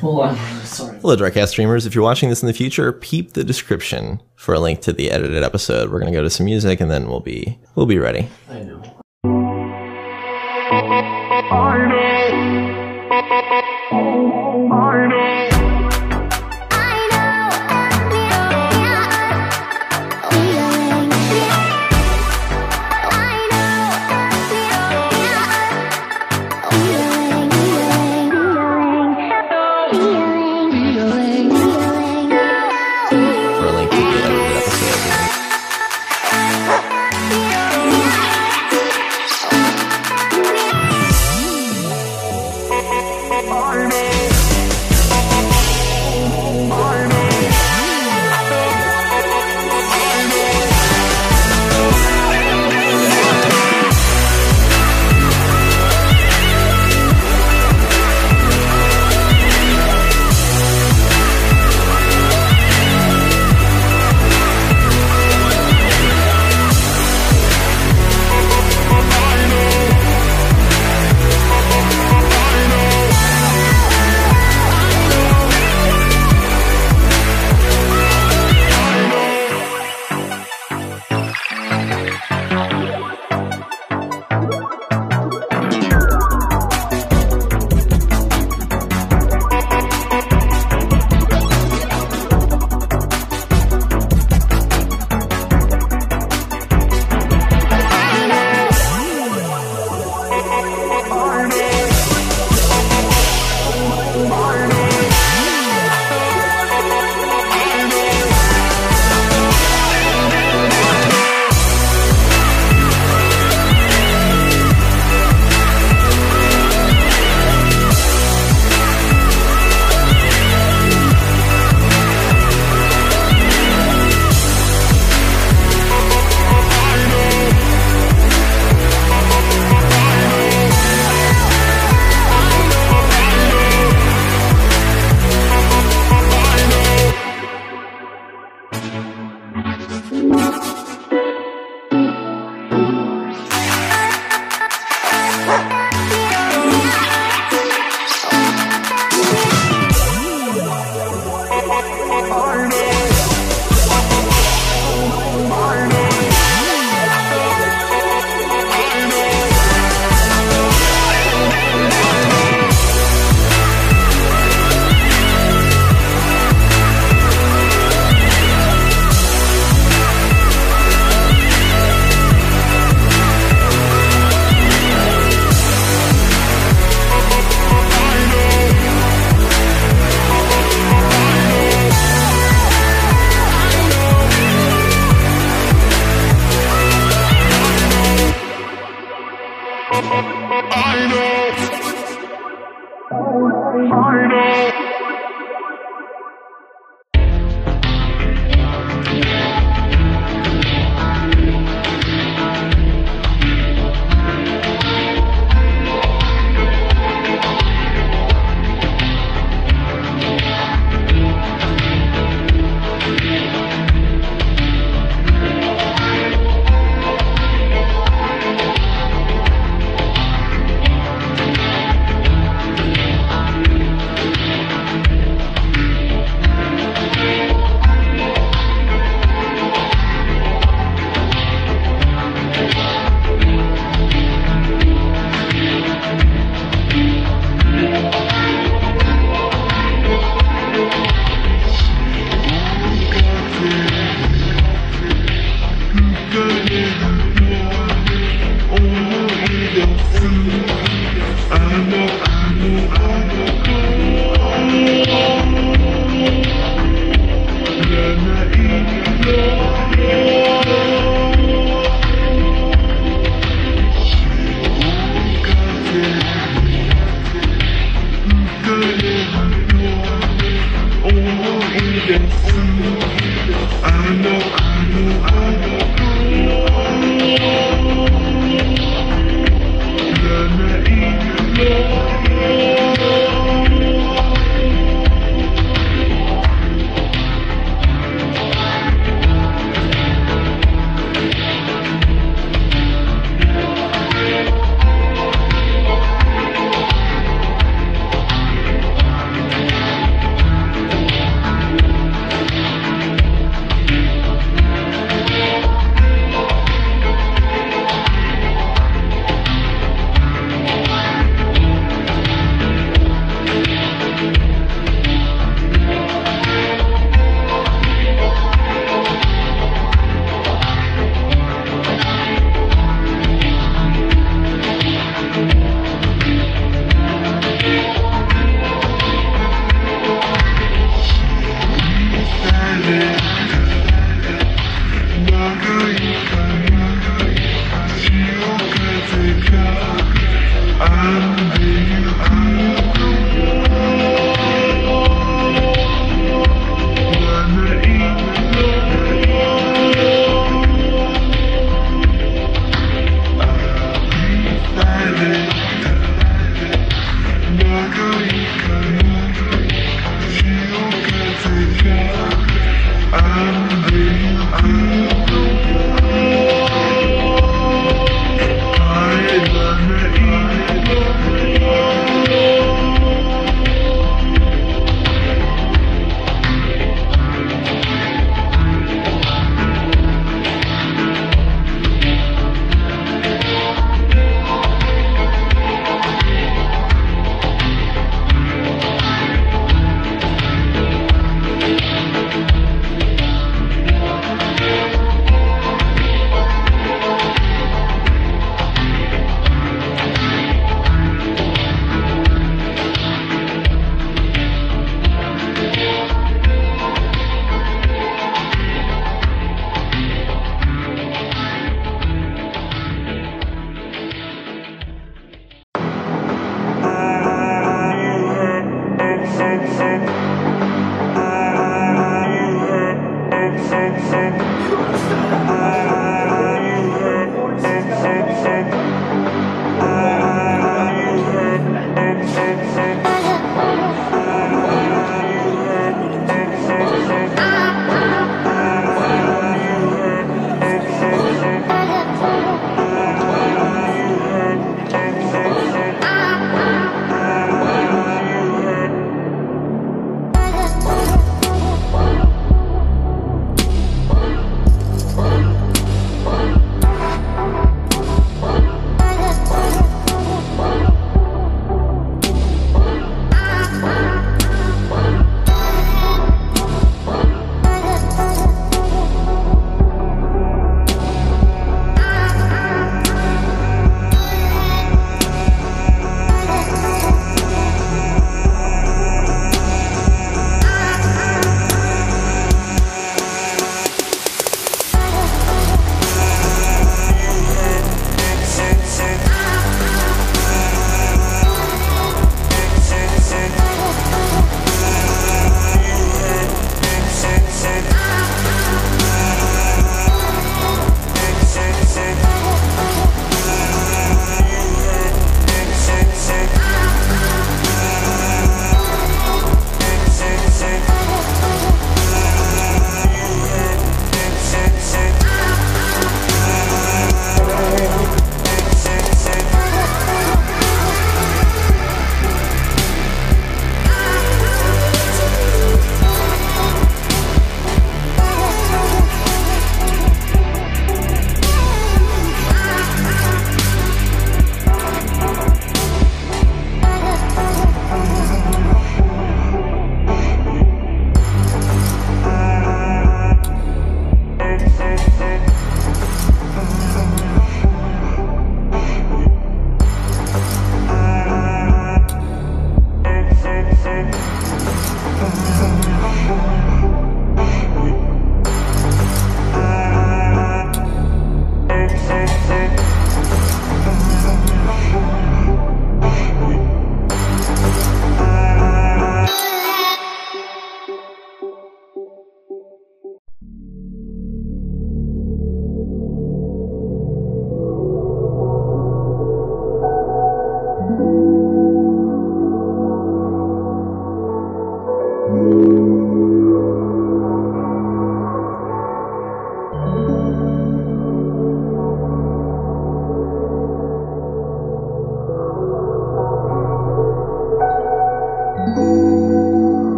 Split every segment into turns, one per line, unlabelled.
Hold on. Sorry.
Hello, Drycast streamers. If you're watching this in the future, peep the description for a link to the edited episode. We're gonna go to some music, and then we'll be we'll be ready.
I know.
For a link to the edited episode.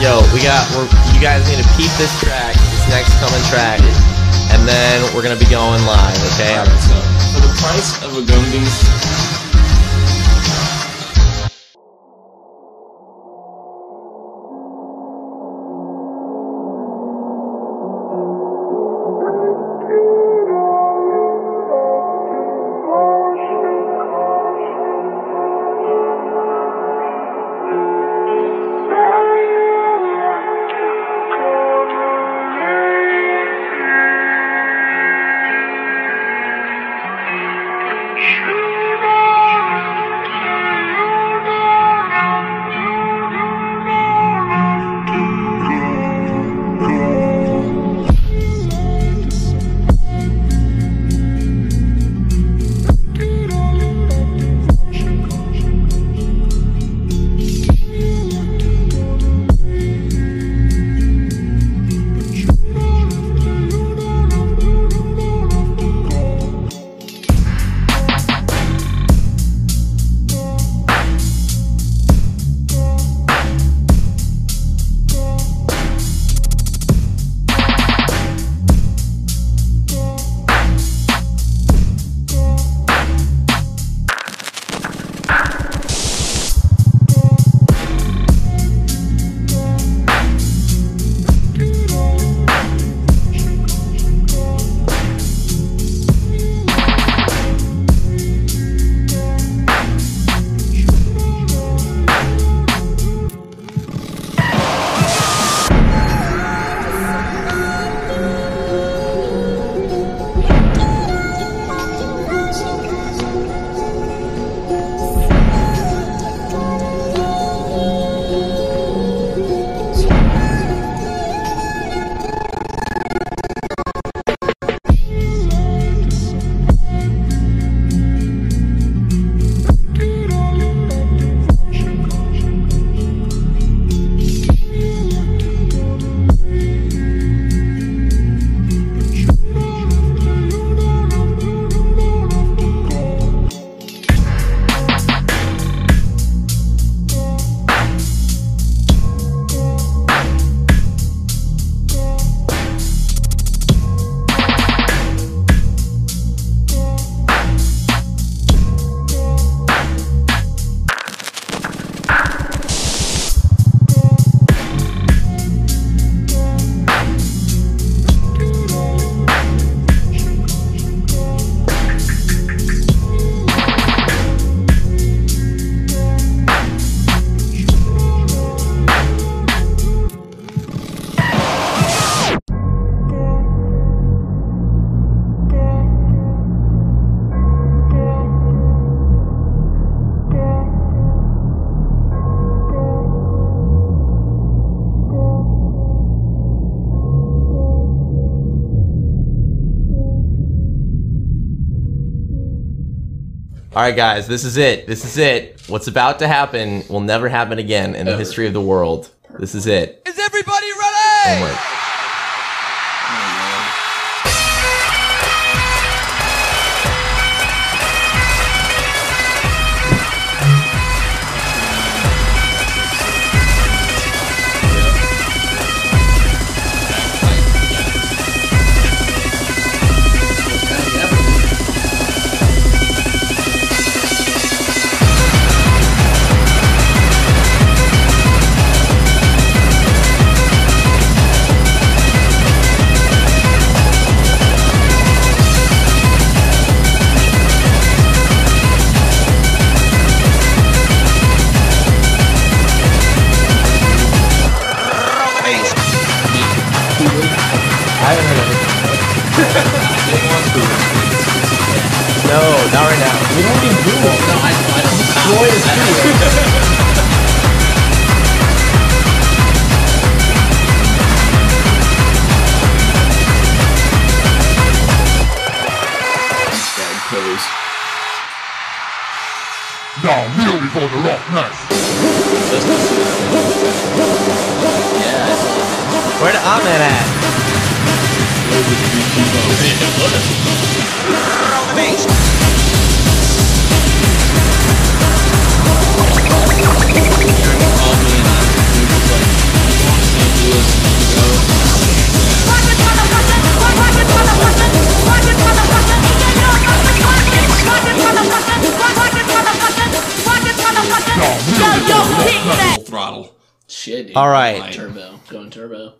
yeah, we're, you guys need to peep this track, this next coming track, and then we're gonna be going live. Okay.
Alright, so for the price of a Gumby's
All right, guys, this is it. This is it. What's about to happen will never happen again in the
Ever.
history of the world. This is it.
Is everybody ready?
Oh my- I haven't heard of it. No, not right now. We don't even do one.
No, I, I don't
Boy, it's good.
bad pose.
Now merely for the rock next.
Yeah, I saw
Where the Ahmed at?
loads of Gucci bones. During the call, me and I, we were just like, you want to see you
ridiculous.
Yo, yo, kick that!
Full throttle. Shit. dude.
All right.
Turbo. Going turbo.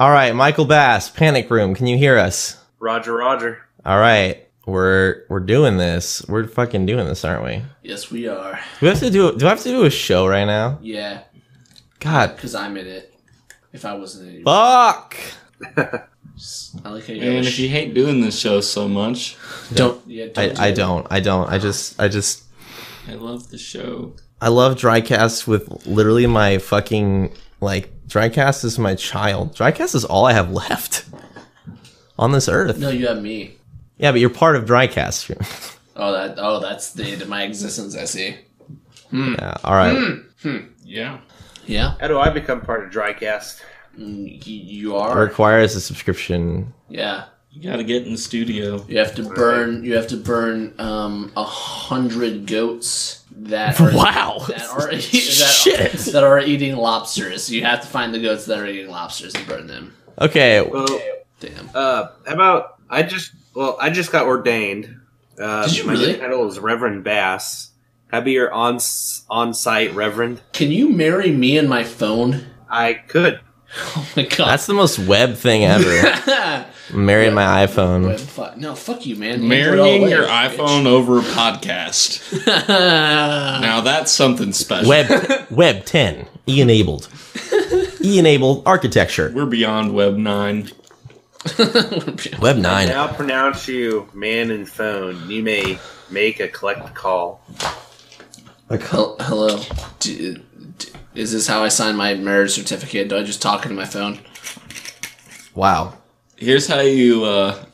All right, Michael Bass, Panic Room. Can you hear us?
Roger, Roger.
All right, we're we're doing this. We're fucking doing this, aren't we?
Yes, we are.
Do we have to do? Do I have to do a show right now?
Yeah,
God,
because I'm in it. If I wasn't in it,
fuck.
I like how you
Man, if you hate doing this show so much,
don't. Yeah, don't
I, I
do it.
don't. I don't. I just. I just.
I love the show.
I love Drycast with literally my fucking like Drycast is my child. Drycast is all I have left on this earth.
No, you have me.
Yeah, but you're part of Drycast.
Oh, that. Oh, that's the end of my existence. I see. Hmm.
yeah. All right.
Yeah.
Yeah,
Hmm. How do I become part of Drycast?
Mm, y- you
It
are.
requires a subscription.
Yeah,
You gotta get in the studio.
you have to burn. You have to burn um a hundred goats that are,
Wow.
that are that,
Shit.
that are eating lobsters. You have to find the goats that are eating lobsters and burn them.
Okay.
Well,
Damn.
uh, how about I just well, I just got ordained. Uh,
Did you
my
really?
new title is Reverend Bass. Can I be your on on site Reverend?
Can you marry me and my phone?
I could.
Oh my god.
That's the most web thing ever. Marrying my
Wait,
iPhone.
fuck. No, fuck you, man. Android all
Um, Marrying
the way,
your
bitch.
iPhone over a podcast.
Uh,
now that's something special.
Web Web 10. E enabled. E enabled architecture.
We're beyond Web 9.
Web 9.
Now pronounce you man and phone. You may make a collect call.
Hel- Hello. D- d- is this how I sign my marriage certificate? Do I just talk into my phone?
Wow.
Here's how you uh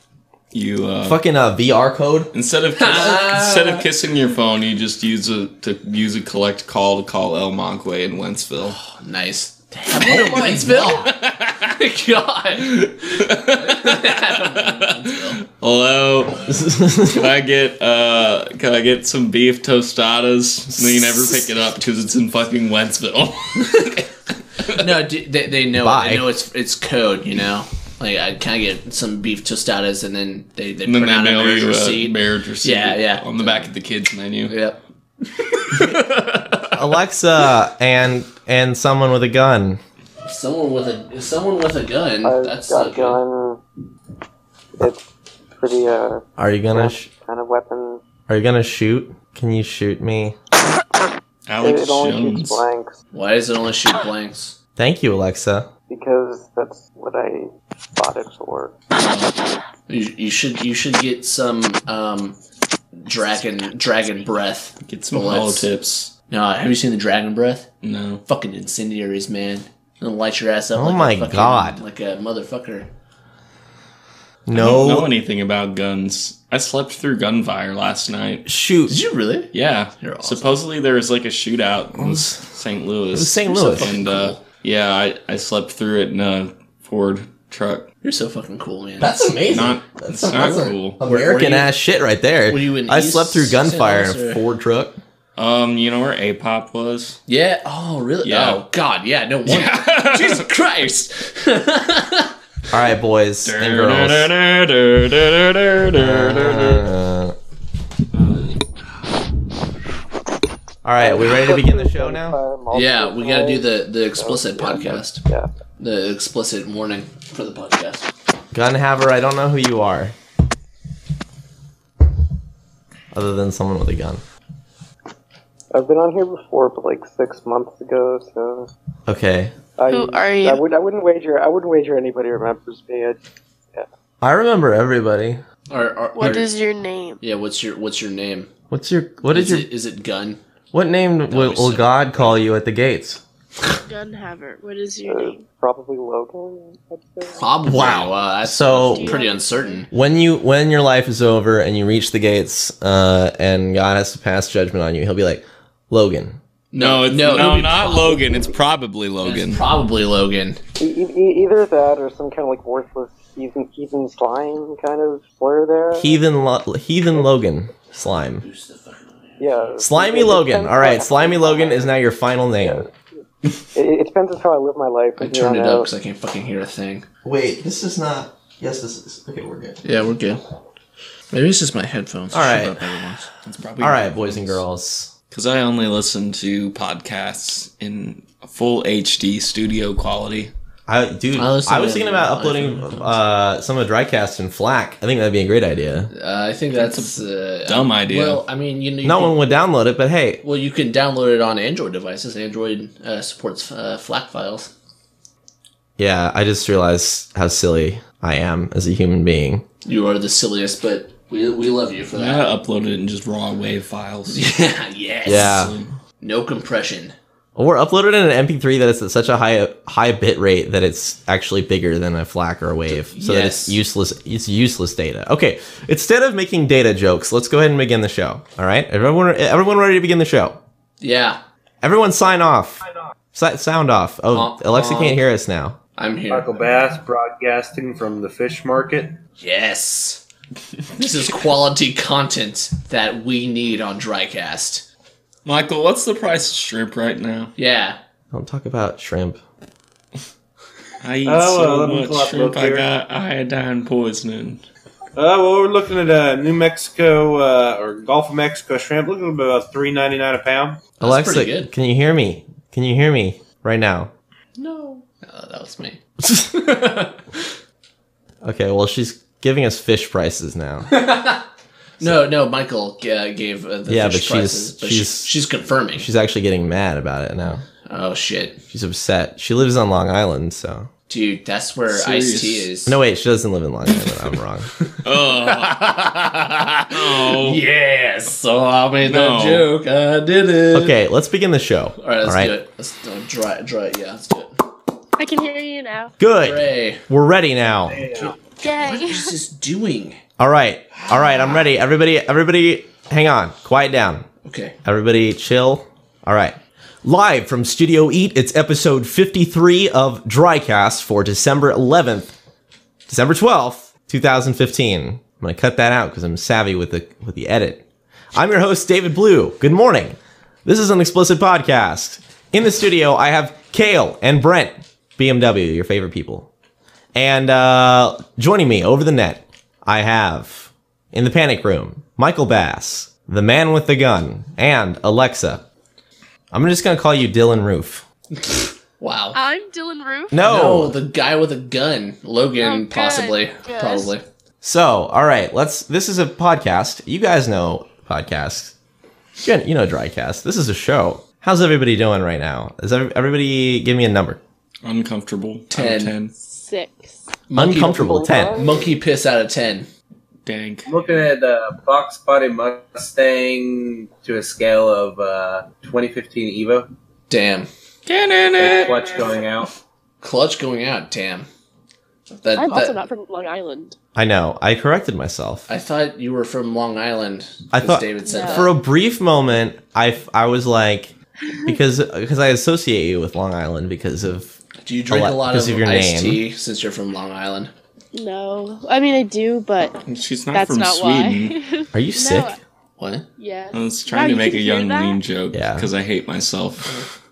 you uh
Fucking uh, VR code.
instead of kiss, instead of kissing your phone, you just use a to use a collect call to call El Monkway in Wentzville.
Nice. Damn, oh my Wentzville. God.
Hello. Can I get uh can I get some beef tostadas? And then you never pick it up because it's in fucking Wentzville.
No, d- they, they know.
Bye.
They know it's it's code. You know, like I kind of get some beef tostadas, and then they they
and
print
then they
out a
mail
marriage
you a
receipt.
marriage receipt
Yeah, yeah.
on the back of the kids menu.
yep.
Alexa and and someone with a gun.
Someone with a someone with a gun.
I've
that's
got
not good.
gun. It's pretty uh
Are you gonna sh-
kind of weapon.
Are you gonna shoot? Can you shoot me?
Alex
It, it only shoots
Jones.
blanks
Why does it only shoot blanks?
Thank you, Alexa.
because that's what I bought it for.
You, you should you should get some um, dragon dragon breath.
Get some hollow
Bullets.
tips.
No, have you seen the dragon breath?
No.
Fucking incendiaries, man. It'll light your ass up.
Oh
like a
my
fucking-
God.
Like a motherfucker.
I don't know
No.
anything about guns. I slept through gunfire last night.
Did
Shoot.
you really?
Yeah.
You're awesome.
Supposedly there was like a shootout in S- St. Louis.
was St. Louis.
And uh, yeah, I, I slept through it in a Ford truck.
You're so fucking cool, man.
amazing.
Not it's not cool.
American ass shit right there.
were you in
I
East
slept through gunfire in
St. Louis,
a
or-
Ford truck.
Um, you know where APOP was?
yeah. Oh, really?
Yeah.
Oh, God. Yeah. No wonder. Jesus Christ.
All right, boys and girls. Uh, all right, we ready to begin the show now?
yeah, we gotta do the the explicit podcast.
Yeah.
The explicit warning for the podcast.
Gun haver, I don't know who you are. Other than someone with a gun.
I've been on here before, but like six months ago. So
Okay.
I,
Who are you?
I would I wouldn't wager I wouldn't wager anybody remembers me. I,
I remember everybody.
Or, or,
What
or-
is your name?
Yeah. What's your What's your name?
What's your what
Is
is your
it Is it Gun?
what name will, will
so-
God call you at the gates?
Gunhaver. What is your
uh,
name?
probably Logan. I'd say.
Probably. Wow. Uh, that's
So
pretty uncertain.
when you when your life is over and you reach the gates uh, and God has to pass judgment on you, he'll be like, Logan.
No, it's,
No,
no,
it'll be
not Logan. It's probably Logan.
It's probably Logan.
E- e- e- either that or some kind of like worthless heathen heathen slime kind of slur there.
Heathen Lo- heathen Logan slime.
yeah.
Slimy Logan. All right, Slimy Logan is now your final name.
It, it depends on how I live my life.
I
from here
turned
on
it up
out.
because I can't fucking hear a thing.
Wait, this is not. Yes, this is. Okay, we're good.
Yeah, we're good. Maybe it's just my headphones.
All right.
It's probably
All right, boys and girls.
Because I only listen to podcasts in full HD studio quality.
I dude,
I
I,
listen
was
to
thinking about
my
uploading
iPhone.
uh, some of Drycast in FLAC. I think that'd be a great idea.
Uh, I think that's a
dumb idea.
Well, I mean, you know, you
No
can-
one would download it, but hey,
well, you can download it on Android devices. Android uh, supports uh, FLAC files.
yeah, I just realized how silly I am as a human being.
You are the silliest, but we, we love you for
I
that.
uploaded it in just raw wave files.
Yeah. yes.
Yeah,
No compression.
or upload it in an MP3 that is at such a high high bit rate that it's actually bigger than a FLAC or a wave, so that it's
Yes.
useless. It's useless data. Okay, instead of making data jokes, let's go ahead and begin the show. All right, everyone, everyone ready to begin the show?
Yeah,
Everyone, sign off. Si- sound off. Oh,
Honk,
Alexa can't
honk.
hear us now.
I'm here.
Michael Bass broadcasting from the fish market.
Yes. this is quality content that we need on Drycast.
Michael, what's the price of shrimp right now?
Yeah.
Don't talk about shrimp.
I eat
Oh, well, let me
so
pull up
much shrimp,
real
I
quick.
got iodine poisoning.
Uh, well, we're looking at uh, New Mexico uh, or Gulf of Mexico shrimp. Looking at about three ninety nine a pound.
Alexa,
pretty good.
can you hear me? Can you hear me right now?
No. Oh, that was me.
Okay, well, she's giving us fish prices now.
No, no, Michael uh, gave uh, the
Yeah,
fish
but she's-
prices, but she's,
she's-
she's, confirming.
she's actually getting mad about it now.
oh, shit.
She's upset. She lives on Long Island, so.
Dude, that's where
Serious.
Ice-T is.
No, wait, she doesn't live in Long Island. I'm wrong.
Oh, no.
Yes, so I made
No.
that joke. I did it.
Okay, let's begin the show.
All right, let's do it. Let's uh, dry, dry. Yeah, let's do it.
I can hear you now.
Good.
Hooray!
We're ready now.
Yay.
What is this doing?
All right. All right, I'm ready. Everybody, everybody, hang on. Quiet down.
Okay.
Everybody chill. All right. Live from Studio Eat, it's episode 53 of Drycast for December 11th, December 12th, 2015. I'm going to cut that out because I'm savvy with the with the edit. I'm your host David Blue. Good morning. This is an explicit podcast. In the studio, I have Kale and Brent, BMW, your favorite people. And uh, joining me over the net, I have in the panic room Michael Bass, the man with the gun, and Alexa. I'm just gonna call you Dylan Roof.
Wow.
I'm Dylan Roof.
No.
No, the guy with a gun, Logan,
Oh, good.
possibly,
Yes.
probably.
So, all right, let's. This is a podcast. You guys know podcasts. You you know Drycast. This is a show. How's everybody doing right now? Is every- everybody give me a number?
uncomfortable.
Ten.
Ten. Ten.
Six.
Uncomfortable ten.
Monkey piss out of ten.
Dank.
I'm looking at uh, Box Body Mustang to a scale of uh, 2015 Evo.
Damn.
Big clutch going out.
Clutch going out. Damn. That,
I'm also
that-
not from Long Island.
I know. I corrected myself.
I thought you were from Long Island.
I
'cause
thought-
David said
No.
that.
For a brief moment, I f- I was like, because because I associate you with Long Island because of
Do you drink
a
a
lot-
lot of
because of your
iced
name.
tea since you're from Long Island?
No. I mean, I do, but
She's not
that's
from
not
Sweden.
why.
Are you sick?
What?
yes.
I was trying
Wow,
to
you
make
can
a
hear
young
that?
lean joke
Yeah.
because I hate myself.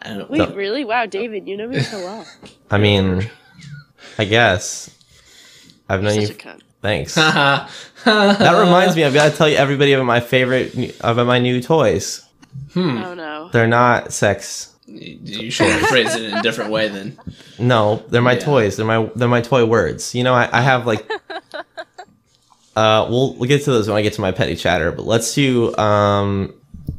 I don't
Wait,
know.
really? Wow, David, you know me so well.
I mean, I guess I've known
Such
you.
a cunt.
Thanks. that
Haha.
reminds me, I've got to tell you everybody about my favorite new- about my new toys.
Hmm.
Oh no.
They're not sex.
you should have phrased it in a different way then.
No, they're my
Yeah.
toys. They're my they're my toy words. You know, I, I have like. Uh, we'll we'll get to those when I get to my petty chatter. But let's do um,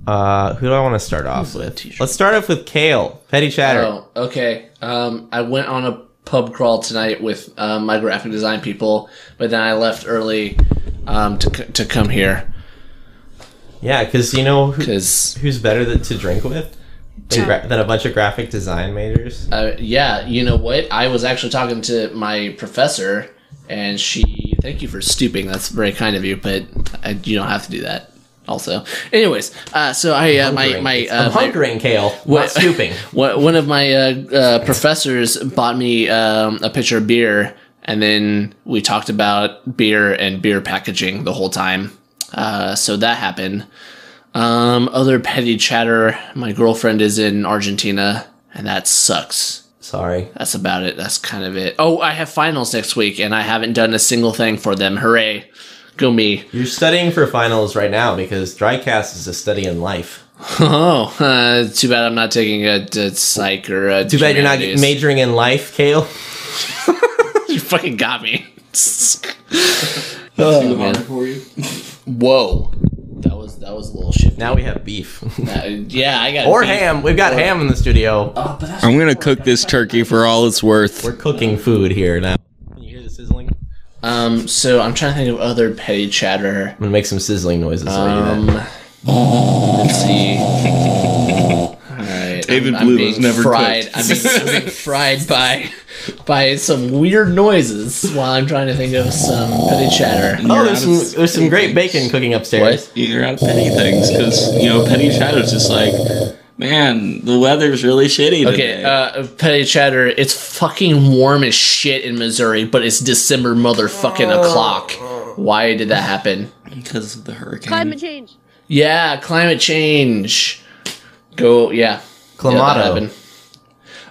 uh, who do I want to start off with? Let's start off with Kale. Petty chatter.
Oh, okay. Um, I went on a pub crawl tonight with uh, my graphic design people, but then I left early um, to, c- to come here
Yeah, because you know who,
because
who's better than, to drink with than, gra- than a bunch of graphic design majors.
uh, yeah, you know what? I was actually talking to my professor, and she. Thank you for stooping. That's very kind of you, but I, you don't have to do that. Also, anyways, uh, so I uh, my
Hungering.
my
It's-
uh,
I'm
my-
hungering, Kale.
What-
Not stooping.
One one of my uh, uh, professors bought me um, a pitcher of beer, and then we talked about beer and beer packaging the whole time. Uh, so that happened. Um, other petty chatter. My girlfriend is in Argentina and that sucks.
Sorry.
That's about it. That's kind of it. Oh, I have finals next week, and I haven't done a single thing for them. Hooray! Go me.
You're studying for finals right now because Drycast is a study in life.
Oh, uh, too bad I'm not taking a, a psych or a.
Too bad you're not
humanities.
majoring in life, Kale.
You fucking got me.
Oh,
the bar for you.
Whoa, that was that was a little shit.
Now we have beef.
yeah, I got
or
beef.
ham. We've got ham in the studio.
I'm gonna cook this turkey for all it's worth.
We're cooking food here now. Can you hear the sizzling? I'm
Um, so I'm trying to think of other petty chatter.
gonna make some sizzling noises.
Um, let's see. Alright,
David
I'm, I'm
Blue
being
has never
fried.
cooked.
I'm being, I'm being fried by by some weird noises while I'm trying to think of some petty chatter.
oh,
You're
there's
out of
some there's some great bacon cooking upstairs.
What?
You're out of petty things because you know petty shadows just like, man, the weather's really shitty
Okay,
today.
uh, petty chatter. It's fucking warm as shit in Missouri, but it's December motherfucking o'clock. Why did that happen?
because of the hurricane.
Oh. Climate change.
Yeah, climate change. Go, yeah. Yeah, that
Clamato.
happened.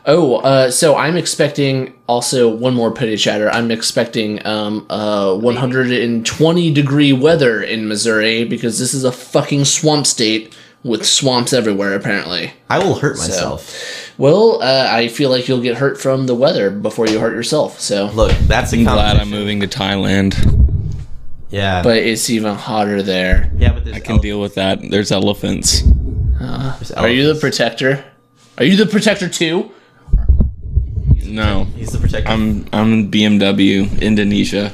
oh, uh, so I'm expecting also one more petty chatter. I'm expecting um, uh, 120 degree weather in Missouri because this is a fucking swamp state with swamps everywhere, apparently.
I will hurt myself.
Well, uh, I feel like you'll get hurt from the weather before you hurt yourself. So,
Look, that's a
I'm glad I'm
competition.
moving to Thailand.
Yeah,
but it's even hotter there.
yeah, but there's
I can deal with that. There's elephants.
Uh, Are you the protector? Are you the protector too?
No,
He's the protector.
I'm I'm BMW Indonesia.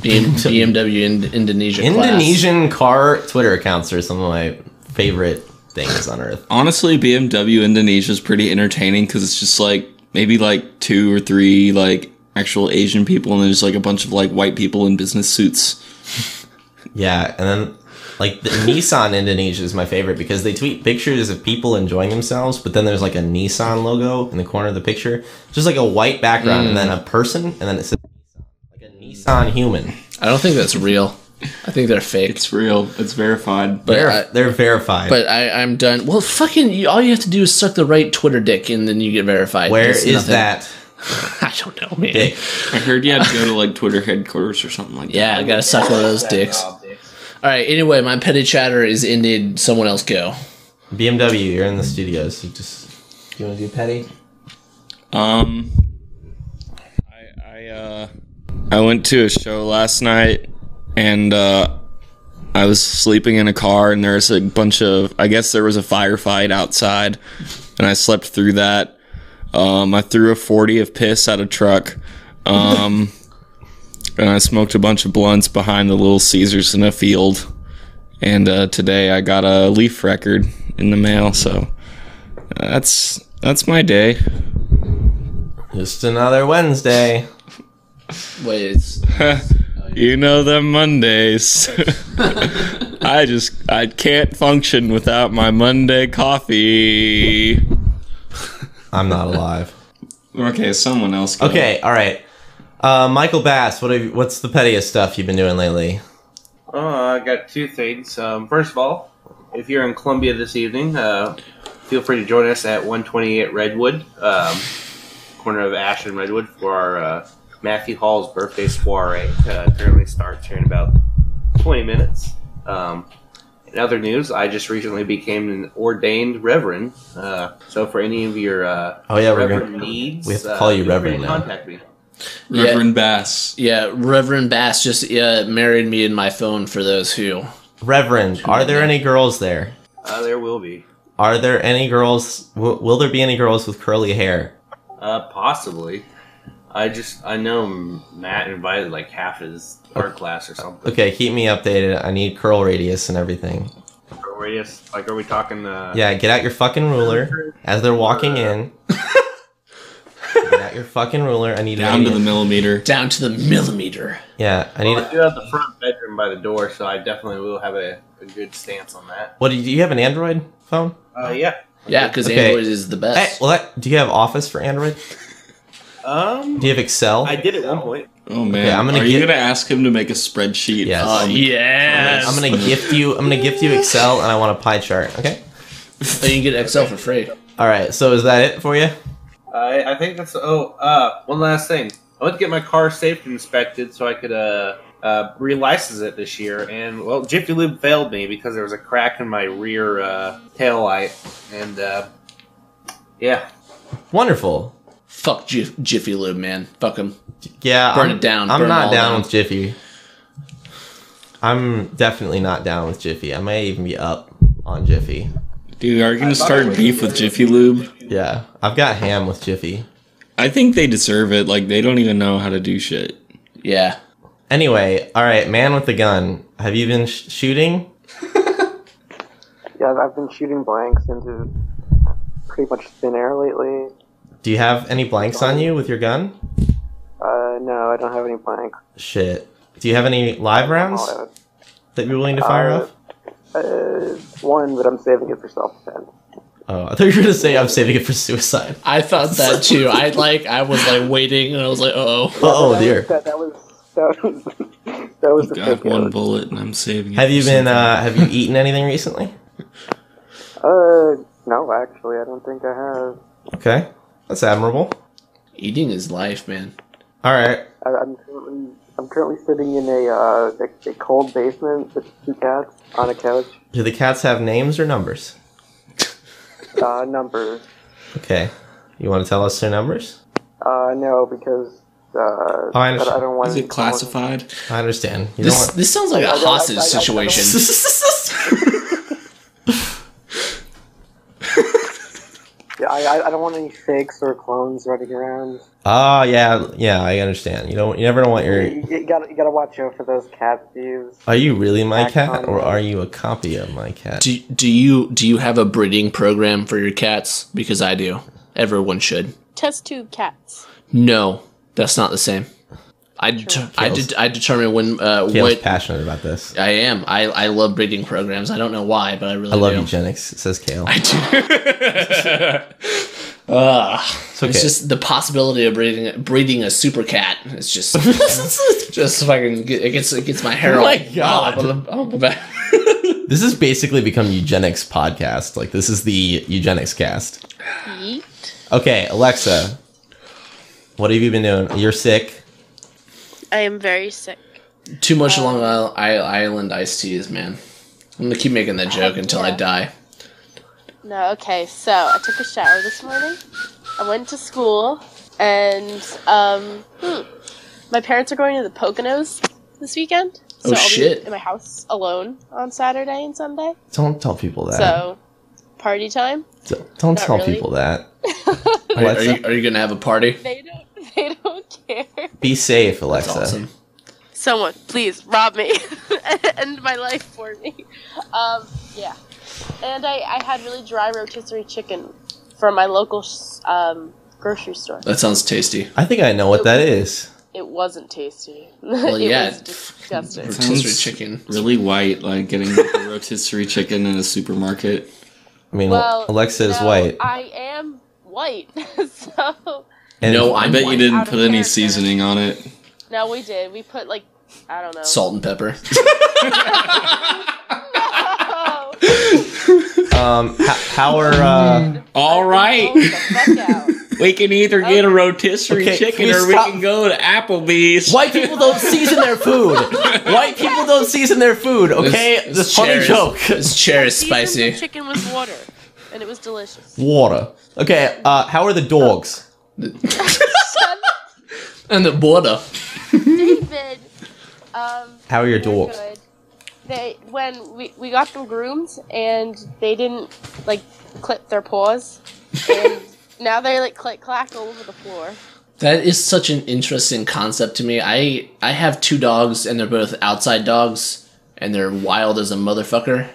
BM, BMW in Indonesia. class.
Indonesian car Twitter accounts are some of my favorite things on earth.
Honestly, BMW Indonesia is pretty entertaining because it's just like maybe like two or three like actual Asian people and there's like a bunch of like white people in business suits.
Yeah, and then like the Nissan Indonesia is my favorite because they tweet pictures of people enjoying themselves, but then there's like a Nissan logo in the corner of the picture, just like a white background, and then
Mm.
a person, and then it says like a Nissan human.
I don't think that's real. I think they're fake.
It's real. It's verified.
but
They're,
I-
they're verified.
But I, I'm done. Well, fucking, you, all you have to do is suck the right Twitter dick, and then you get verified.
Where
It's
is
nothing-
that?
I don't know, man.
dick?
I heard you had to go to like Twitter headquarters or something like
Yeah, I gotta suck one of those dicks. All right. Anyway, my petty chatter is ended. Someone else go.
BMW, you're in the studios. You just you want to do petty?
that. Um, I I uh I went to a show last night and uh I was sleeping in a car and there was a bunch of I guess there was a firefight outside and I slept through that. Um, I threw a forty of piss at a truck. Um. And Uh, I smoked a bunch of blunts behind the Little Caesars in a field. And uh, today I got a leaf record in the mail, so uh, that's that's my day.
Just another Wednesday.
Wait, it's
You know them Mondays. I just I can't function without my Monday coffee.
I'm not alive.
Okay, someone else. Go.
Okay, all right. Uh, Michael Bass, what have you, what's the pettiest stuff you've been doing lately?
Oh, I got two things. Um, first of all, if you're in Columbia this evening, uh, feel free to join us at 128 Redwood, um, corner of Ash and Redwood, for our uh, Matthew Hall's birthday soiree. Uh, it currently starts here in about 20 minutes. Um, in other news, I just recently became an ordained reverend. Uh, so for any of your uh,
Oh yeah, we're
reverend
gonna,
needs,
we have to
uh,
call you
feel free
reverend
to
now.
Contact me.
Reverend Bass.
yeah. Reverend Bass just uh, married me in my phone. For those who,
Reverend. Are there any girls there?
Uh, there will be.
Are there any girls? W- will there be any girls with curly hair?
Uh, possibly. I just I know Matt invited like half his art class or something.
Okay, keep me updated. I need curl radius and everything.
Are we just like are we talking? Uh,
Yeah, get out your fucking ruler as they're walking in. get out your fucking ruler. I need
Down to the
radius.
millimeter.
down to the millimeter.
Yeah, I
Well, I
need.
do have the front bedroom by the door, so I definitely will have a, a good stance on that.
What do you, do you have? An Android phone?
Uh, yeah.
Yeah, because
Okay.
Android is the
Hey,
best.
well, that, do you have Office for Android?
Um,
Do you have Excel?
I did at one point.
Oh man,
Okay, I'm gonna
are you
get-
gonna ask him to make a spreadsheet?
Yes.
Uh, yes.
I'm gonna gift you. I'm gonna gift you Excel, and I want a pie chart. Okay.
Oh, you can get Excel for free.
All right. So is that it for you?
I, I think that's. Oh, uh, one last thing. I went to get my car safety inspected so I could uh, uh, relicense it this year, and well, Jiffy Lube failed me because there was a crack in my rear uh, tail light, and uh, yeah,
Wonderful.
Fuck Jif- Jiffy Lube, man. Fuck him.
Yeah.
Burn
I'm,
it down,
I'm
burn it
not
all
down,
down.
with Jiffy. I'm definitely not down with Jiffy. I may even be up on Jiffy.
Dude, are you gonna start beef with Jiffy Lube?
Yeah. I've got ham with Jiffy.
I think they deserve it. Like they don't even know how to do shit.
Yeah.
Anyway, all right, man with the gun. Have you been sh- shooting?
Yeah, I've- I've been shooting blanks into pretty much thin air lately.
Do you have any blanks on you with your gun?
Uh, no, I don't have any blanks.
Shit. Do you have any live rounds
All out.
that you're willing to fire
Uh,
off?
Uh, one, but I'm saving it for self-defense.
Oh, I thought you were gonna say I'm saving it for suicide.
I thought that too. I like I was like waiting and I was like, oh.
Oh
that
dear.
Was, that, that was that was that was the
Got
fake
one
one.
bullet and I'm saving it.
Have
for
you been?
something.
Uh, have you eaten anything recently?
Uh, no, actually, I don't think I have.
Okay, that's admirable.
Eating is life, man.
All right.
I, I'm currently I'm currently sitting in a uh a, a cold basement with two cats on a couch.
Do the cats have names or numbers?
Uh, numbers.
Okay. You want to tell us their numbers?
Uh, no, because uh,
Oh, I
I,
understand.
I don't want
Is
to
it classified?
I understand. You
This
don't
this sounds like a
I don't- I-
hostage
I- I- I don't-
situation.
Yeah, I, I I don't want any fakes or clones running around.
want. Oh yeah, yeah. I understand. You don't. You never want your.
You, you gotta you gotta watch out for those cat thieves.
Are you really my
Back
cat,
on
or
the-
are you a copy of my cat?
Do do you do you have a breeding program for your cats? Because I do. Everyone should.
Test tube cats.
No, that's not the same. I det- I,
Kale's-
det- I determine when uh,
Kale's
what
passionate about this.
I am. I, I love breeding programs. I don't know why, but I really
I love
do.
eugenics, says Kale.
I do. Ugh.
It's okay.
It's just the possibility of breeding breeding a super cat. It's just just fucking get, it gets it gets my hair.
Oh my
all-
God.
all up on the- on the back.
this has basically become eugenics podcast. Like this is the eugenics cast.
Yeet.
Okay, Alexa, what have you been doing? You're sick.
I am very sick.
Too much Long Isl- I- Island iced teas, man. I'm gonna keep making that joke until I
Yeah.
die.
No, okay. So I took a shower this morning. I went to school, and um, hmm, my parents are going to the Poconos this weekend. So
Oh,
I'll
shit.
Be in my house alone on Saturday and Sunday.
Don't tell people that.
So party time.
So, don't
not
tell
really.
people that.
Are, are
Alexa,
you, are you gonna have a party?
They don't. They don't care.
be safe, Alexa.
That's awesome.
Someone, please rob me, end my life for me. Um, yeah. And I, I had really dry rotisserie chicken from my local s- um, grocery store.
That sounds tasty.
I think I know what that is.
It wasn't tasty.
Well,
it
yeah.
was disgusting.
Rotisserie
Sounds
chicken.
Really white, like getting a rotisserie chicken in a supermarket.
I mean,
Well,
Alexa
you
is
know,
white.
I am white, so
And
no,
I
I'm
bet
white.
you didn't
Out of
put any
character.
seasoning on it.
no, we did. We put like I don't know.
Salt and pepper.
Oh,
um, how, how are uh,
All
blown the fuck out.
we can either get a rotisserie
Okay, can we stop-
go to Applebee's.
white people don't season their food? White people don't season their food. Okay, this, funny
chair is-
joke.
This chair is
Seasoned
spicy.
chicken with water, and it was delicious.
Water. Okay, uh, how are the dogs?
And the border.
David, um,
How are your dogs?
good. They when we, we got them groomed and they didn't like clip their paws, and now they like click clack all over the floor.
That is such an interesting concept to me. I I have two dogs and they're both outside dogs and they're wild as a motherfucker.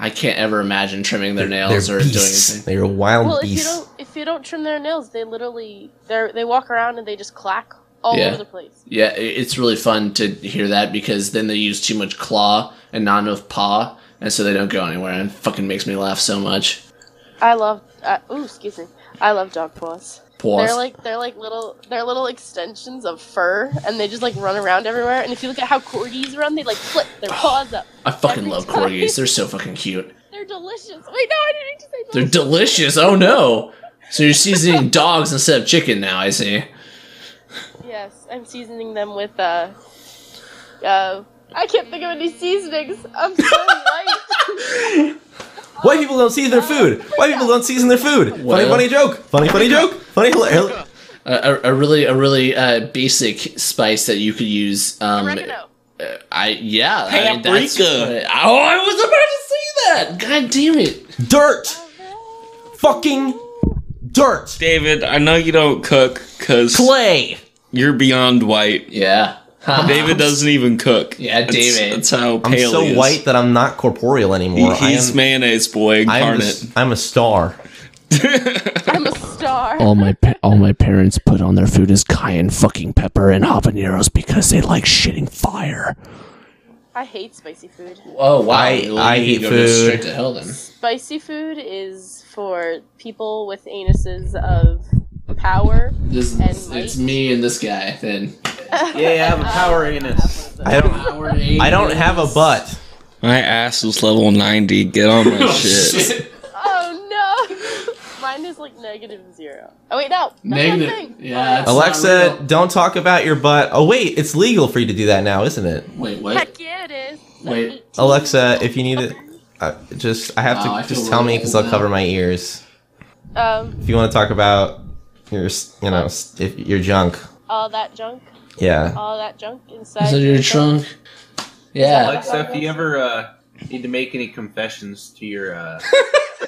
I can't ever imagine trimming their nails
They're
or doing
beasts.
anything.
They're wild
Well, if you
beasts.
don't if you don't trim their nails, they literally they they walk around and they just clack all
Yeah.
over the place.
Yeah, i- it's really fun to hear that because then they use too much claw and not enough paw, and so they don't go anywhere. And it fucking makes me laugh so much.
I love uh, ooh excuse me, I love dog paws.
Paws.
They're like they're like little they're little extensions of fur, and they just like run around everywhere. And if you look at how corgis run, they like flip their paws up.
I fucking
every
love
time.
corgis. They're so fucking cute.
They're delicious. Wait, no, I didn't need to say
They're
delicious.
delicious. Oh no. So you're seasoning dogs instead of chicken now, I see.
yes, I'm seasoning them with, uh, uh, I can't think of any seasonings. I'm so light.
White people don't season their food. White people don't season their food. Funny,
Well.
funny joke. Funny, funny joke. Funny. hila-
A, a, a really a really uh, basic spice that you could use um
Oregano.
I yeah, I mean, that's
Paprika.
what I- Oh, I was about to say that. God damn it.
Dirt. Fucking dirt.
David, I know you don't cook because
Clay.
you're beyond white.
Yeah. Huh.
David doesn't even cook.
Yeah,
That's-
David.
That's how
I'm
pale
so
he is.
white that I'm not corporeal
He-
anymore. I
he's
am,
mayonnaise boy
I am a s-
incarnate.
I'm a star.
I'm a star.
all my pa- all my parents put on their food is cayenne fucking pepper and habaneros because they like shitting fire.
I hate spicy food.
Oh wow!
I-
You
I
need to
eat
go
food.
Straight to hell then.
Spicy food is for people with anuses of power.
This
And
is, it's me and this guy then.
Yeah, I'm a power anus.
I don't. I don't have a butt.
My ass is level 90. Get on my shit.
Shit.
Oh no! Mine is like negative zero. Oh wait, no. That's
Negative-
That thing.
yeah, that's- not
Alexa,
real.
don't talk about your butt. Oh wait, it's legal for you to do that now, isn't it?
Wait,
Oh,
what?
Heck yeah, it is.
Wait.
Alexa, if you need it, uh, just I have
Wow, Oh, I
to
feel
just tell me
really
because I'll
old
cover
now.
my ears.
Um,
If you want to talk about your, s- you know, s- if your junk,
all that junk,
yeah.
all that junk inside.
Is it
your
your trunk? Yeah.
Alexa, if you ever uh, need to make any confessions to your uh,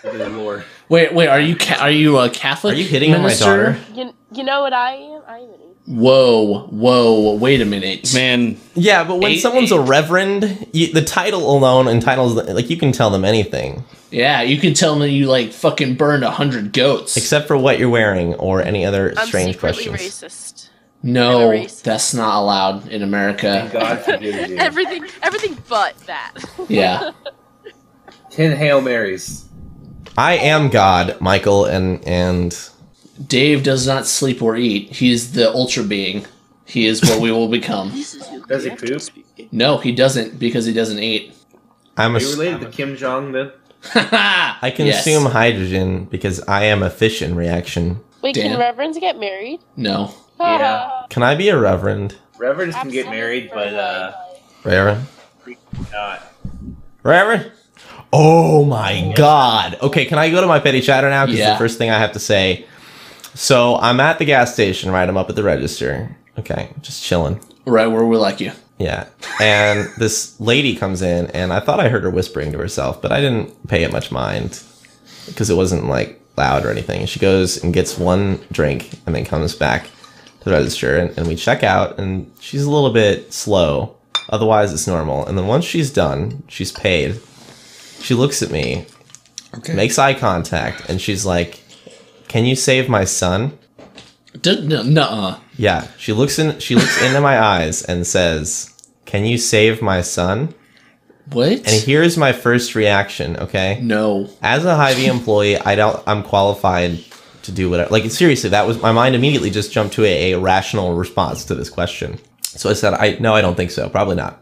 to the Lord,
Wait, wait. Are you ca- are you a Catholic?
Are you hitting on my
minister?
daughter?
You, you know what I am? I am an atheist.
Whoa, whoa. Wait a minute.
Man,
Yeah, but when
Eight-
someone's a
eight.
reverend, you, the title alone entitles like you can tell them anything
Yeah, you can tell me you like fucking burned a hundred goats.
except for what you're wearing or any other
I'm
strange
secretly
questions.
racist. I'm a
no,
racist.
that's not allowed in America.
God forgives you.
Everything, everything but that.
Yeah.
Ten Hail Marys.
I am God, Michael, and and
Dave does not sleep or eat. He is the ultra being. He is what we will become.
Does he poop?
No, he doesn't because he doesn't eat.
I'm a.
Are you
s-
related to Kim Jong then?
I
I consume hydrogen because I am a fission reaction.
Wait,
Dan.
can Uh, reverends get married?
No.
Yeah.
Can I be a reverend?
Reverends can get married, but uh,
Reverend?
not.
Reverend? Oh my god. Okay, can I go to my petty chatter now? Because
Yeah.
the first thing I have to say. So I'm at the gas station, right? I'm up at the register. Okay, just chilling.
Right where we like you.
Yeah. And this lady comes in, and I thought I heard her whispering to herself, but I didn't pay it much mind because it wasn't like loud or anything. She goes and gets one drink and then comes back to the register, and, and we check out, and she's a little bit slow. Otherwise, it's normal. And then once she's done, she's paid. She looks at me, makes eye contact, and she's like, Can you save my son?
D- no, nuh-uh.
Yeah, she looks in. She looks into my eyes and says, "Can you save my son?"
What?
And here's my first reaction. Okay,
no.
as a Hy-Vee employee, I don't. I'm qualified to do whatever. Like seriously, that was my mind immediately just jumped to a, a rational response to this question. So I said, "I no, I don't think so. Probably not."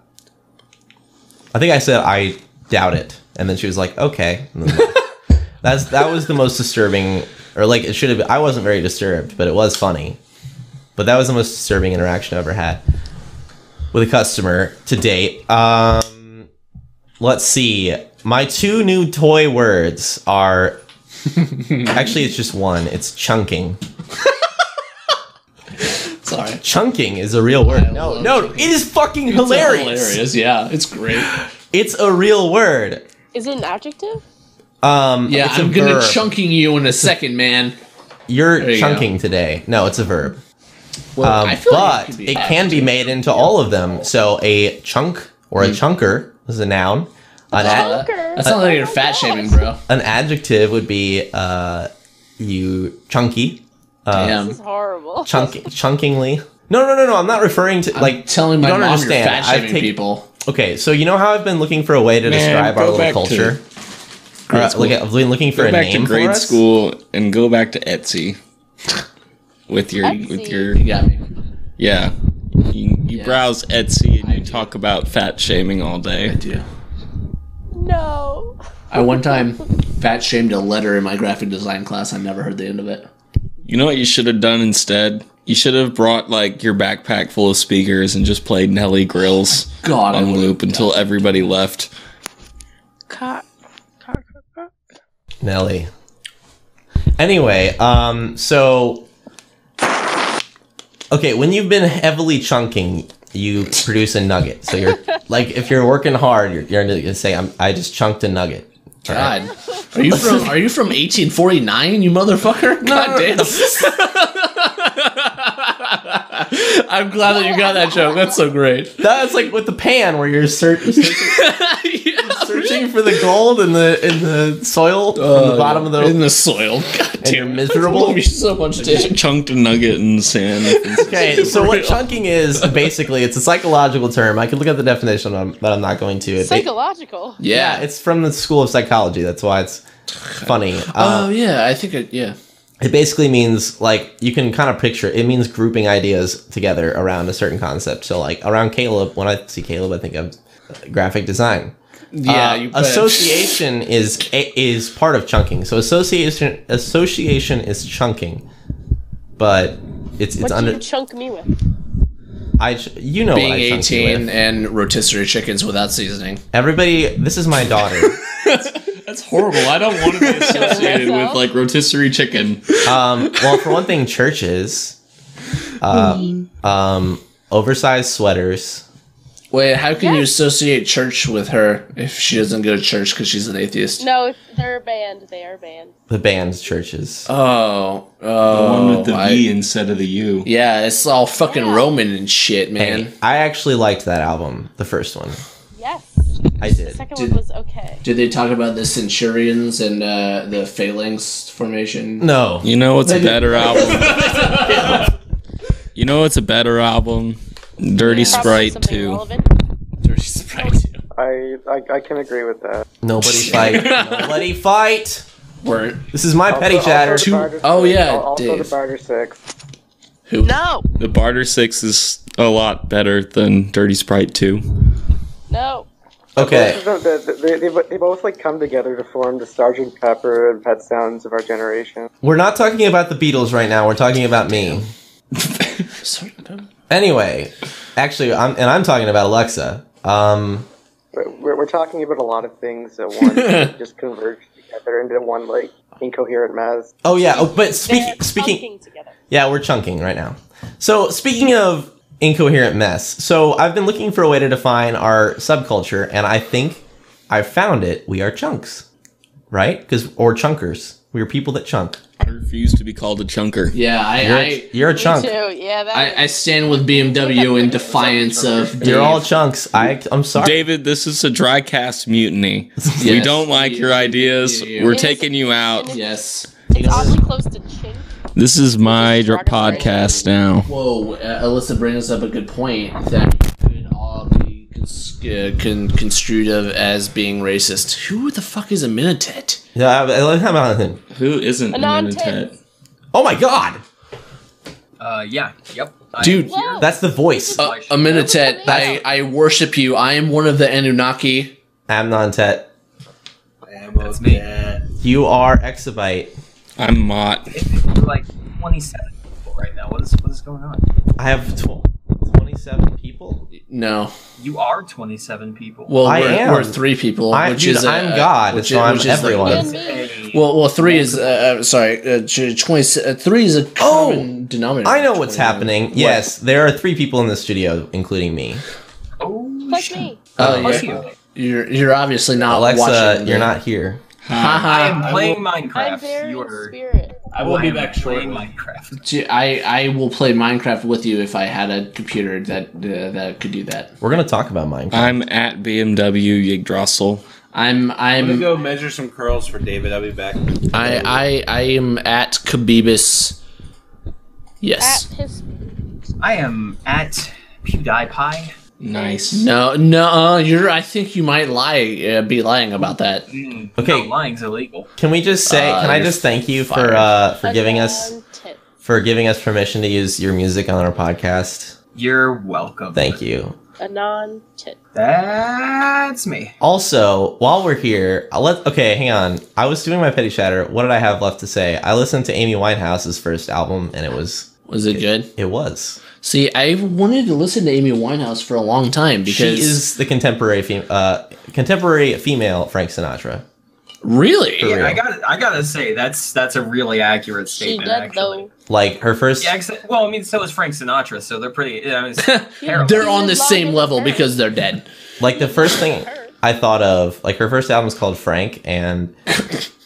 I think I said I doubt it, and then she was like, "Okay." And then left. That's that was the most disturbing, or like it should have. been. I wasn't very disturbed, but it was funny. But that was the most disturbing interaction I've ever had with a customer to date. Um, let's see. My two new toy words are actually it's just one. It's chunking.
Sorry.
Chunking is a real word.
I
No,
love
no,
chunking.
it is fucking
It's
hilarious.
hilarious. Yeah, it's great.
It's a real word.
Is it an adjective?
Um,
Yeah,
it's a
I'm gonna
verb.
chunking you in a second, man.
You're
There you go.
chunking today. No, it's a verb.
Well,
Um,
I feel like
but it can be made into all of them. So a chunk or a chunker is a noun. An, ad-
Uh, Hmm. that sounds like you're fat shaming, bro.
an adjective would be uh, you chunky, uh,
Damn.
This is horrible.
chunk chunkingly. No, no, no, no. I'm not referring to like
like telling my
you
mom
don't understand.
you're fat
I've
shaming
taken-
people.
Okay, so you know how I've been looking for a way to describe our
go
little
back to
culture. Or, uh, like, I've been looking for
go
a
back
name
to
for
grade
us?
school and go back to Etsy with your with
Etsy.
your
You got me.
yeah. You, you
Yeah.
browse Etsy and you talk about fat shaming all day.
do.
No.
I I one time fat shamed a letter in my graphic design class. I never heard the end of it.
You know what you should have done instead? You should have brought like your backpack full of speakers and just played Nelly Grills
God, I
on
would've-
loop until everybody left.
Cock. cock, cock, cock.
Nelly. Anyway, um, so okay, when you've been heavily chunking, you produce a nugget. So you're like, if you're working hard, you're, you're gonna say, I'm, "I just chunked a nugget." All right?
God, are you from are you from 1849, you motherfucker? God damn. I'm glad that you got that joke. That's so great.
That's like with the pan, where you're search-
Yeah.
searching for the gold in the in the soil from the bottom of the
Oh, in the soil. God
and you're
damn,
miserable.
me so much dick.
Chunked a nugget in the sand.
Okay, so what
real.
chunking is basically it's a psychological term. I could look up the definition, but I'm- but I'm not going to. It- it-
Psychological.
Yeah.
yeah, it's from the school of psychology. That's why it's funny. Uh,
oh yeah, I think it, yeah.
it basically means like you can kind of picture. It means grouping ideas together around a certain concept. So like around Caleb, when I see Caleb, I think of graphic design.
Yeah,
Uh,
you put-
association is is part of chunking. So association association is chunking, but it's it's
What do
under
you chunk me with?
I ch- you know
being
what I chunked you
18
with.
and rotisserie chickens without seasoning.
Everybody, this is my daughter.
That's horrible. I don't want to be associated with like rotisserie chicken.
Um, well, for one thing, churches, uh, um, oversized sweaters.
Wait, how can you
Yes.
associate church with her if she doesn't go to church because she's an atheist?
No, it's, they're banned. They are banned.
The band's churches.
Oh, oh,
One with the
I-
V instead of the U.
yeah, it's all fucking Roman and shit, man.
Hey, I actually liked that album, the first one.
Yes.
I
The
did.
second
Did-
one was okay.
Did they talk about the centurions and uh, the phalanx formation?
No,
You know what's a better album? you know what's a better album? Dirty
Probably
Sprite
something
2.
relevant.
Dirty Sprite.
I, I I can agree with that.
nobody fight. Nobody fight.
Were
This is my petty
Also-
chatter.
also the barter
oh,
six,
yeah,
al- Also
Dave.
the barter six.
who?
No.
The Barter 6 is a lot better than Dirty Sprite 2.
No.
Okay,
Both of them- they, they, they, they both like come together to form the Sergeant Pepper and Pet Sounds of our generation.
we're not talking about the Beatles right now. We're talking about me.
Sorry, no.
Anyway, actually, I'm and I'm talking about Alexa. Um,
But We're, we're talking about a lot of things at once, that just converge together into one like incoherent mess.
oh yeah. Oh, but
They're
speak, speaking.
chunking together.
Yeah, we're chunking right now. So, speaking of incoherent mess, so I've been looking for a way to define our subculture, and I think I found it. We are chunks, right? Because or chunkers. We are people that chunk.
I refuse to be called a chunker.
Yeah, I,
You're a
Me
chunk.
too. Yeah. That
I, I, I stand with BMW in defiance of.
You're
Dave.
all chunks. I, I'm sorry.
David, this is a dry cast mutiny. We
Yes.
don't like your ideas.
Yeah.
We're
Yes.
taking you out.
Yes.
it's awfully close to chink.
This is my dr-
Right.
podcast now.
Whoa, uh, Alyssa brings up a good point that could all be cons- uh, con- construed of as being racist. Who the fuck is a minotet?
Yeah, I- I like how about him.
Who isn't
A non-tit.
Minotet?
Oh my god,
Uh, yeah, yep. I
Dude,
Whoa.
that's the voice.
a, a minotet. Uh, I, I worship you. I am one of the Anunnaki.
Amnon Tet.
That's me.
You are exabyte.
I'm Mott.
We're like 27 people right now. What is what is going on?
I have tw- 27 people.
No.
You are 27 people.
Well,
I
we're,
am.
we're three people,
I-
which
dude,
is a-
I'm God,
which
so
is-
I'm
which is the-
everyone.
And me.
Hey,
well, well, three is uh, uh, sorry. Uh, tw- twenty. Uh, three is a
Oh!
common denominator.
I know what's
29.
happening.
What?
Yes, there are three people in the studio, including me.
oh,
Like me.
Oh,
plus
yeah.
you.
You're you're obviously not
Alexa,
watching
you're
the-
not here.
I
Haha.
am playing
I'm
Minecraft.
there
You
in
are.
spirit.
I will be
am
back
playing
shortly.
Minecraft.
Gee, I I will play Minecraft with you if I had a computer that uh, that could do that.
We're gonna talk about Minecraft.
I'm at BMW Yggdrasil.
I'm
I'm gonna
I'm
go measure some curls for David. I'll be back.
I I I am at Khabibis.
At
Yes.
his
I am at PewDiePie.
Nice.
No, no, uh, you're. I think you might lie, uh, be lying about that.
Mm,
Okay.
no, lying's illegal.
Can we just say?
Uh,
can I
you're
just thank you
fired.
for uh, for giving us
content.
for giving us permission to use your music on our podcast?
You're welcome.
Thank you.
Anon Tit.
That's me.
Also, while we're here, I let okay, hang on. I was doing my petty chatter. What did I have left to say? I listened to Amy Winehouse's first album, and it was
was it, good?
It was.
See, I wanted to listen to Amy Winehouse for a long time because
she is the contemporary fem- uh, contemporary female Frank Sinatra.
Really?
For
Yeah, I
real.
got. to I gotta say that's that's a really accurate
She
statement.
did
actually.
though.
Like her first.
Yeah, except, well, I mean, so is Frank Sinatra, so they're pretty. Yeah, I mean, it's terrible.
they're on the
She's
same
lying
level
to her.
because they're dead.
like the first thing I thought of, like her first album is called Frank, and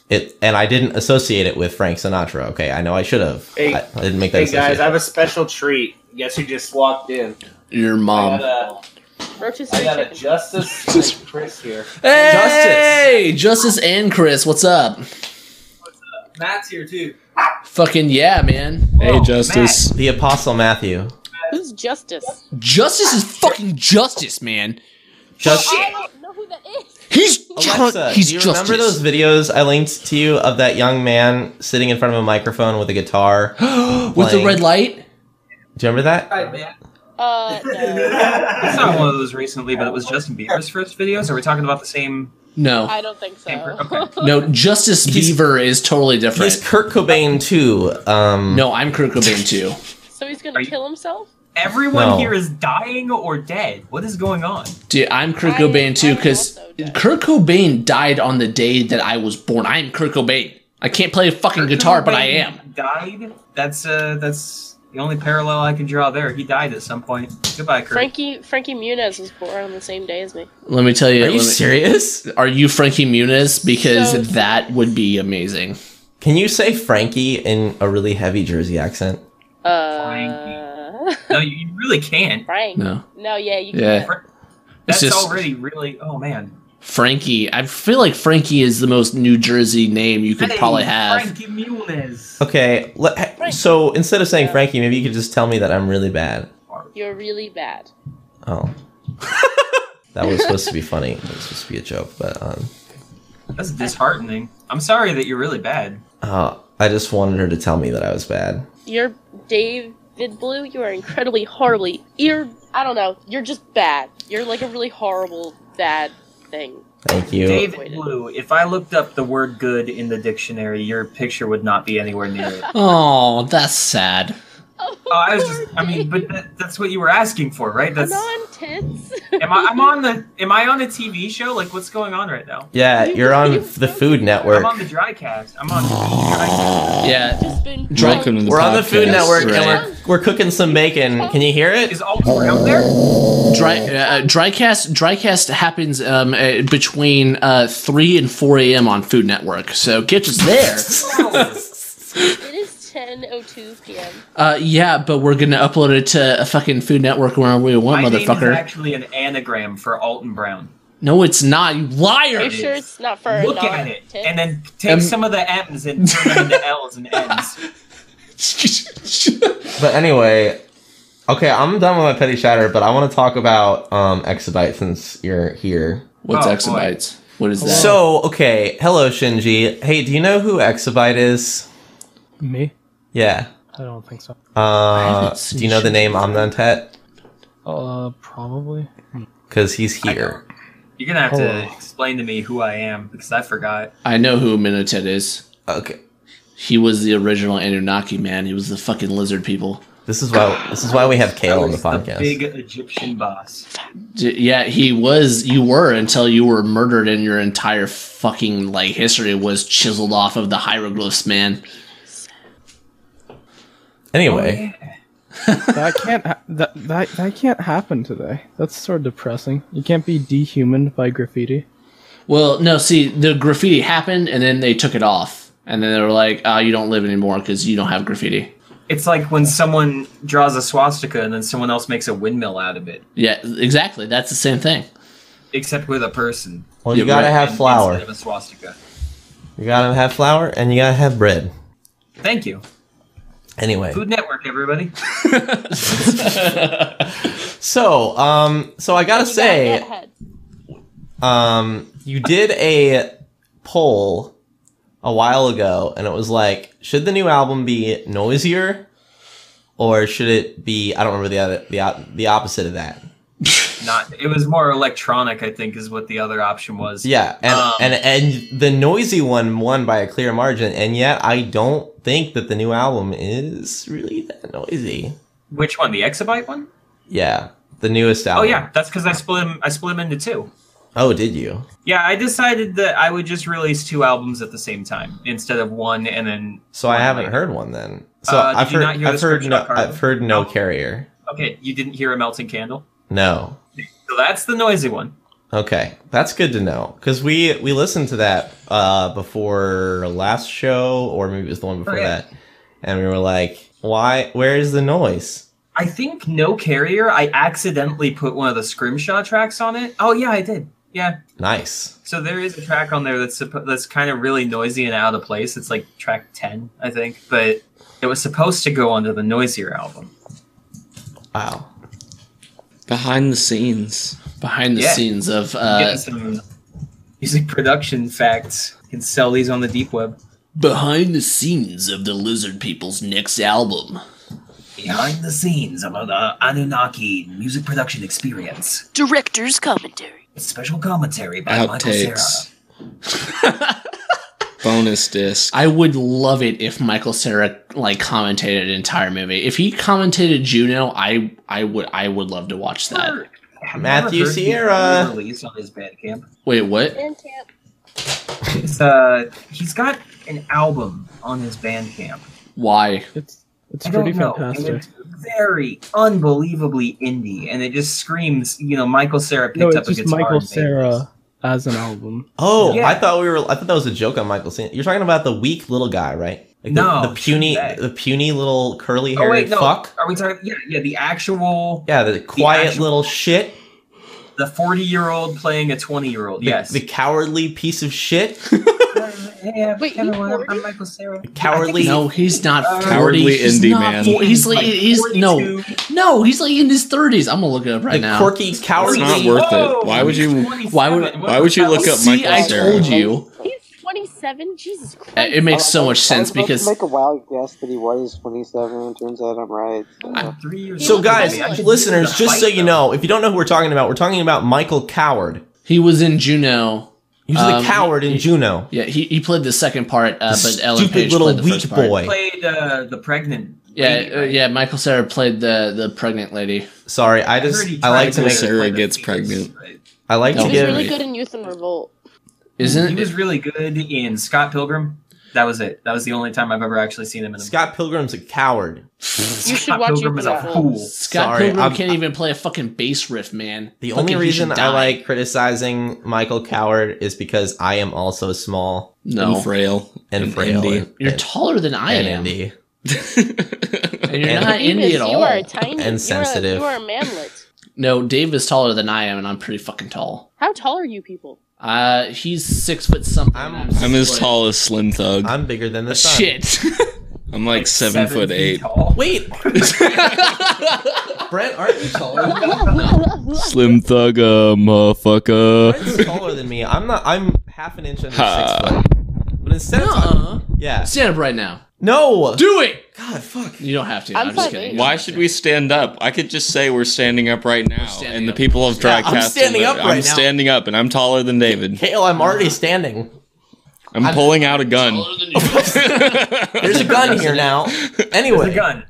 it and I didn't associate it with Frank Sinatra. Okay, I know I should have.
Hey-
I, I didn't make
Hey
that.
guys, I
association.
have a special treat. Guess who just walked in?
Your
I
Um,
mom.
got a, I
Rotisserie
got a
chicken.
justice and Chris here.
Hey, Justice and Chris, what's up?
Matt's here too.
Fucking yeah, man.
Hey,
Oh,
Whoa,
Justice.
the Apostle Matthew.
Who's Justice?
Justice is fucking justice, man.
Just
Oh, I don't know who that is.
He's
Alexa,
ju- he's
do you
justice.
remember those videos I linked to you of that young man sitting in front of a microphone with a guitar? do
with the
playing-
red light?
you remember that?
Hi, man.
Uh, no.
I saw one of those recently, but it was Justin Bieber's first videos. Are we talking about the same?
No.
I don't think so.
Okay.
No, Justice Beaver is totally different.
He's Kurt Cobain too. Um,
No, I'm Kurt Cobain too.
So he's gonna
Are you-
kill himself?
Everyone
No.
here is dying or dead. What is going on?
Dude, I'm Kurt
I-
Cobain too
I'm
because
also dead.
Kurt Cobain died on the day that I was born. I'm Kurt Cobain. I can't play a fucking guitar, but I am.
Died. That's uh, that's the only parallel I can draw there. He died at some point. Goodbye, Kurt.
Frankie Frankie Muniz was born on the same day as me.
Let me tell you.
are you
let me-
serious?
Are you Frankie Muniz? Because
So-
that would be amazing.
Can you say Frankie in a really heavy Jersey accent?
Uh,
No, you really can't.
Frank.
No.
No, yeah, you
Yeah.
That's
just-
already really. Oh man.
Frankie. I feel like Frankie is the most New Jersey name you could
Hey,
probably have.
Frankie Muniz.
Okay, let,
Frankie.
so instead of saying
Yeah.
Frankie, maybe you could just tell me that I'm really bad.
can't. You're really bad.
Oh. that was supposed to be funny. It was supposed to be a joke, but um,
That's disheartening. I'm sorry that you're really bad.
uh, I just wanted her to tell me that I was bad.
You're David Blue. You are incredibly horribly. You're I don't know. You're just bad. You're like a really horrible bad thing.
Thank you.
David Blue, if I looked up the word good in the dictionary, your picture would not be anywhere near it.
Oh, that's sad.
Oh,
Oh, I was just, I mean, but that, that's what you were asking for, right? That's,
non tits.
am I, I'm on the, am I on a TV show? Like, what's going on right now?
Yeah, you're on the Food Network.
I'm on the dry cast. I'm on the dry
Yeah.
Just been
Drunk
Welcome to the
We're on the
podcast.
Food Network
Right.
and we're, we're cooking some bacon. Can you hear it?
Is Alton out there?
Dry uh, drycast drycast happens um, uh, between uh, three and four a.m. on Food Network, so get us there.
It is ten oh two p.m.
uh, yeah, but we're gonna upload it to a fucking Food Network wherever we want,
My name is
motherfucker.
actually an anagram for Alton Brown.
no, it's not, you
Are
liar.
you sure it's not for a
Look
non
at it,
tit?
and then take
Um,
some of the M's and turn them into L's and N's.
But anyway, okay, I'm done with my petty chatter, but I want to talk about um, Exabyte since you're here.
What's
Oh, boy.
exabytes? What is that?
So, okay, hello Shinji. Hey, do you know who Exabyte is?
Me?
Yeah.
I don't think so.
Uh,
haven't seen
do you know the
Shinji.
name Omnantet?
Uh, probably.
Because he's here.
You're gonna have to
Oh.
explain to me who I am because I forgot.
I know who Minotet is.
Okay.
He was the original Anunnaki man. He was the fucking lizard people.
This is why this is why we have Kale on the
Who's
podcast.
big Egyptian boss.
D- yeah, he was. You were until you were murdered, and your entire fucking like history was chiseled off of the hieroglyphs, man.
Anyway,
That can't ha- that, that that can't happen today. That's sort of depressing. You can't be dehumaned by graffiti.
Well, no, see, the graffiti happened, and then they took it off, and then they were like, "Ah, you don't live anymore because you don't have graffiti."
It's like when someone draws a swastika and then someone else makes a windmill out of it,
Yeah, exactly. That's the same thing.
except with a person.
well, you
Yeah,
gotta
right,
have
in-
flour.
Instead of a swastika.
You gotta have flour, and you gotta have bread.
Thank you.
Anyway,
Food Network, everybody.
so um, so I gotta
You got
say,
that head.
um, you did a poll a while ago, and it was like, should the new album be noisier, or should it be? I don't remember the other, the op- the opposite of that.
not. It was more electronic, I think, is what the other option was.
Yeah, and,
Um,
and and the noisy one won by a clear margin, and yet I don't think that the new album is really that noisy.
which one? The exabyte one?
Yeah, the newest album.
Oh yeah, that's because I split them. I split them into two.
Oh, did you?
Yeah, I decided that I would just release two albums at the same time instead of one and then.
So I haven't heard one then. So
Uh, did
I've
you
heard.
not hear
I've
the
heard
Scrimshaw
no.
card?
I've heard no carrier.
Okay, you didn't hear a melting candle.
No.
So that's the noisy one.
Okay, that's good to know because we we listened to that uh before last show, or maybe it was the one before
Okay.
that, and we were like, "Why? Where is the noise?"
I think No Carrier. I accidentally put one of the Scrimshaw tracks on it. Oh yeah, I did. Yeah.
Nice.
So there is a track on there that's suppo- that's kind of really noisy and out of place. It's like track ten, I think, but it was supposed to go onto the noisier album.
Wow.
Behind the scenes.
Behind
Yeah.
of uh,
Getting some music production facts. You can sell these on the deep web.
Behind the scenes of the Lizard People's next album.
Behind the scenes of the Anunnaki music production experience.
Director's commentary.
Special commentary
Outtakes.
Bonus disc.
I would love it if Michael Sarah like commentated an entire movie. If he commentated Juno, I I would I would love to watch that.
Matthew Sierra.
Released on his Bandcamp.
Wait, what?
It's, uh, he's got an album on his Bandcamp.
Why?
It's it's
I don't
pretty
know.
fantastic.
And it's very unbelievably indie, and it just screams, you know, Michael Sarah picked
no,
up
it's
a
just
guitar.
Michael
and made-
Sarah as an album.
Oh,
Yeah.
I thought we were. I thought that was a joke on Michael. Cena. You're talking about the weak little guy, right? Like
No,
the, the puny,
Shubek.
the puny little curly
Oh
haired
wait, no.
fuck.
Are we talking? Yeah, yeah. The actual,
Yeah, the quiet little shit.
the forty-year-old playing a twenty-year-old.
The,
Yes.
the cowardly piece of shit.
yeah,
Wait,
kinda
you
wanna-
forty?
I'm Michael Sarah.
Cowardly.
No, he's not
Uh,
40.
Cowardly
he's
indie
not
man.
40. He's like
He's
he's no
42.
no he's like in his thirties. I'm gonna look it up right
the
now.
quirky, cowardly.
It's not worth it. Why would you?
Why would-
Why would you look up
See,
Michael
I
Cera?
told you.
He's 27. Jesus Christ.
Uh, It makes so much
I
sense
was about
because
to make a wild guess that he was 27. Turns out I'm right.
I'm three years
So,
old.
guys,
I should
listeners,
be
just so
fight,
you
though.
know, if you don't know who we're talking about, we're talking about Michael Coward.
he was in Juno.
He was
Um,
the coward in Juno.
Yeah, he, he played the second part, uh,
The
but Ellen
stupid
Page
little
played the
weak
first part.
boy.
played uh, the pregnant.
Yeah,
lady,
uh,
right?
yeah. Michael Sarah played the the pregnant lady.
Sorry, I
heard he
just I
tried
like to
play
make
the-
Sarah
play the
gets
fetus,
pregnant.
right?
I like
No.
to
He was
Yeah.
really
give
good in Youth and Revolt.
He
Isn't
was
it?
really good in Scott Pilgrim. That was it. That was the only time I've ever actually seen him in a
Scott Pilgrim's a coward.
You should
Scott
watch
Pilgrim
Youth
is
and
a
uh,
Revolt.
fool.
Scott
Sorry,
Pilgrim
I'm-
can't even play a fucking bass riff, man.
The
Fucking
only
he should
reason I
die.
like criticizing Michael Coward is because I am also small
no,
And frail.
and
And
frail
indie.
and-
you're
and-
taller than I
and
am,
indie.
and you're
And-
not indie
Davis,
at all.
You are a tiny.
And sensitive.
You are, you are a manlet.
No, Dave is taller than I am, and I'm pretty fucking tall.
How tall are you people?
Uh, he's six foot something.
I'm-
and six
I'm as
foot- Oh,
tall as Slim Thug.
I'm bigger than the sun.
Shit.
I'm like seven foot
feet
eight.
Tall.
Wait, Brent, aren't you taller?
Slim Thug, uh, motherfucker.
Brent's taller than me. I'm not. I'm half an inch under six
Ha.
foot. But instead of talking,
uh
yeah,
Stand up right now.
no,
Do it.
God, fuck.
You don't have to.
I'm
I'm, just
five
kidding.
eight.
You
Why
don't
should
have
we stand up? I could just say we're standing up right now,
standing
and the
up.
people of Drycast.
I'm standing up
I'm
right now.
standing up, and I'm taller than David.
Kale, I'm already standing.
I'm, pulling out a gun.
to. Taller than you.
There's a gun here now. Anyway,
The gun.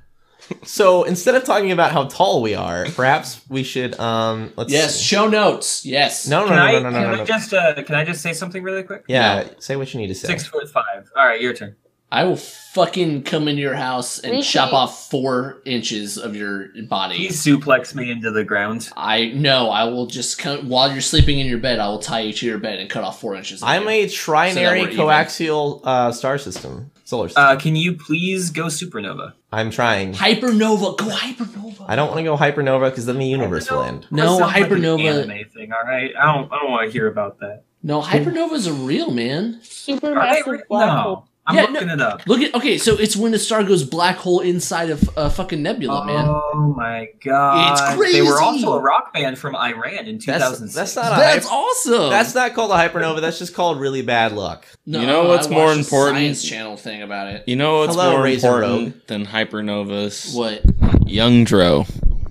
so instead of talking about how tall we are, perhaps we should um. Let's
Yes, show notes. Yes.
No, no,
Can
no,
I?
no, no,
can
no, no,
I
no.
just? Uh, can I just say something really quick?
Yeah, say what you need to say.
Six foot five. All right, your turn.
I will fucking come into your house and
Really?
chop off four inches of your
He
body.
suplexed me into the ground.
I no, I will just come while you're sleeping in your bed. I will tie you to your bed and cut off four inches. of
I'm
you.
a
we're
trinary
even.
coaxial uh, star system, solar system.
Uh, can you please go supernova?
I'm trying.
hypernova. Go hypernova.
I don't want to go hypernova because then the universe will end.
No,
That sounds like an
hypernova-
anime thing. All right, I don't. I don't want to hear about that.
no, hypernova's a real man.
Super
Are they
massive
real?
black hole.
No, Oh, I'm
Oh, Yeah,
looking it up.
Look at okay, so it's when a star goes black hole inside of a fucking nebula, man.
Oh my god!
It's crazy.
uh, They were also a rock band from Iran in 2006.
That's that's not a
That's
hyper-
awesome.
that's not called a hypernova. That's just called really bad luck.
no,
You know what's
I
more
watched a
important?
Science Channel thing about it.
You know what's
Hello,
more
Razor
important than hypernovas?
What?
Young Dro.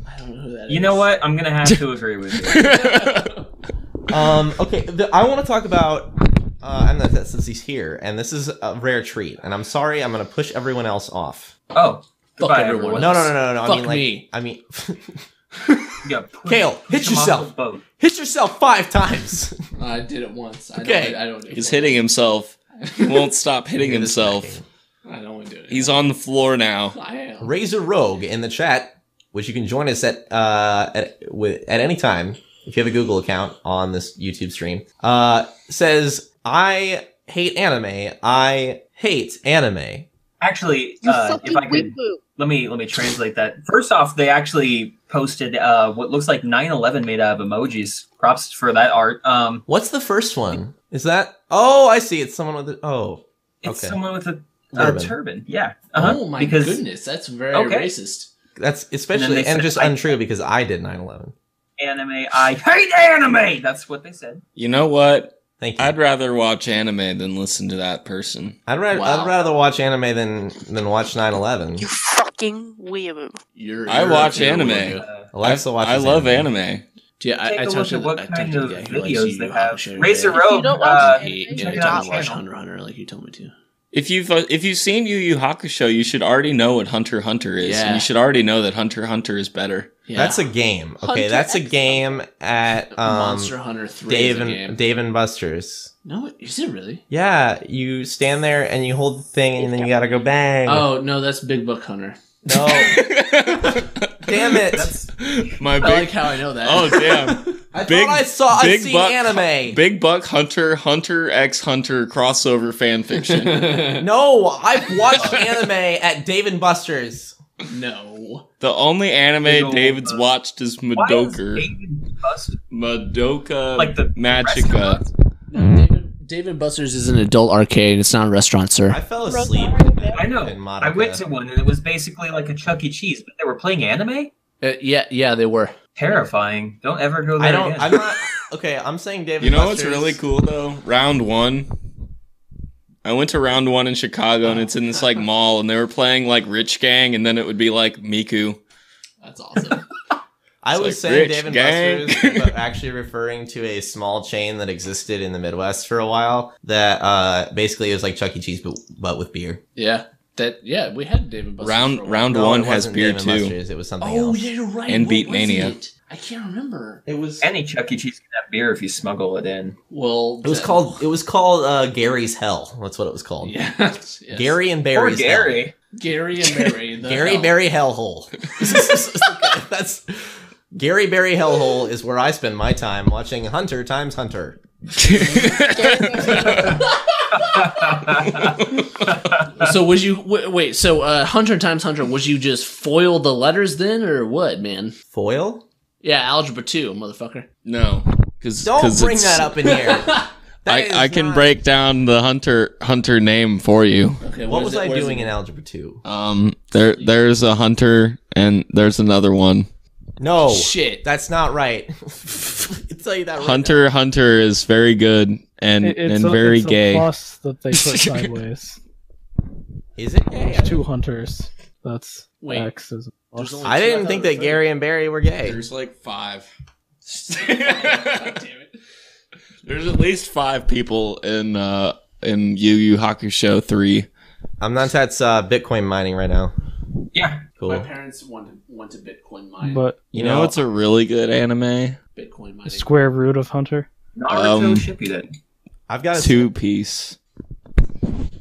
I don't know who that is.
You know what? I'm gonna have to agree with you.
Um, okay, the, I want to talk about. Uh, I'm not that since he's here, and this is a rare treat. And I'm sorry, I'm going to push everyone else off.
Oh, goodbye,
No, no,
everyone.
no, no, no. no. I
Fuck
mean, like,
me.
I mean,
Yeah,
Kale, hit
him off
yourself.
the boat.
Hit yourself five times.
I did it once. I
Okay.
Don't, I don't. do
He's
it.
hitting himself. He won't stop hitting himself.
I don't want to do it.
He's on the floor now.
I am.
Razor Rogue in the chat, which you can join us at uh, at, with, at any time if you have a Google account on this YouTube stream. Uh, says I hate anime. I hate anime.
Actually, uh, if I could, let me let me translate that. First off, they actually posted uh, what looks like 9/11 made out of emojis. Props for that art. Um,
What's the first one? Is that? Oh, I see. It's someone with a. Oh,
It's someone with a, a
Turban.
turban. Yeah. Uh-huh.
Oh my
Because-
goodness, that's very
Okay.
racist.
That's
And
especially
then
and,
they said,
just
"I-
untrue because I did 9/11.
Anime. I hate anime. That's what they said.
You know what?
Thank
I'd rather watch anime than listen to that person.
I'd rather
Wow.
I'd rather watch anime than than watch 9/11.
Fucking weeaboo.
You're,
I
you're-
watch
you're a
anime.
weirdo.
Uh, Alexa
I,
watches
I love anime.
Yeah, I,
Take
I
a
talked
look
to
at
the,
what
I
kind
talked to the
of
guy who likes
videos
you,
they
uh,
have.
Shane
Razor
Ray.
Rogue, If you don't watch uh, anime,
he,
check
yeah, I
it out.
did not watch
Channel.
Hunter x Hunter like you told me to.
If you've uh, if you've seen Yu Yu Hakusho, you should already know what Hunter x Hunter is.
Yeah.
And you should already know that Hunter x Hunter is better.
That's a game. Okay,
Hunter
that's a game at um,
Monster Hunter 3 is
Dave
a
and
game.
Dave and Buster's.
No, it- is it really?
Yeah, you stand there and you hold the thing and then you gotta go bang.
Oh no, that's Big Buck Hunter.
no! Damn it!
My
I like how I know that.
Oh damn.
I thought I saw. I seen anime.
Big Buck Hunter Hunter X Hunter crossover fan fiction.
no, I've watched anime at Dave and Buster's.
No.
the only
Big
anime
ol'
David's watched is Madoka. Madoka like the Magica.
Dave and Buster's is an adult arcade. It's not a restaurant, sir.
I fell asleep.
I know. I went to one and it was basically like a Chuck E. Cheese, but they were playing anime.
Uh, yeah, yeah, they were.
Terrifying. Don't ever go there
I don't.
again.
I'm not. Okay, I'm saying Dave.
You
and
know what's
Buster's-
really cool though? Round one. I went to round one in Chicago and it's in this like mall and they were playing like Rich Gang and then it would be like Miku.
That's awesome.
I
It's
was
like, "Rich
saying Dave and
gang."
Buster's, but actually referring to a small chain that existed in the Midwest for a while. That uh, basically it was like Chuck E. Cheese, but, but with beer.
yeah, that. Yeah, we had Dave and Buster's. for a
Round
while.
round
No,
one
it
has
wasn't
beer
Dave and
too.
Buster's, It was something
Oh
else.
yeah, you're right.
And
What
Beat
was
Mania.
it? I can't remember.
It was.
Any Chuck E. Cheese can have beer if you smuggle it in.
Well,
It was
the-
called. It was called uh, Gary's Hell. That's what it was called.
Yeah. yes.
Gary and Barry's
Poor Gary.
Hell.
Gary and Barry. the
Gary
hell.
Barry Hellhole. That's Gary Barry Hellhole is where I spend my time watching Hunter times Hunter.
so was you wait, wait so uh hunter times hunter was you just foil the letters then or what man
Foil?
yeah algebra 2 motherfucker
No. Oh. Cause,
Don't
'cause
bring
it's-
that up in here. is
I, I can
not-
break down the hunter hunter name for you.
okay
What
is
was
it-
I
what is
doing
it?
in algebra two?
Um there there's a hunter and there's another one.
No,
shit
that's not right. I tell you that right.
Hunter Hunter is very good and
It- it's
and
a,
very
it's
gay.
A plus that they put sideways.
Is it gay?
There's two hunters. That's
Wait.
X is a
There's
plus.
only
I
two.
didn't
thought
think
it was
that
three.
Gary and Barry were gay.
There's like five.
God damn it.
There's at least five people in uh in Yu Yu Hakusho three.
I'm not that's uh, Bitcoin mining right now.
Yeah.
my
Cool.
parents want to want to bitcoin mine
But
You know it's a really good anime.
bitcoin
the
mining
square root of hunter.
Naruto
Um,
Shippuden.
I've got a
Two piece.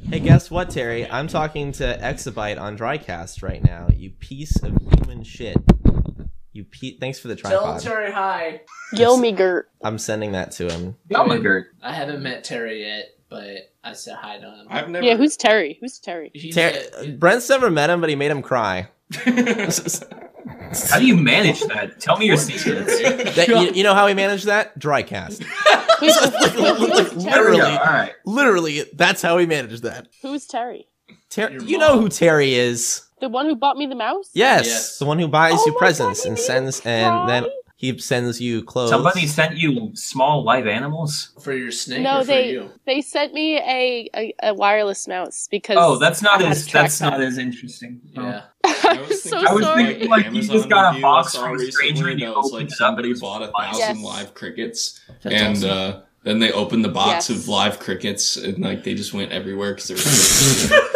Hey, guess what, Terry? I'm talking to Exabyte on Drycast right now. You piece of human shit. You pe- thanks for the
tell
tripod.
terry hi
Yo, me gert.
I'm sending that to him.
Oh my god.
i haven't met terry yet but i said hi to him
never
Yeah, who's Terry? Who's Terry?
He's
Ter-
a-
Brent's never met him, but he made him cry.
How do you manage that? Tell me your secrets.
That- you, you know how he managed that? Drycast.
Who's,
like,
There we go.
literally,
All right.
literally, that's how he managed that.
who's Terry?
Ter-
Your
you
mom.
know who Terry is?
The one who bought me the mouse?
Yes,
Yes.
the one who buys
Oh
you
my
presents
God, he
and
made him
sends, and then
cry?
He sends you clothes.
Somebody sent you small live animals
for your snake.
No,
or for
they
you?
they sent me a, a, a wireless mouse because
Oh, that's not
I had
as
a track
that's
pad.
not as interesting. Yeah.
I'm so
I was
sorry.
thinking like you just got a box from a stranger and you
That was like
opened it up.
somebody bought a thousand
Yes.
live crickets,
That's
and
awesome.
uh, then they opened the box
Yes.
of live crickets, and like they just went everywhere because they were.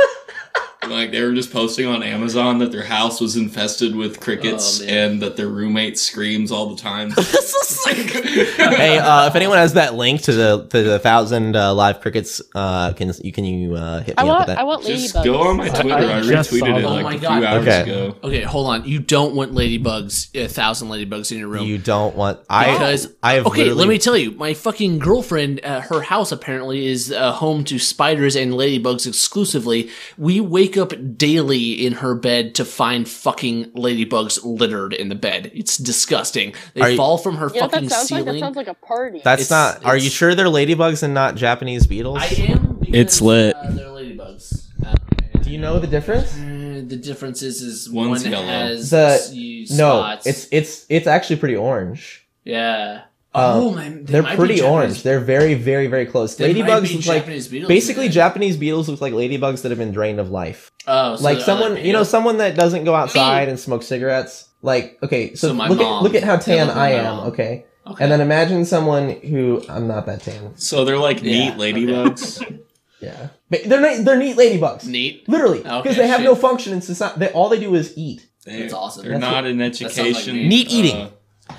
And, Like they were just posting on Amazon that their house was infested with crickets
Oh,
and that their roommate screams all the time.
hey, uh, if anyone has that link to the to the thousand uh, live crickets, uh, can you can you uh, hit me
I
up
want
with that?
I want
Just
ladybugs.
go on my Twitter. I,
just saw
retweeted it
that.
like
Oh my
a few
God.
hours
Okay.
ago.
Okay, hold on. You don't want ladybugs, a thousand ladybugs in your room.
you don't want I
because
I have
okay,
literally-
let me tell you, my fucking girlfriend, uh, her house apparently is uh, home to spiders and ladybugs exclusively. We wake up daily in her bed to find fucking ladybugs littered in the bed. It's disgusting. They
Are you-
fall from her
You know what
fucking
that sounds like? That
ceiling.
sounds like a party.
That's
It's-
not. Are you sure they're ladybugs and not Japanese beetles?
I am. Because,
It's lit.
Uh, they're ladybugs.
Do you know the difference?
Uh, the difference is, is
One's
one
yellow.
has
The
you
no,
spots.
it's it's it's actually pretty orange.
yeah.
Uh,
oh man, they
they're
might be
pretty
Japanese.
orange. They're very very very close.
They might
ladybugs
be
look like
Japanese beetles,
basically
man.
Japanese beetles look like ladybugs that have been drained of life.
Oh, so
like
they're
someone
other
you know
people.
someone that doesn't go outside and smoke cigarettes like okay so,
So my
look at
mom.
look at how
They
tan
look
i
like my
am
mom.
okay?
Okay.
and then imagine someone who i'm not that tan
So they're like
Yeah,
neat ladybugs.
yeah but they're not, they're neat ladybugs
neat.
literally because
Okay,
they have
shit.
no function in society they, all they do is eat
They,
That's awesome.
They're
That's
not
what-
in
sounds like
education.
me.
Neat eating.
Uh,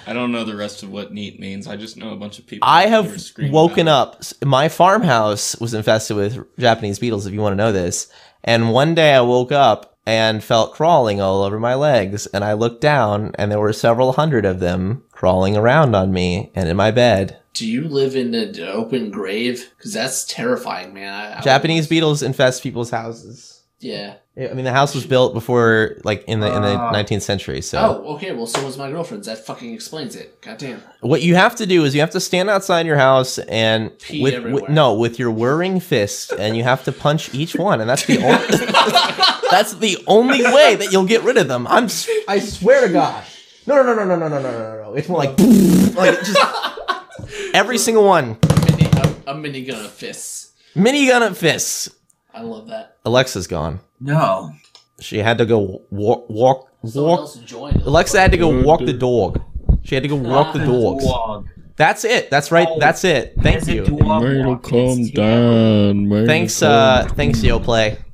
I don't know the rest of what neat means. I just know a bunch of people.
i have woken up my farmhouse was infested with japanese beetles if you want to know this and one day i woke up and felt crawling all over my legs and i looked down and there were several hundred of them crawling around on me and in my bed
Do you live in an open grave? Because that's terrifying, man. I, I
Japanese beetles infest people's houses.
Yeah.
I mean, the house was built before, like in the in the
Ah.
nineteenth century. So,
Oh, okay. Well, so was my girlfriend's. That fucking explains it. Goddamn.
what you have to do is you have to stand outside your house and
Pee
with,
everywhere.
with- no with your whirring fist, and you have to punch each one, and that's the only that's the only way that you'll get rid of them. I'm s- I swear to God. No, no, no, no, no, no, no, no, no, no. It's more like like just every single one
Mini, a, a minigun of fists.
minigun at fists.
I love that.
Alexa's gone.
No.
She had to go walk walk
Someone
walk.
else joined. us.
Alexa had to go walk the dog. She had to go walk the dogs.
Dog.
That's it. That's right. That's it. Thank
There's a
you.
dog walk. It's-
down.
Thanks. Uh, thanks, YoPlay.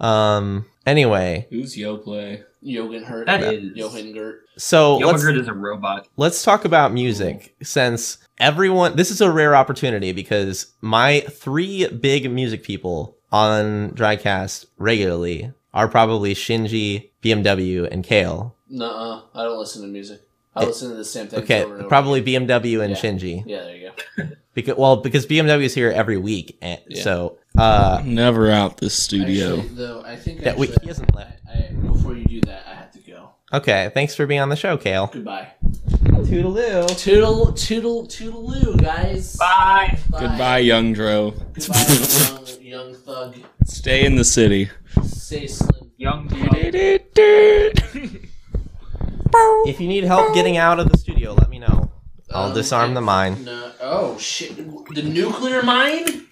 Um. Anyway,
Who's Yo Play?
Yogan hurt.
That is-
Johan Gert.
so let's
Yogurt is a robot.
let's talk about music since everyone. This is a rare opportunity because my three big music people on Drycast regularly are probably Shinji, BMW, and Kale.
Nuh-uh. I don't listen to music. I
Eh,
listen to the same thing.
Okay,
over and over.
probably BMW and
Yeah.
Shinji.
Yeah. There you go.
Because well, because BMW is here every week, and
Yeah.
so uh,
I'm never out this studio.
Actually, though, I think
That we-
actually,
he hasn't left.
I, I, before you do that, I have to go.
okay. Thanks for being on the show, Kale.
Goodbye.
Toodaloo.
Toodle, toodle, toodaloo, guys.
Bye.
Bye.
Goodbye, Young Dro.
Goodbye, young, young thug.
Stay in the city.
Stay slim.
Young
If you need help getting out of the studio, let me know. I'll
Um,
disarm the mine.
No. Oh shit! The nuclear mine.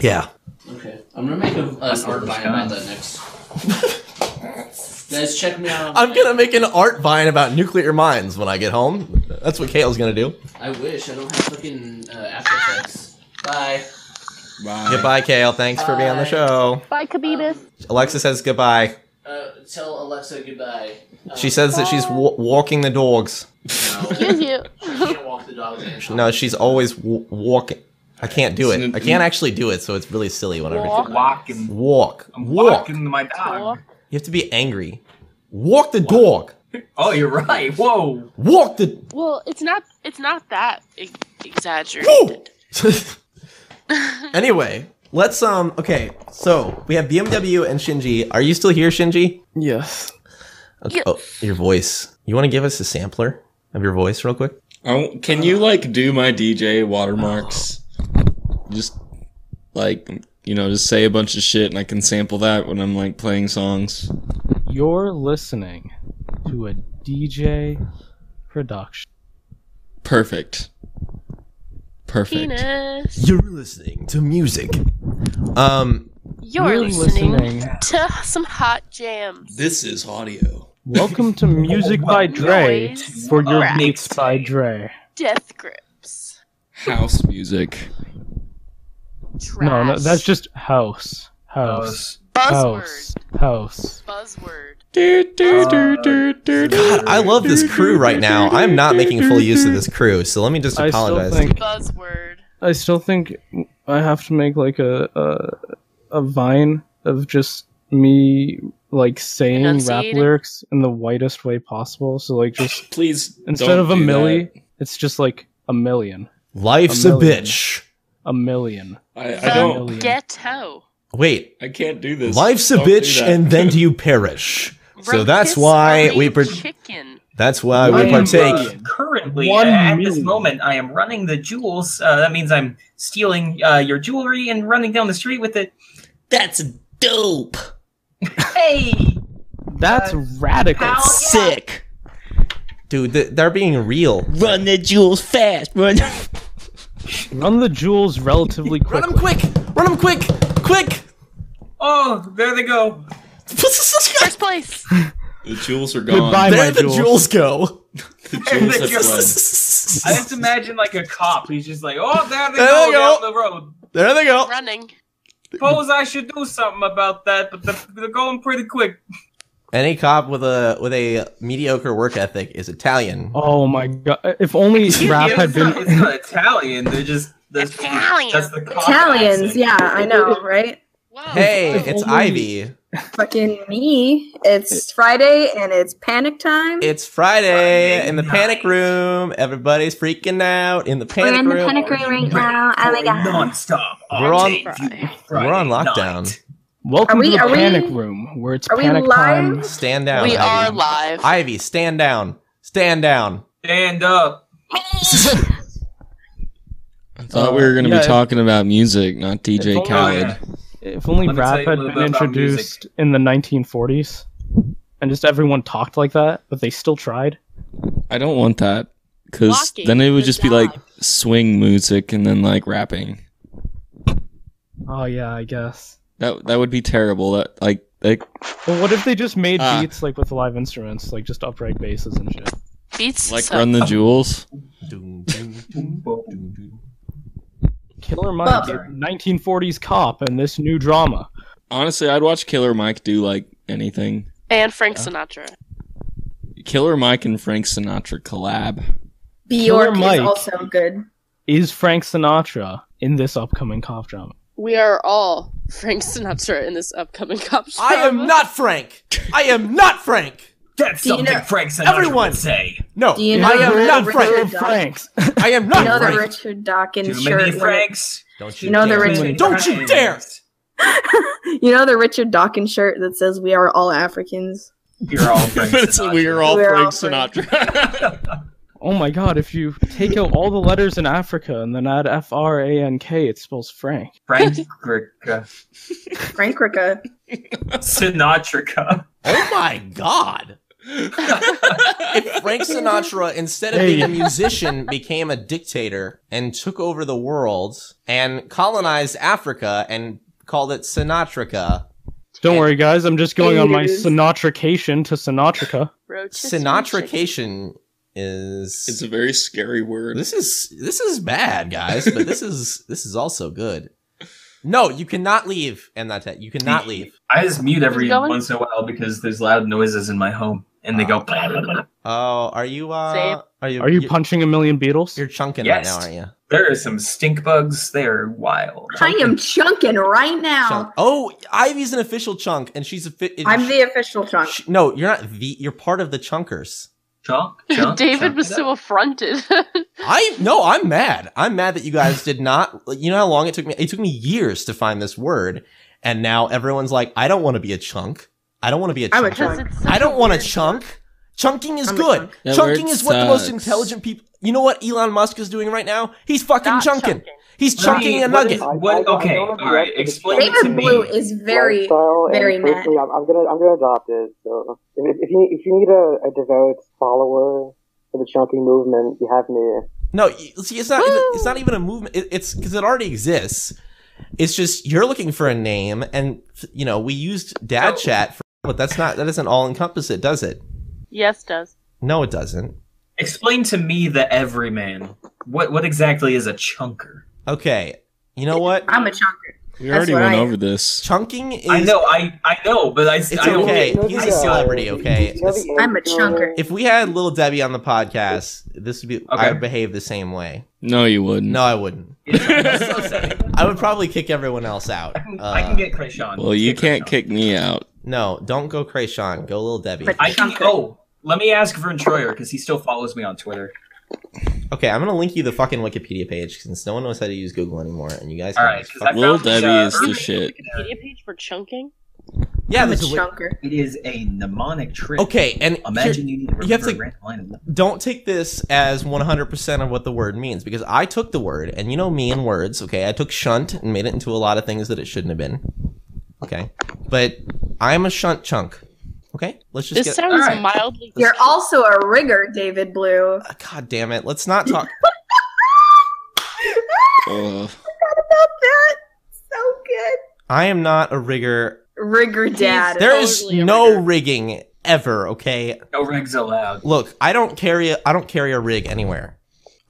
Yeah.
Okay, I'm gonna make a, an art vine about that next. Guys, check me out. on-
I'm gonna make an art vine about nuclear mines when I get home. That's what Kale's gonna do.
I wish I don't have fucking uh, After Effects. Bye.
Bye.
Goodbye, Kale. Thanks for being on the
Bye.
show.
Bye, Kabibis.
Alexa says goodbye.
Um, Uh, tell Alexa goodbye. Uh,
She says that she's wa- walking the dogs.
no.
Excuse you.
You can't walk the dog. man.
No, she's always w- walking. I can't do it. I can't actually do it, so it's really silly when I
Walk.
do it.
Walking.
Walk.
I'm
Walk.
walking my dog.
You have to be angry. Walk the dog.
Oh, you're right. Whoa.
Walk the.
Well, it's not. It's not that e- exaggerated.
Woo! anyway, let's um. Okay, so we have BMW and Shinji. Are you still here, Shinji?
Yes.
Okay.
Yeah.
Oh, your voice. You want to give us a sampler of your voice, real quick?
I won't- can you like do my DJ watermarks? Just like you know, just say a bunch of shit, and I can sample that when I'm like playing songs.
You're listening to a DJ production.
Perfect. Perfect.
Penis.
You're listening to music. Um,
You're,
You're
listening,
listening.
to some hot jams.
This is audio.
Welcome to Music by Dre
Noise.
for your
Correct.
beats by Dre.
Death grips.
House music.
Trash.
No, no, that's just house. House. House. House.
God, I love this crew right now. I'm not making full use of this crew, so let me just
I still
apologize.
think-
Buzzword.
I still think I have to make like a a, a vine of just me like saying rap
Enunciating.
lyrics in the whitest way possible. So like just
please
instead
don't
of a
do
milli, it's just like a million.
Life's a
million.
bitch.
A million.
I,
the
I don't.
ghetto.
Wait,
I can't do this.
life's a
Don't do
bitch,
that.
and then do you perish? So that's
Rotisserie
why we par-
chicken.
that's why
I
we
am,
partake.
uh, currently,
One
at this
million.
moment, I am running the jewels. Uh, that means I'm stealing uh, your jewelry and running down the street with it.
That's dope.
Hey,
That's radical.
pal,
Sick.
Dude, th- they're being real.
Run the jewels fast. Run.
Run the jewels relatively quick.
Run them quick! Run them quick! Quick!
Oh, there they go.
First place.
The jewels are gone.
Goodbye,
there
my
the
jewels.
jewels go.
The
There
jewels
they
have
go.
fled.
I just imagine like a cop. He's just like, oh, there they
There
go
they
down
go.
the road.
There they go.
Running.
Suppose I should do something about that, but they're, they're going pretty quick.
Any cop with a with a mediocre work ethic is Italian.
Oh my god! If only rap
it's,
had
not, it's
been.
not Italian. They're just that's
Italian.
That's the cop
Italians,
accent.
yeah, I know, right?
Whoa.
Hey,
If
it's
only-
Ivy.
Fucking me. It's Friday and it's panic time.
It's Friday in the panic
night.
room. Everybody's freaking out in the
We're
panic
in the
room.
panic room right now. Oh my god.
Non-stop.
We're on-
tape.
We're on
Friday night.
lockdown.
Welcome
Are we-
to the
are we-
panic room, where it's
are we
panic
live?
time.
Stand down.
we are
Ivy.
live.
Ivy, stand down. Stand down.
Stand up.
I thought we were going to
Yeah,
be
if-
talking about music, not
If
DJ
only-
Khaled.
Oh, yeah.
If only
Let me tell
rap
you a
had
little
been
bit about
introduced in the 1940s, and just everyone talked like that, but they still tried.
I don't want that because
Walking
then it would
the
just be like
dog.
swing music and then like rapping.
Oh yeah, I guess.
That that would be terrible. That like like
But what if they just made
Ah.
beats like with live instruments, like just upright basses and shit?
Beats
like
suck.
run the jewels.
Doom, doom, doom, doom, doom.
Killer Mike,
Bummer.
1940s cop, and this new drama.
Honestly, I'd watch Killer Mike do like anything.
and Frank Sinatra.
Killer Mike and Frank Sinatra collab.
Killer
Bjork
Mike.
is also good.
Is Frank Sinatra in this upcoming cop drama?
We are all Frank Sinatra in this upcoming cop show.
I am not Frank. I am not Frank.
That's
Do you
something
know-
Frank Sinatra
Everyone!
would say.
No,
Do you
I
know
am
the
not
Richard
Frank.
Dawkins-
Franks.
I am
You
not
know the
Frank.
Richard Dawkins
Too
shirt.
many
when-
Franks.
Don't
You know the
Too
Richard-
many
Don't
Franks.
you dare!
You know the Richard Dawkins shirt that says we are all Africans.
You're all Frank Sinatra.
we are all
We're
Frank
all Frank.
Sinatra.
Oh my god, if you take out all the letters in Africa and then add F R A N K, it spells Frank.
Frank Grica.
Frank Rica.
Sinatrica.
Oh my god. if Frank Sinatra, instead of
Hey.
being a musician, became a dictator and took over the world and colonized Africa and called it Sinatrica,
Don't worry, guys, I'm just going on my
Haters.
Sinatracation to Sinatrica.
Rotisserie chicken.
Sinatrication is.
it's a very scary word.
this is this is bad, guys, but this is this is also good. No, you cannot leave, and that's it. E You cannot leave.
I just mute every
Who's going?
once in a while because there's loud noises in my home, and they go. Blah, blah, blah.
Oh, are you?
Same.
Uh, are you?
Are you
you-
punching a million beetles?
You're chunking
Yes.
right now, aren't you?
There are some stink bugs. They are wild.
I am chunking right now.
Chunk. Oh, Ivy's an official chunk, and she's a fit.
I'm the official chunk.
Sh- no, you're not the. You're part of the chunkers.
Chunk, chunk,
David
chunk
was
it
so
up.
affronted.
I no, I'm mad. I'm mad that you guys did not. You know how long it took me? It took me years to find this word, and now everyone's like, I don't want to be a chunk. I don't want to be a
I'm a
chunk.
chunk.
It's such
I don't want to
weird-
chunk. Chunking is
I'm a
good.
chunk.
That
Chunking
word
is what the most
sucks.
intelligent people. You know what Elon Musk is doing right now? He's fucking
Not
chunking.
chunking.
He's
Right.
chunking a
What
nugget.
is- What? Okay. All right. Explain it to
David Blue
me.
is very.
lifestyle, and
very mad.
personally, I'm, I'm gonna I'm gonna adopt it. So if, if you if you need a, a devout follower, for the chunking movement, you have me.
No, y- see, it's not. It's not even a movement. It, it's because it already exists. It's just you're looking for a name, and you know we used Dad Chat, for, but that's not that doesn't all encompass it, does it?
Yes, does.
No, it doesn't.
Explain to me the everyman. What what exactly is a chunker?
Okay, you know what?
I'm a chunker.
We already went over this.
Chunking is.
I know, I I know, but I it's
It's
I don't
okay.
get-
He's a celebrity. Okay.
I'm a chunker.
If we had Little Debbie on the podcast, this would be. I would behave the same way.
No, you wouldn't.
No, I wouldn't. I would probably kick everyone else out. Uh,
I can get Krayshawn.
Well, you can't kick me out.
No, don't go Krayshawn. Go Little Debbie.
I can. Oh, let me ask Vern Troyer because he still follows me on Twitter.
Okay, I'm gonna link you the fucking Wikipedia page since no one knows how to use Google anymore, and you guys.
All
can
right,
just
'cause
fuck-
I Little found this, Debbie uh, is
the shit.
Wikipedia page for chunking?
Yeah,
I'm a
there's a wi-
chunker. It is a mnemonic trick.
Okay, and
imagine
here-
you need to
you have
remember
to-
a rant line of-
Don't take this as 100% of what the word means because I took the word, and you know me and words. Okay, I took shunt and made it into a lot of things that it shouldn't have been. Okay, but I'm a shunt chunk. Okay, let's just.
This
get,
sounds
All right.
mildly.
You're also a rigger, David Blue.
God damn it! Let's not talk. Ugh.
About that, so good.
I am not a rigger.
Rigger dad. Oh,
There is no rigging ever. Okay.
No rigs allowed.
Look, I don't carry a I don't carry a rig anywhere.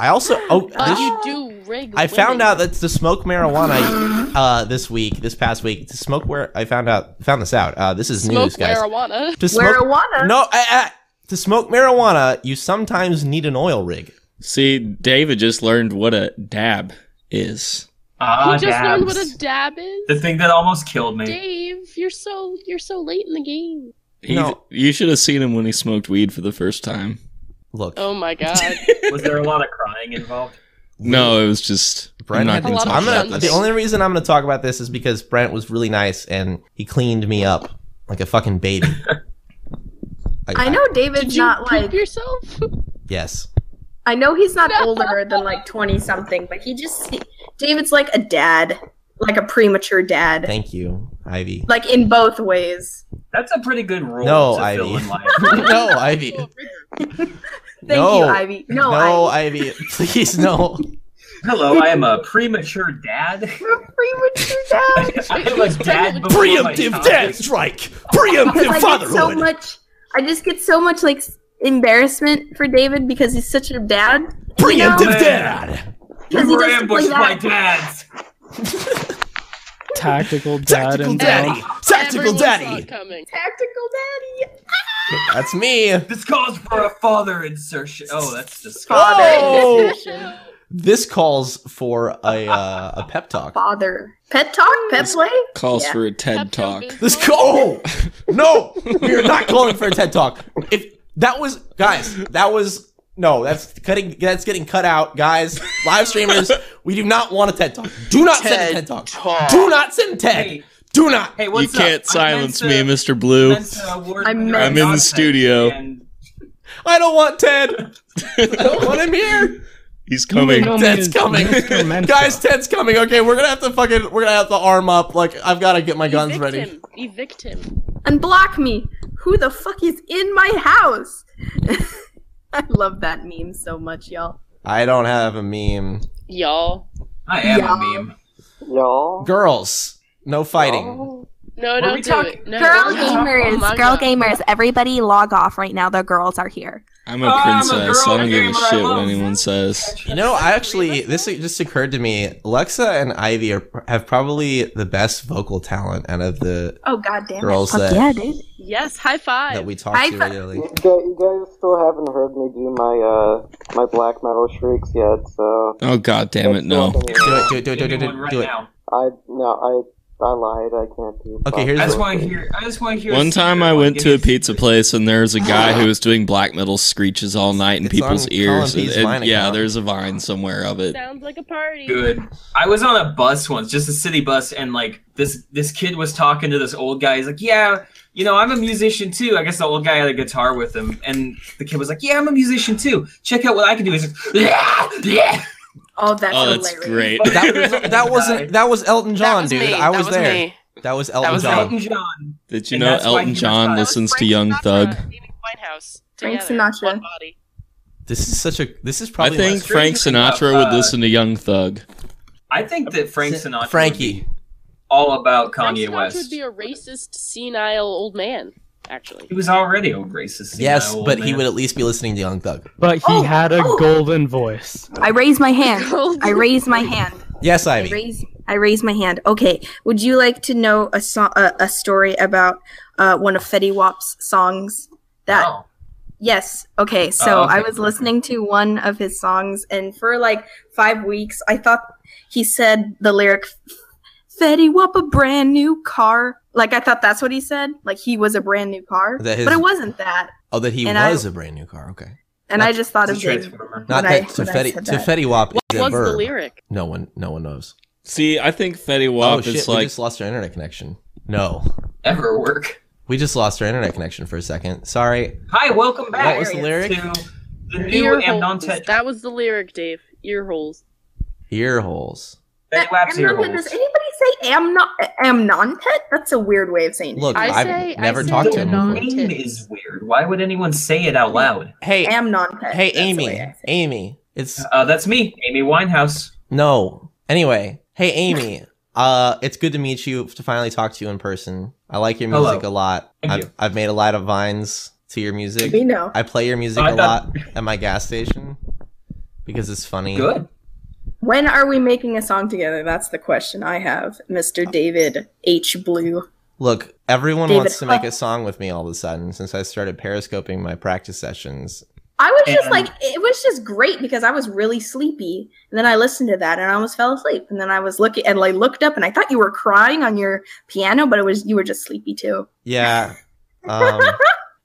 I also oh
But
this-
Uh, you do rig.
I found
women.
out that to smoke marijuana uh, this week, this past week, to smoke where I found out found this out. Uh, this is
Smoke
news, guys.
marijuana.
To smoke- Marijuana? No, I, I, to smoke marijuana, you sometimes need an oil rig.
See, David just learned what a dab is.
Ah,
you just learned what
dabs.
a dab is,
The thing that almost killed me.
Dave. You're so you're so late in the game.
He, You should have seen him when he smoked weed for the first time.
Look.
Oh my god.
Was there a lot of crying involved?
No, it was just.
Brent
I'm
had
not
to
going to
talk
talk
I'm
about
gonna-
this.
The only reason I'm going to talk about this is because Brent was really nice and he cleaned me up like a fucking baby. Like,
I know David's
Did you
not
poop
like
yourself.
Yes.
I know he's not older than like twenty something, but he just David's like a dad, like a premature dad,
Thank you, Ivy.
like in both ways.
That's a pretty good rule
No,
to
Ivy.
fill in life.
no, Ivy.
Thank you, Ivy. No,
Ivy. Please, no.
Hello, I am a premature dad.
premature dad.
I'm a dad before my time.
strike.
Because I get so much. I just get so much like s- embarrassment for David because he's such a dad.
Man,
Because he
You were
does stuff like
ambushed by
that.
dads.
Tactical dad and
Tactical daddy.
Tactical daddy.
That's me.
This calls for a father insertion. Oh, that's
Father
disgusting.
insertion.
This calls for a uh, a pep talk.
Father. Pet talk. Pet play.
Calls
Yeah.
for a TED talk.
This call. no, we are not calling for a TED talk. If that was guys, that was no. That's cutting. That's getting cut out, guys. Live streamers, we do not want a TED talk. Do not send a TED talk. Do not send TED. do not.
Hey,
You
what's up?
can't silence
I
me,
meant
Mr. Blue.
to- I meant to award
I'm
your
in the
nonsense
studio.
and-
I don't want Ted. I don't want him here.
He's coming.
Ted's coming. Guys, Ted's coming. Okay, we're gonna have to fucking. We're gonna have to arm up. Like I've got to get my guns ready.
Evict him. Evict him.
Unblock me. Who the fuck is in my house? I love that meme so much, y'all.
I don't have a meme.
Y'all.
I
am a Y'all.
meme.
Y'all.
Girls, no fighting.
No, don't do it. No,
girl
don't do it.
gamers,
Oh my
girl
God.
gamers, everybody log off right now. The girls are here.
I'm a princess. I don't give a shit what anyone says.
You know, I actually this just occurred to me. Alexa and Ivy are, have probably the best vocal talent out of the
Oh god damn
Girls
it. Fuck
that-
yeah, dude.
Yes, high five.
that we talk to regularly.
You guys, you guys still haven't heard me do my uh my black metal shrieks yet, so
Oh god damn it, no.
Do
it, do it, do it, do it, do it, do it.
I no, I I lied. I can't do.
Okay, here's
I just want to hear. I just want to hear.
One time I went to a pizza place and there was a guy who was doing black metal screeches all night in people's
on
ears.
Colin B's
And-
Vine
yeah,
account.
there's a vine somewhere of it.
Sounds like a party.
Good. I was on a bus once, just a city bus, and like this this kid was talking to this old guy. He's like, "Yeah, you know, I'm a musician too." I guess the old guy had a guitar with him, and the kid was like, "Yeah, I'm a musician too. Check out what I can do." He's like, "Yeah, yeah."
Oh, that's
Oh, that's great.
That, was, that wasn't. That was Elton John, dude.
me,
I
that
was,
was
there.
me.
That was Elton
that was
John.
Elton John.
Did you
And
know
that's why he
Elton
was
John
not-
listens to Young Thug?
Whitehouse.
Frank
together,
Sinatra.
Body.
This is such a. This is
I
probably.
think
my-
Frank Sinatra would listen to Young Thug.
I think that Frank Sinatra
Frankie.
all about
Frank
Kanye
Sinatra
West.
would be a racist, senile old man, actually.
He was already a racist.
Yes,
senile
but
old
he
man.
would at least be listening to Young Thug.
But he
Oh,
had a golden voice.
I raise my hand. I raise my hand.
Yes,
I raise, I raise my hand. Okay. Would you like to know a so- a, a story about uh, one of Fetty Wap's songs? That yes. Okay. So
Oh, okay.
I was listening to one of his songs, and for like five weeks, I thought he said the lyric "Fetty Wap a brand new car." Like I thought that's what he said. Like he was a brand new car,
That his-
but it wasn't that.
Oh, that he
And I-
was a brand new car. Okay.
And I just thought of Dave
Not
when I-
that
when I
Tefetti
said that.
Tefetti Wap
What
is a
was the
verb.
lyric?
No one, no one knows.
See, I think Fetty Wap
oh, shit,
is
we
like-
just lost our internet connection. No,
ever work.
We just lost our internet connection for a second. Sorry.
Hi, welcome back.
was the lyric?
To the
Ear
new and non
holes. That was the lyric, Dave. Ear holes.
Ear holes.
Fetty Wap's ear
Amnon,
holes.
Does Oh anybody say am not am non tet? That's a weird way of saying it.
Look, I I've say- I never say talked to him before. non-tet. is weird. Why would anyone say it out loud?
Hey,
am non tet.
Hey, Amy. Amy. It's
uh, that's me, Amy Winehouse.
No. Anyway, hey Amy. uh, it's good to meet you. To finally talk to you in person. I like your
Hello.
music a lot.
Thank
I've,
you.
I've made a lot of vines to your music.
We know.
I play your music
Oh, I
a
thought-
lot at my gas station because it's funny.
Good.
When are we making a song together? That's the question I have, Mr. David H. Blue.
Look, everyone
David
wants to make a song with me all of a sudden since I started periscoping my practice sessions.
I was just
And-
like, it was just great because I was really sleepy, and then I listened to that and I almost fell asleep. And then I was looking and I looked up and I thought you were crying on your piano, but it was you were just sleepy too.
Yeah. Um,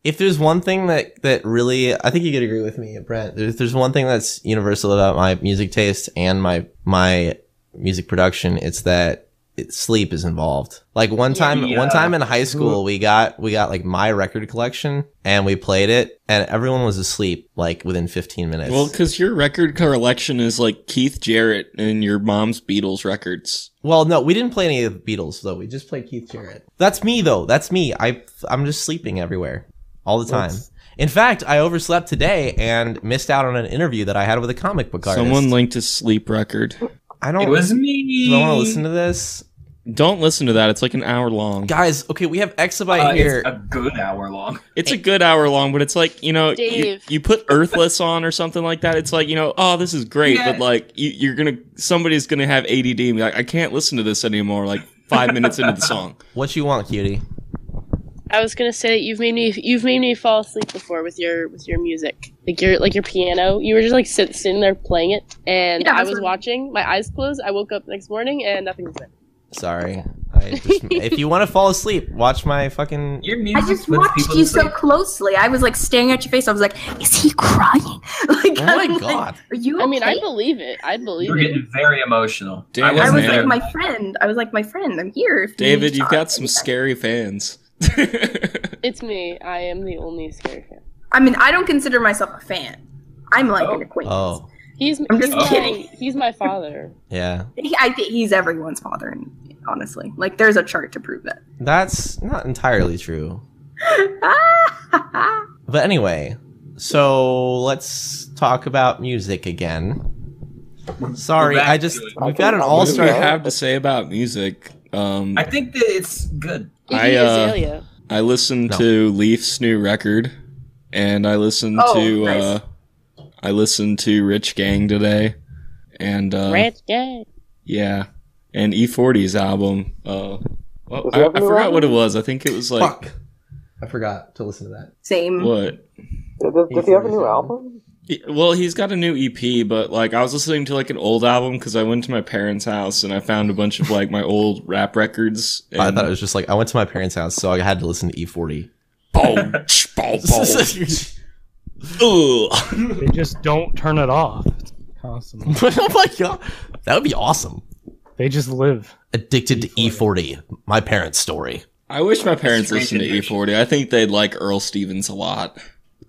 if there's one thing that that really, I think you could agree with me, Brent. If there's one thing that's universal about my music taste and my my music production, it's that it, sleep is involved. Like one time,
Yeah.
one time in high school, we got we got like my record collection and we played it, and everyone was asleep like within 15 minutes.
Well, because your record collection is like Keith Jarrett and your mom's Beatles records.
Well, no, we didn't play any of the Beatles though. We just played Keith Jarrett. That's me though. That's me. I I'm just sleeping everywhere, all the time.
That's-
In fact, I overslept today and missed out on an interview that I had with a comic book artist.
Someone linked a sleep record.
I don't.
It was me.
Do I want to listen to this?
Don't listen to that. It's like an hour long.
Guys, okay, we have Exabyte
Uh, it's
here.
a good hour long.
It's a good hour long, but it's like, you know, you,
Dave.
you put Earthless on or something like that. It's like, you know, oh, this is great,
Yeah.
but like, you, you're going to, somebody's going to have ADD and be like, I can't listen to this anymore, like five minutes into the song.
What you want, cutie?
I was gonna say you've made me you've made me fall asleep before with your with your music like your like your piano. You were just like sit, sitting there playing it, and
Yeah,
I
that's
was
what-
watching. My eyes closed. I woke up next morning and nothing was there.
Sorry. I just, if you want to fall asleep, watch my fucking.
Your
I just watched you so closely. I was like staring at your face. I was like, is he crying? Like,
Oh my
I'm like,
God.
Are you?
I mean, I
okay?
believe it. I believe
You're
it.
getting very emotional.
Damn,
I wasn't
man.
there.
my friend. I was like, my friend, I'm here. If you
David,
need
you've
to talk."
got some scary fans.
It's me. I am the only scary fan.
I mean, I don't consider myself a fan. I'm like an acquaintance.
Oh,
He's
I'm just
he's
kidding.
My, he's my father.
yeah.
He, I think he's everyone's father, and honestly, like, there's a chart to prove that.
That's not entirely true. but anyway, so let's talk about music again. Sorry, I just we've got an all
What do we
star.
have to say about music? Um,
I think that it's good.
I, uh, I listened to Leaf's new record, and I listened
Oh,
to
nice.
uh, I listened to Rich Gang today, and uh,
Ranch gang.
yeah, and E40's album. Uh, well,
Does
I,
he
I
have a new
forgot
album?
what it was. I think it was like
I forgot to listen to that.
Mm-hmm.
Same.
what.
Does, does he have a new album?
He- Well, he's got a new EP, but like I was listening to like an old album because I went to my parents' house and I found a bunch of like my old rap records. And
I thought it was just like I went to my parents' house, so I had to listen to E40.
They just don't turn it off. It's constantly.
oh my god, that would be awesome.
They just live. E
Addicted to E40, my parents' story.
I wish my parents
Strange
listened to E40. E I think they'd like Earl Stevens a lot.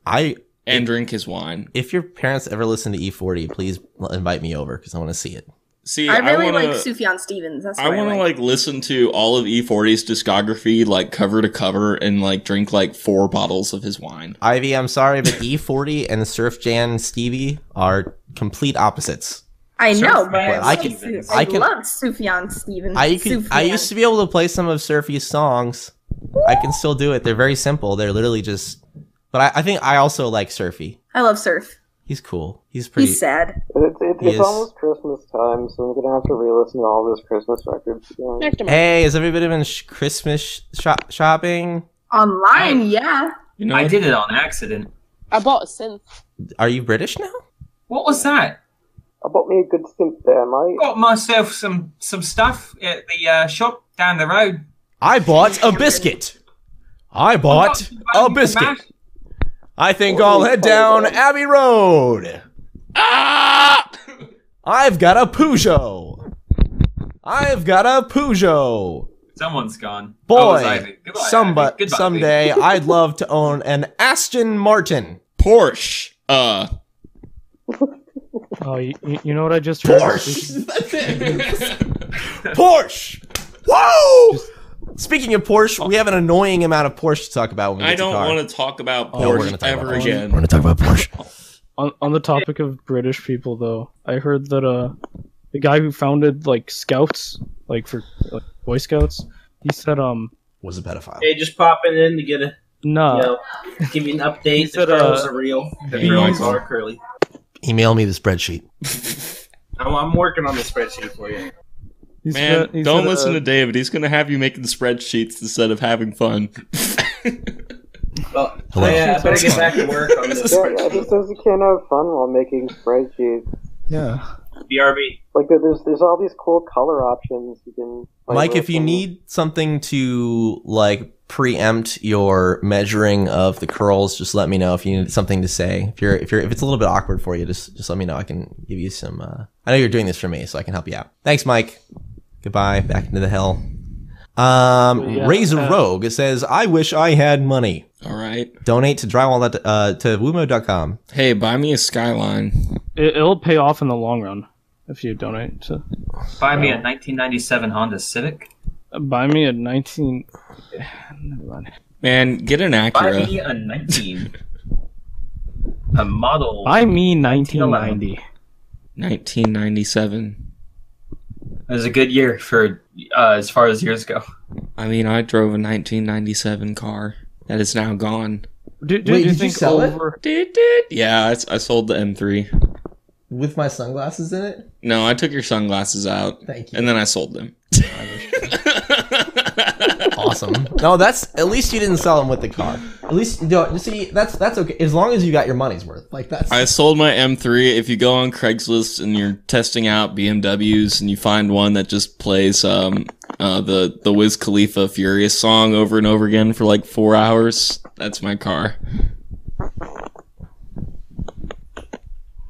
I
and drink his wine.
E If your parents ever listen to E40, please invite me over because I want to see it.
See,
I really
wanna,
like Sufjan Stevens. That's
I
what I,
want to
like.
like listen to all of E40's discography, like cover to cover, and like drink like four bottles of his wine.
Ivy, I'm sorry, but E40 and Surf Jan Stevie are complete opposites.
I
Surf
know, but
Man
I,
Stevens.
can,
I can-
love Sufjan Stevens.
I could, I
Sufjan.
used to be able to play some of Surfy's songs. I can still do it. They're very simple. They're literally just. But I, I think I also like Surfy.
I love surf.
He's cool. He's pretty.
He's sad.
It's, it's,
He
it's
is-
almost Christmas time, so I'm gonna have to re-listen to all those Christmas records. again.
Hey, has everybody been sh- Christmas sh- shop- shopping?
Online, yeah.
You know- I
did it on accident.
I bought a synth.
Are you British now?
What was that?
I bought me a good synth there, mate.
Got myself some some stuff at the uh, shop down the road.
I bought a biscuit. I bought a biscuit. I think I'll head down Abbey Road. Ah! I've got a Peugeot. I've got a Peugeot.
Someone's gone. Oh, it was Ivy.
Boy,
Oh, Goodbye,
some
Ivy.
but
Goodbye,
someday
Ivy.
I'd love to own an Aston Martin.
Porsche. Uh.
Oh, you, you you know what I just heard?
Porsche. Porsche. Whoa! Speaking of Porsche, we have an annoying amount of Porsche to talk about. When we
I
get to
don't
car.
want to talk about
No, we're
Porsche
gonna talk
ever
about Porsche.
again.
We're gonna talk about Porsche.
On, on the topic of British people, though, I heard that uh, the guy who founded like Scouts, like for like, Boy Scouts, he said um
was a pedophile.
Hey, just popping in to get a
No.
you know, give you an update. The
said, uh,
curls are real. The
Hey,
curls
Michael.
are curly.
Email me the spreadsheet.
I'm, I'm working on the spreadsheet for you.
Man,
said- he
don't
said,
listen
uh,
to David. He's gonna have you making spreadsheets instead of having fun.
Well,
Hello.
yeah, I better get back to work on this.
Yeah, yeah, just says you can't have fun while making spreadsheets.
Yeah.
BRB.
Like there- there's there's all these cool color options you can. play
Mike,
with
if you
um,
and-
need something to like preempt your measuring of the curls, just let me know. If you need something to say, if you're if you're if it's a little bit awkward for you, just just let me know. I can give you some. Uh, I know you're doing this for me, so I can help you out. Thanks, Mike. Goodbye. Back into the hell. Um,
Yeah,
Razor
uh,
Rogue says, "I wish I had money."
All right.
Donate to drywall dot- uh, to wumo.com.
Hey, buy me a skyline.
It, it'll pay off in the long run if you donate to
Buy me a 1997 Honda Civic.
buy me a nineteen. Never mind.
Man, get an
Buy
Acura.
me a 19. a model.
Buy me nineteen ninety.
1997.
It was a good year for uh, as far as years go.
I mean, I drove a 1997 car that is now gone.
Do,
do- Wait, do you did you think sell it? over-
Yeah, I, s- I sold the M3.
With my sunglasses in it.
No, I took your sunglasses out.
Thank
you. And then I sold them.
awesome. No, that's at least you didn't sell them with the car. At least you don't. See, that's that's okay as long as you got your money's worth. Like that's
I sold my M3. If you go on Craigslist and you're testing out BMWs and you find one that just plays um, uh, the the Wiz Khalifa Furious song over and over again for like four hours, that's my car.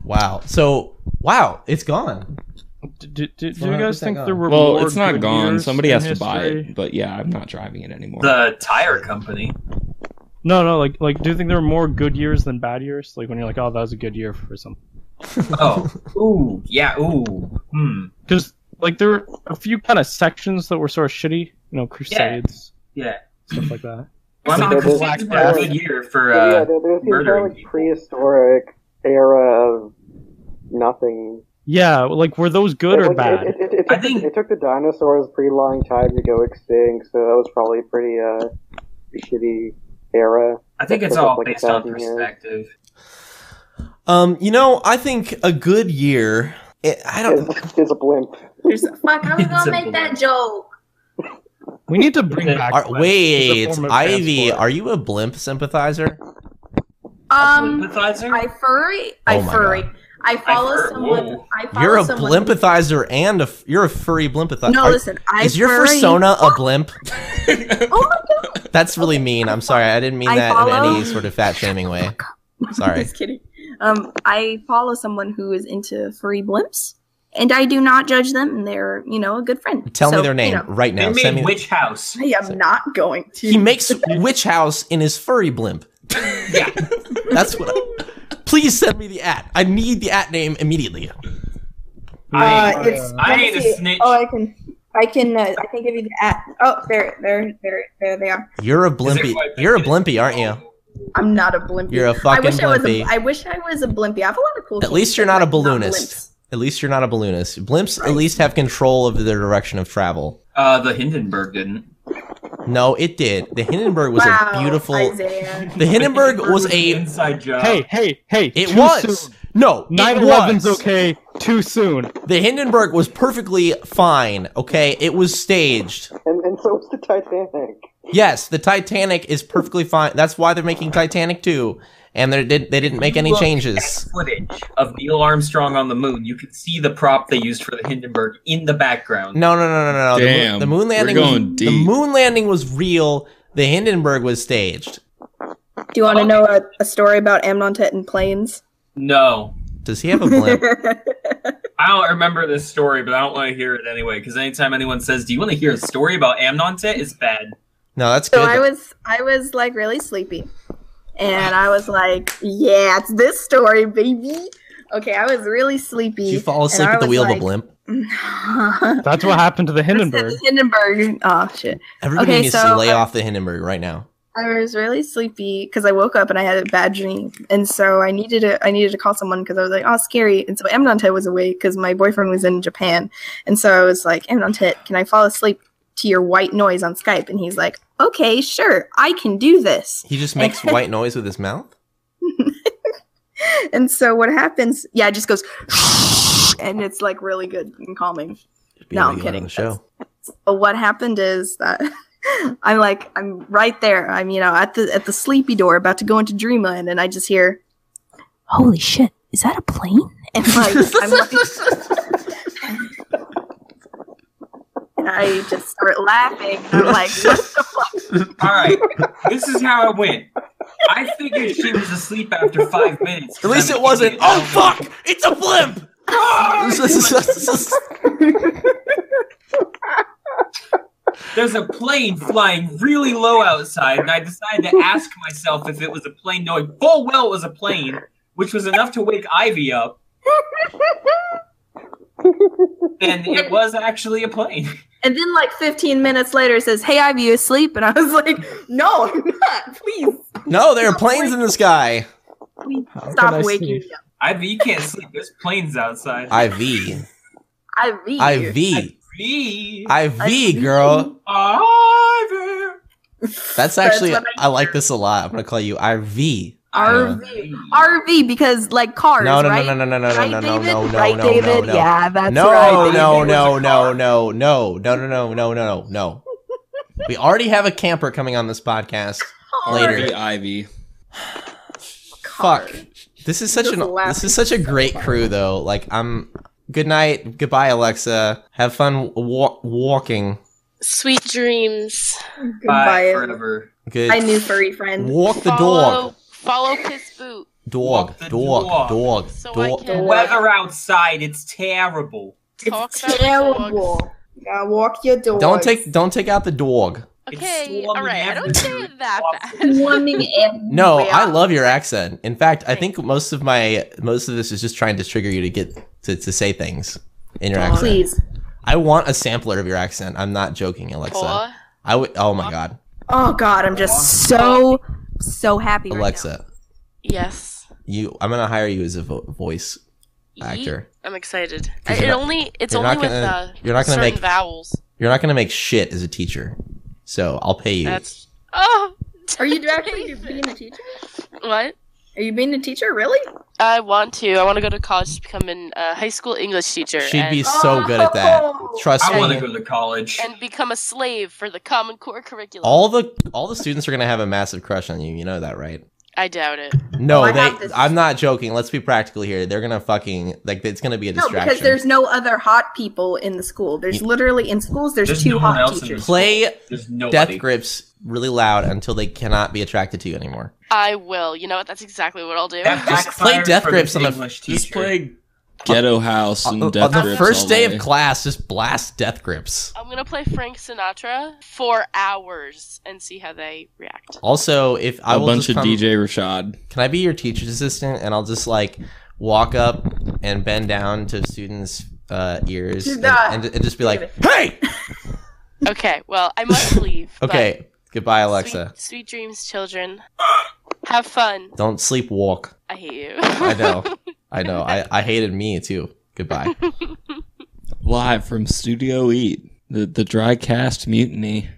wow. So wow, it's gone.
Do, do, do
Well,
you
I
guys
think
think
I
there
got
were
Well,
more
it's not
good
gone.
years
Somebody
in
has to buy
history?
it. But yeah, I'm not driving it anymore.
The tire company.
No, no, like, like, do you think there were more good years than bad years? Like, when you're like, oh, that was a good year for something.
Oh, ooh, yeah, ooh, hmm,
Because, like, there were a few kind of sections that were sort of shitty, you know, Crusades,
yeah.
stuff like that.
Well, I mean,
There's-
Crusades were a good year for uh,
yeah, there- there's the entire
murdering.
like, prehistoric era of nothing.
Yeah, like, were those good or
Like,
bad?
It, it, it, it, took, it took the dinosaurs a pretty long time to go extinct, so that was probably a pretty uh, shitty era.
I think
That
it's
took up,
all
like,
based on
1,000 years.
perspective.
Um, you know, I think a good year. It, I don't.
It's, a blimp.
Fuck, I was gonna make that joke.
We need to bring back.
Are, wait,
It's a form of
Ivy, are you a blimp sympathizer?
Um, I furry. I
Oh my
furry. I follow someone. I follow
You're a
someone.
blimpathizer and a f- you're a furry blimpathizer.
No,
Are-
listen, I
is your
furry-
persona a blimp? oh my god, that's really mean. I'm sorry, I didn't mean
I
that in
follow- Oh
any sort of fat shaming way. Sorry.
Just kidding. Um, I follow someone who is into furry blimps, and I do not judge them, and they're you know a good friend.
Tell me
So,
their name
you know,
right now.
They
Send
made
me-
Witch House.
I am not going to.
He makes Witch House in his furry blimp. Yeah. That's what I. Please send me the at. I need the at name immediately.
Uh, it's,
I
let me
ain't a
see.
snitch.
Oh, I can, I can, uh, I can give you the at. Oh, there, there, there, there they are.
You're a blimpy. You're a blimpy, aren't you?
I'm not a blimpy.
You're a
I wish
fucking
I was. A,
blimpy.
I wish I was a blimpy. I have a lot of cool.
At
things,
least you're
but,
not a
like,
balloonist. At least you're not a balloonist. Blimps at least have control of their direction of travel.
Uh, the Hindenburg didn't.
No, it did. The Hindenburg was a beautiful.
Isaiah.
The Hindenburg was a
inside job.
Hey, hey, hey!
It
too
was.
soon.
No,
9/11's
okay. Too soon. The Hindenburg was perfectly fine. Okay, it was staged.
And, and so was the Titanic.
Yes, the Titanic is perfectly fine. That's why they're making Titanic 2. And they did they didn't make any
Look
changes.
at Footage of Neil Armstrong on the moon. You can see the prop they used for the Hindenburg in the background.
No, no, no, no, no. The moon-
Damn,
the, moon
we're
landing
going
was, the moon landing was real. The Hindenburg was staged.
Do you want to know a, a story about Amnon Tet and planes?
No.
Does he have a blimp?
I don't remember this story, but I don't want to hear it anyway. Because anytime anyone says, "Do you want to hear a story about Amnon?" Tet?" it's bad.
no, that's
So
good.
I was, I was like really sleepy, and I was like, "Yeah, it's this story, baby." Okay, I was really sleepy.
Did you fall
and
asleep
I
at the
was
wheel of a
like-
blimp?
That's what happened to the Hindenburg.
Hindenburg. Oh shit.
Everybody
okay,
needs
so uh,
to lay
I,
off the Hindenburg right now.
I was really sleepy because I woke up and I had a bad dream, and so I needed to I needed to call someone because I was like, oh, scary. And so Amnante was away because my boyfriend was in Japan, and so I was like, Amnante, can I fall asleep to your white noise on Skype? And he's like, okay, sure, I can do this.
He just makes white noise with his mouth?
And so what happens? Yeah, it just goes, and it's like really good and calming.
Be
No,
"Oh, what
I'm
you want on
kidding.
The show.
But what happened is that I'm like I'm right there. I'm you know at the at the sleepy door, about to go into dreamland, and I just hear, "Holy shit, is that a plane?" And like I'm like, and I just start laughing. I'm like, "What the fuck?"
All right, this is how it went. I figured she was asleep after five minutes.
At least it wasn't. Oh fuck! It's a blimp.
There's a plane flying really low outside, and I decided to ask myself if it was a plane, knowing full well it was a plane, which was enough to wake Ivy up. And it was actually a plane.
And then like 15 minutes later, it says, "Hey, Ivy, you asleep?" And I was like, "No, I'm not. Please
No, there are planes in the sky.
stop waking me
Ivy, you can't sleep. There's planes outside.
IV.
up." Ivy,
IV.
Ivy.
IV, girl.
Ivy.
That's actually. I like this a lot. I'm gonna call you IV.
RV, RV, because like cars,
No, no,
right?
no, no, no, no, no,
Right,
no, no,
David?
no, no,
Right,
no, no,
David?
no.
Yeah, that's
no,
right,
No,
David.
no, no, no, no, no, no, no, no, no, no. We already have a camper coming on this podcast later.
Ivy, Ivy.
Fuck. This is such
Just
an
laugh.
this is such a great crew though. Like I'm. Good night. Goodbye, Alexa. Have fun wa- walking.
Sweet dreams.
Goodbye.
forever.
Good.
I knew furry friend.
Walk the
follow,
dog.
Follow Kiss Boot.
Dog. Dog. Dog. Dog.
The weather outside, it's terrible.
It's terrible. Yeah, walk your dog.
Don't take don't take out the dog.
Okay, alright, I don't say it that bad.
Swarming
No, I love your accent. In fact, I think most of my most of this is just trying to trigger you to get to, to say things in your accent.
Please.
I want a sampler of your accent. I'm not joking, Alexa.
Paw.
I would. Oh my god,
Oh God, I'm just so so happy. Right
Alexa,
Yes.
you. I'm gonna hire you as a vo- voice actor.
I'm excited.
'Cause
I- it
you're not-
only it's
you're
only
not
with uh,
gonna- you're not gonna
certain
make-
vowels.
You're not gonna make shit as a teacher, so I'll pay you.
That's Oh,
are you actually being a teacher?
What?
Are you being a teacher? Really?
I want to. I want to go to college to become an uh, high school English teacher.
She'd be
and-
so good at that.
Oh!
Trust
I
me.
want to go to college.
and become a slave for the Common Core curriculum.
All the all the students are gonna have a massive crush on you. You know that, right?
I doubt it.
Oh,
No,
I have
they.
this-
I'm not joking. Let's be practical here. They're gonna fucking like. It's gonna be a
No,
distraction.
because there's no other hot people in the school. There's literally in schools there's, two hot teachers.
Play
nobody.
Death Grips really loud until they cannot be attracted to you anymore.
I will. You know what? That's exactly what I'll do.
Play Death Grips on the just play
Ghetto House and
on,
Death
on Uh, the
Grips
first
all
day
day.
of class. Just blast Death Grips.
I'm gonna play Frank Sinatra for hours and see how they react.
Also, if I
A
will
bunch
just
of
come-
DJ Rashad.
Can I be your teacher's assistant and I'll just like walk up and bend down to students' uh, ears
Do
and,
not
and, and just be like, "Hey,
Okay, well, I must leave. but
okay, goodbye, Alexa.
Sweet, sweet dreams, children. Have fun.
Don't sleepwalk."
I hate you.
I know, I know. Oh, I, I hated me too. Goodbye.
Live from Studio Eat, the the dry cast mutiny.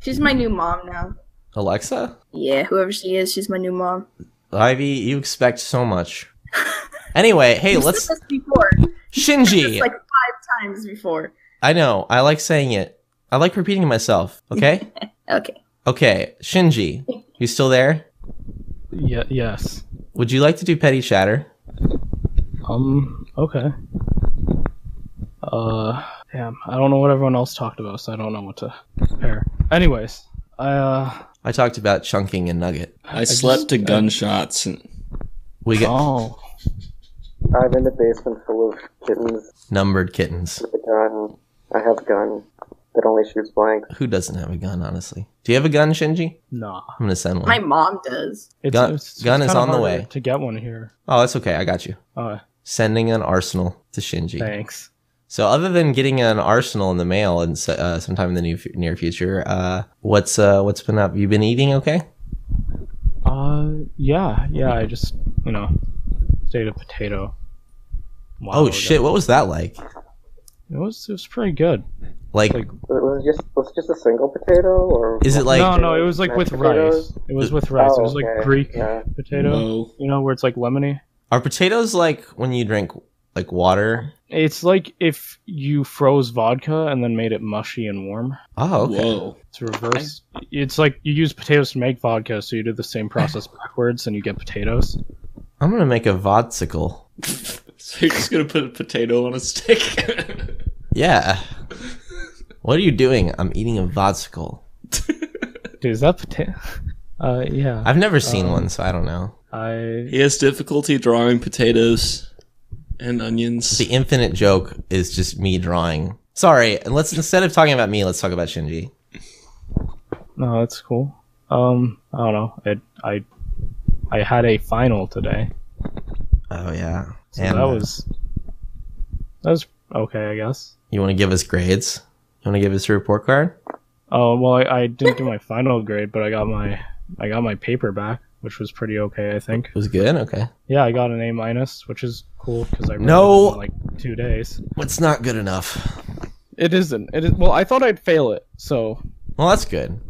She's my new mom now.
Alexa,
Yeah, whoever she is, she's my new mom.
Ivy, you expect so much. Anyway, hey,
You've said
let's
this before.
Shinji.
It's like five times before.
I know. I like saying it. I like repeating myself. Okay.
Okay.
Okay, Shinji, you still there?
Yeah. Yes.
Would you like to do petty chatter?
Um. Okay. Uh. Damn. I don't know what everyone else talked about, so I don't know what to compare. Anyways, I uh.
I talked about chunking and nugget.
I slept to gunshots. And...
We got
oh.
I'm in the basement full of kittens
numbered kittens.
with a gun. I have a gun that only shoots blanks.
Who doesn't have a gun, honestly? Do you have a gun, Shinji?
Nah.
I'm gonna send one.
My mom does.
gun gun is
kinda
on the
harder
way.
to get one here.
Oh, that's okay. I got you.
Uh,
Sending an arsenal to Shinji.
Thanks.
So, other than getting an arsenal in the mail and so- uh, sometime in the new, near future, uh, what's uh, what's been up? You been eating okay?
uh, yeah, yeah. I just, you know, stayed a potato. a while
oh
ago.
shit! What was that like?
It was it was pretty good.
Like,
Was it just was it just a single potato or
Is it like-
no, no? It was like with
mashed potatoes?
rice. It was with rice.
Oh,
it was like
okay,
Greek
yeah.
potato.
No.
You know where it's like lemony.
are potatoes like when you drink like water?
It's like if you froze vodka and then made it mushy and warm.
Oh, okay.
It's reverse. It's like you use potatoes to make vodka, so you do the same process backwards and you get potatoes.
I'm gonna make a vodsicle.
So you're just gonna put a potato on a stick.
Yeah. What are you doing? I'm eating a vodsicle.
Dude, is that potato? Uh, yeah.
I've never seen
Um,
one, so I don't know.
I
he has difficulty drawing potatoes and onions.
The infinite joke is just me drawing. Sorry, and let's instead of talking about me, let's talk about Shinji.
no, that's cool. Um, I don't know. It, I I had a final today,
Oh yeah,
so that was that was okay, I guess.
You want to give us grades? You want to give us a report card?
Oh well, I, I didn't do my final grade, but I got my I got my paper back, which was pretty okay, I think.
It was good. Okay.
Yeah, I got an A minus, which is cool because I read
No!
it in like two days.
What's not good enough?
It isn't. It is. Well, I thought I'd fail it, so
Well, that's good.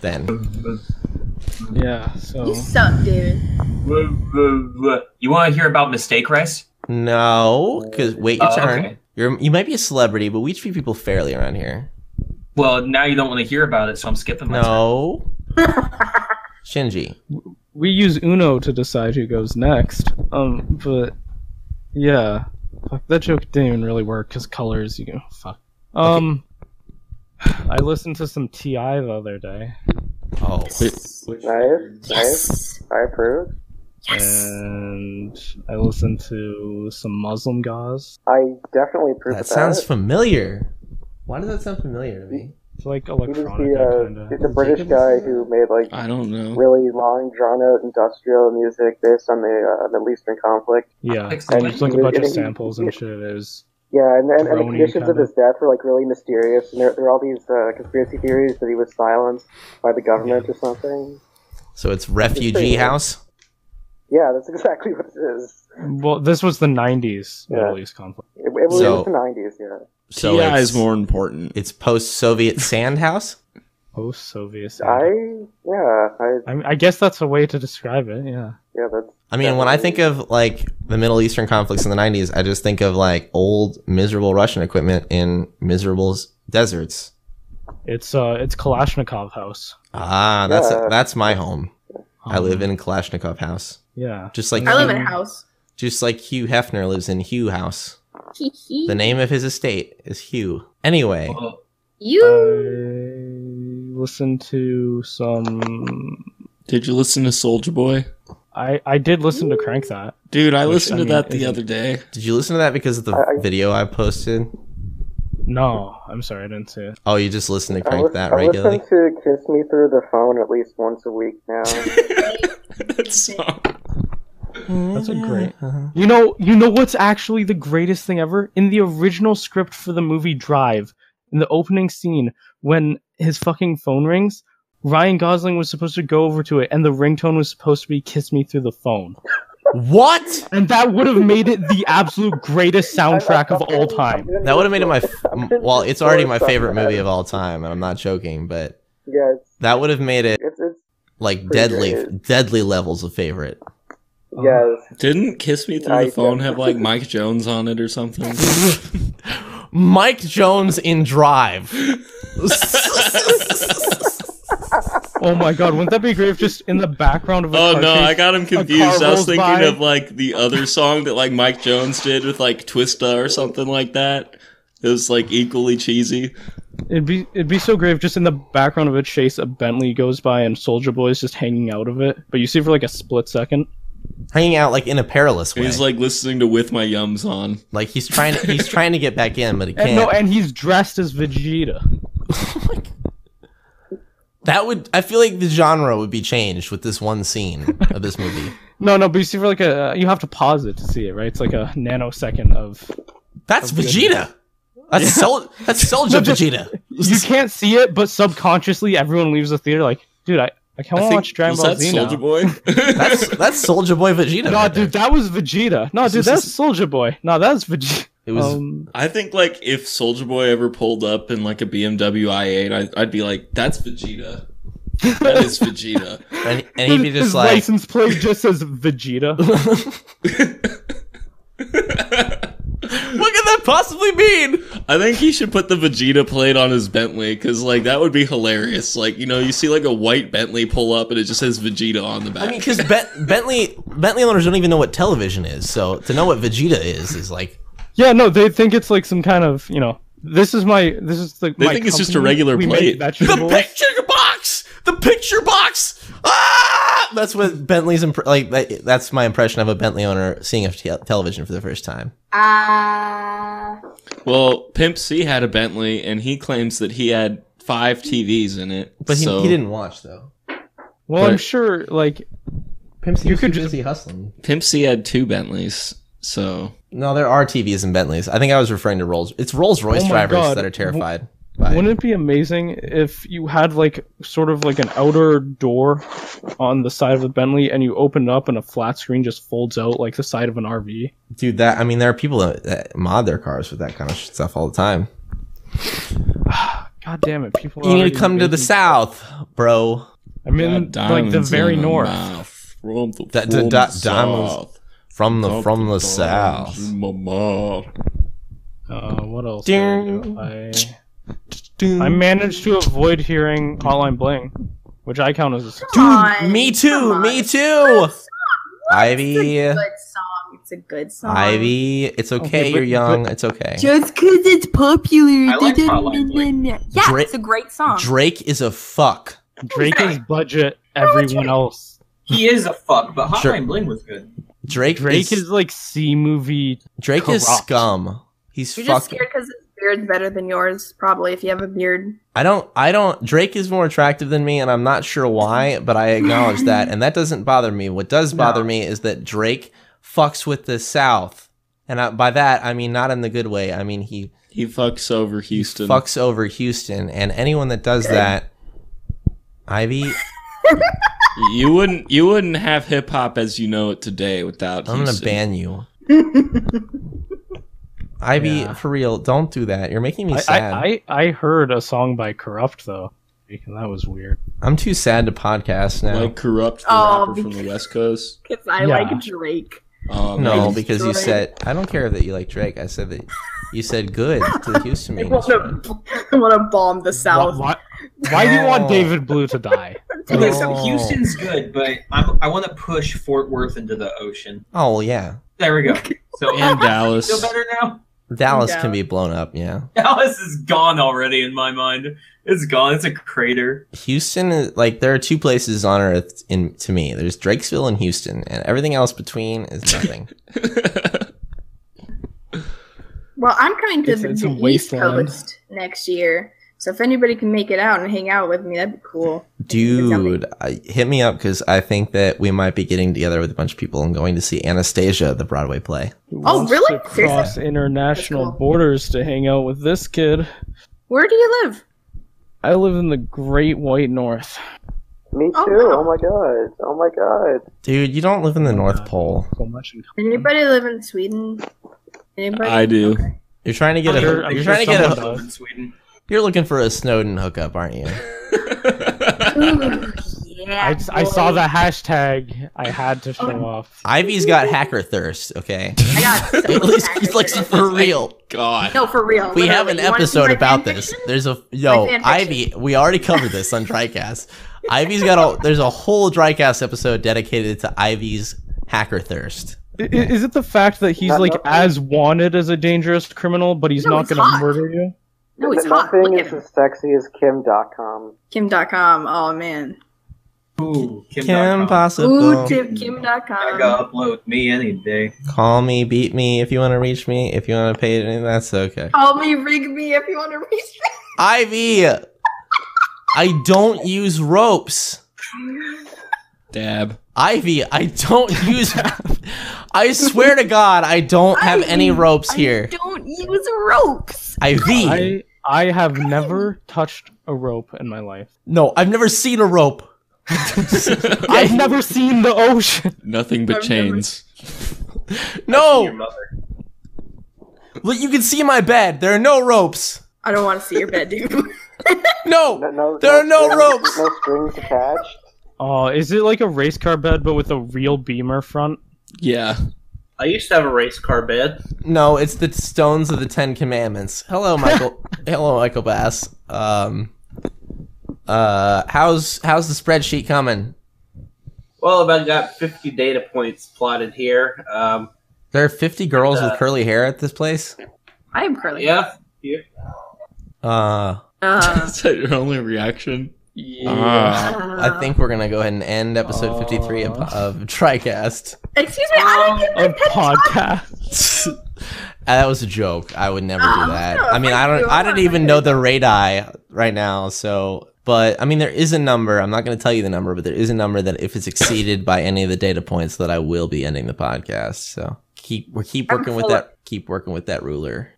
Then
yeah. So
You suck, David.
You want to hear about mistake rice?
no, because wait your
Oh,
turn.
okay.
You're you might be a celebrity, but we treat people fairly around here.
Well, now you don't want to hear about it, so I'm skipping my
No. Shinji.
we use Uno to decide who goes next. Um, but yeah, fuck, that joke didn't even really work because colors. You go fuck. Um, I listened to some Ti the other day.
Oh,
Nice, nice. I approve.
and I listened to some Muslim guys.
I definitely approve.
That
of
sounds familiar. Why does that sound familiar to me?
It's like
He was
electronic.
the, uh, he's a British guy who made like
I don't know.
really long, drawn out industrial music based on the uh, Middle Eastern conflict.
Yeah, it's
And
like a
he-
bunch of
and he-
samples and shit. It was
Yeah, and, and, and the
Groaning
conditions of
kinda.
his death were like really mysterious, and there, there are all these uh, conspiracy theories that he was silenced by the government or something.
So it's refugee house.
Yeah, that's exactly what it is.
well, this was the '90s Middle East conflict.
It, it was
So-
the '90s, yeah.
So
TI
it's-
is more important.
It's post-Soviet sand house.
Post-Soviet.
I yeah, I
I, mean, I guess that's a way to describe it. Yeah.
yeah, that's.
I mean, when I think of like the Middle Eastern conflicts in the '90s, I just think of like old miserable Russian equipment in miserable s- deserts.
It's uh, it's Kalashnikov House.
Ah, that's
Yeah.
that's my home. I live in Kalashnikov House.
Yeah.
Just like
I live in a
Hugh-
house.
Just like Hugh Hefner lives in Hugh House.
Hee hee.
The name of his estate is Hugh. Anyway,
You I listened to some.
Did you listen to Soldier Boy?
I I did listen to Crank That.
Dude, I
Which,
listened
I
to
mean,
that the
isn't-
other day.
did you listen to that because of the video I posted?
No, I'm sorry, I didn't see it.
Oh, you just listen to
I,
Crank
lis-
That
I
regularly?
listen to "Kiss Me Through the Phone" at least once a week now.
That song.
That's a great. You know, you know what's actually the greatest thing ever? In the original script for the movie Drive, in the opening scene when his fucking phone rings, Ryan Gosling was supposed to go over to it and the ringtone was supposed to be kiss me through the phone.
What?
And that would have made it the absolute greatest soundtrack of all time.
That would have made it my. f- m- Well, it's already my favorite movie of all time, and I'm not joking, but
Yeah, it's,
that would have made it
it's, it's
like
pretty
deadly, deadly levels of favorite.
Uh.
yes.
Didn't "Kiss Me Through
I-
the Phone" have like Mike Jones on it or something?
Mike Jones in Drive.
Oh my god, wouldn't that be great if just in the background of a
Oh
car
no,
chase,
I got
a
him
car
confused. I was
rolls
thinking
by?
of like the other song that like Mike Jones did with like Twista or something like that. It was like equally cheesy.
It'd be it'd be so great if just in the background of a chase a Bentley goes by and Soldier Boy's just hanging out of it, but you see for like a split second.
Hanging out like in a perilous way.
He's like listening to "With My Yums On."
Like he's trying to he's trying to get back in, but he can't.
And, no, and he's dressed as Vegeta.
that would I feel like the genre would be changed with this one scene of this movie.
No, no, but you see for like a uh, you have to pause it to see it, right? It's like a nanosecond of
That's
Of
Vegeta. That's
Yeah.
Sol- that's Soldier
No, just-
Vegeta.
you can't see it, but subconsciously everyone leaves the theater like, dude, I I can't
think-
watch Dragon
was
Ball
that
Z
Soulja
now.
Boy.
That's that's Soldier Boy Vegeta.
No,
right
dude, that was Vegeta. No, dude, that's Soldier Boy. No, that's Vegeta.
It
was-
Um,
I think like if Soldier Boy ever pulled up in like a BMW i8, I, I'd be like, "That's Vegeta. That is Vegeta."
there. and,
his,
and he'd be just
his
like
license plate just says Vegeta.
What could that possibly mean?
I think he should put the Vegeta plate on his Bentley because, like, that would be hilarious. Like, you know, you see like a white Bentley pull up and it just says Vegeta on the back.
I mean, because Bentley Bentley owners don't even know what television is, so to know what Vegeta is is like
yeah, no, they think it's like some kind of you know. This is my. This is the.
They
my
think it's just a
company.
regular
We make
plate. The
vegetables.
picture box. The picture box. Ah! That's what Bentley's imp- like. That, that's my impression of a Bentley owner seeing a te- television for the first time.
Ah.
well, Pimp C had a Bentley and he claims that he had five TVs in it.
But he,
so-
he didn't watch though.
Well, I'm
But-
sure like.
Pimp
you could just
busy hustling.
Pimp C had two Bentleys, so
No, there are TVs and Bentleys. I think I was referring to Rolls. It's Rolls Royce
Oh my
drivers
God.
that are terrified. by-
Wouldn't it be amazing if you had like sort of like an outer door on the side of the Bentley and you open it up and a flat screen just folds out like the side of an RV?
Dude, that I mean, there are people that, that mod their cars with that kind of stuff all the time.
God damn it, people! are
you need
already
to come to the
making-
south, bro.
I mean, like the very north.
From the,
Da- da- da- diamonds from the from the south.
Uh, what else? did I do? I, I managed to avoid hearing Hotline Bling, which I count as a
Dude, me too, me too. Ivy,
It's a good song. It's a good song.
Ivy, it's okay.
Okay, but-
you're young.
but-
it's okay.
Just because it's popular. doesn't mean- Yeah,
Dra-
it's a great song.
Drake is a fuck.
Drake is budget everyone else.
He is a fuck, but Hotline
Sure.
Bling was good.
Drake.
Drake is, like C movie.
Drake is
corrupt.
scum. He's
You're just
fuck.
scared because his beard's better than yours, probably, if you have a beard.
I don't. I don't. Drake is more attractive than me, and I'm not sure why, but I acknowledge that, and that doesn't bother me. What does bother me is that Drake fucks with the South, and I, by that I mean not in the good way. I mean he
he fucks over Houston.
fucks over Houston, and anyone that does that, Ivy,
you wouldn't you wouldn't have hip hop as you know it today without.
I'm gonna
Houston.
ban you. Ivy, for real, don't do that. You're making me
I,
sad. I,
I, I I heard a song by Corrupt though, and that was weird.
am too sad to podcast now.
Like corrupt the
Oh,
rapper from the West Coast.
Because I
Yeah.
like Drake.
Um,
no,
it's-
because you
Drake.
said I don't care that you like Drake. I said that you said good to the Houston
I
meeting.
want to, I want to bomb the South.
Why, why do you want
No.
David Blue to die?
Okay,
Oh.
so Houston's good, but I'm, I want to push Fort Worth into the ocean.
Oh yeah,
There we go. So
and Dallas.
feel better now.
Dallas can be blown up. Yeah,
Dallas is gone already in my mind. It's gone. It's a crater.
Houston is like there are two places on Earth in to me. There's Drakesville and Houston, and everything else between is nothing.
Well, I'm coming to
It's-
the,
it's a
the East
wasteland.
Coast next year, so if anybody can make it out and hang out with me, that'd be cool.
Dude, I, hit me up because I think that we might be getting together with a bunch of people and going to see Anastasia, the Broadway play.
Oh, really?
To cross international borders to hang out with this kid.
Where do you live?
I live in the Great White North.
Me too. Oh, my god. Oh my god.
Dude, you don't live in the North Pole.
Oh, So much.
Anybody live in Sweden? Anybody?
do. You're trying to get a.
I'm sure- I'm
you're
sure
trying to get
someone does in
a. You're looking for a Snowden hookup, aren't you?
I, just- I saw the hashtag. I had to show off.
Ivy's got hacker thirst. Okay. I
got.
At least he's like for real. God.
No, for real.
We have an
literally. You wanna see
episode
my
about this. There's a yo
fan fiction?
Ivy. We already covered this on Drycast. Ivy's got a there's a whole Drycast episode dedicated to Ivy's hacker thirst.
I- i- Is it the fact that he's like as wanted as a dangerous criminal, but he's not going to murder you?
No, he's hot.
Nothing is as sexy as Kim.com.
Kim.com. Oh, man.
Ooh, Kim.
Ooh, tip Kim.com.
upload me any day.
Call me, beat me if you want to reach me. If you want to pay it, that's okay.
Call me Rigby if you want to reach me.
Ivy, I don't use ropes. Dab. Ivy, I don't use. I swear to God, I don't have any ropes here.
Don't use ropes.
IV.
I, I have never touched a rope in my life.
No, I've never seen a rope.
I've never seen the ocean.
Nothing but chains.
No. Look, you can see my bed. There are no ropes.
I don't want to see your bed, dude.
No.
no
there are no
strings-
ropes.
No strings attached.
Oh, is it like a race car bed but with a real beamer front?
Yeah.
I used to have a race car bed.
No, it's the stones of the Ten Commandments. Hello, Michael. Hello, Michael Bass. Um, uh, how's how's the spreadsheet coming?
Well, about got 50 data points plotted here. Um,
There are fifty girls
Uh,
with curly hair at this place.
I am curly.
yeah. yeah.
Uh,
Uh,
Is that your only reaction?
I think we're gonna go ahead and end episode fifty-three of, of Tricast.
Excuse me, I don't get my
A
pet
podcast. Ah, that was a joke. I would never do that. I mean, I
thank you.
don't. I don't even know the radii right now. So, but I mean, there is a number. I'm not going to tell you the number, but there is a number that if it's exceeded by any of the data points, that I will be ending the podcast. So keep we're keep
I'm
working with
full
that. Keep working with that ruler.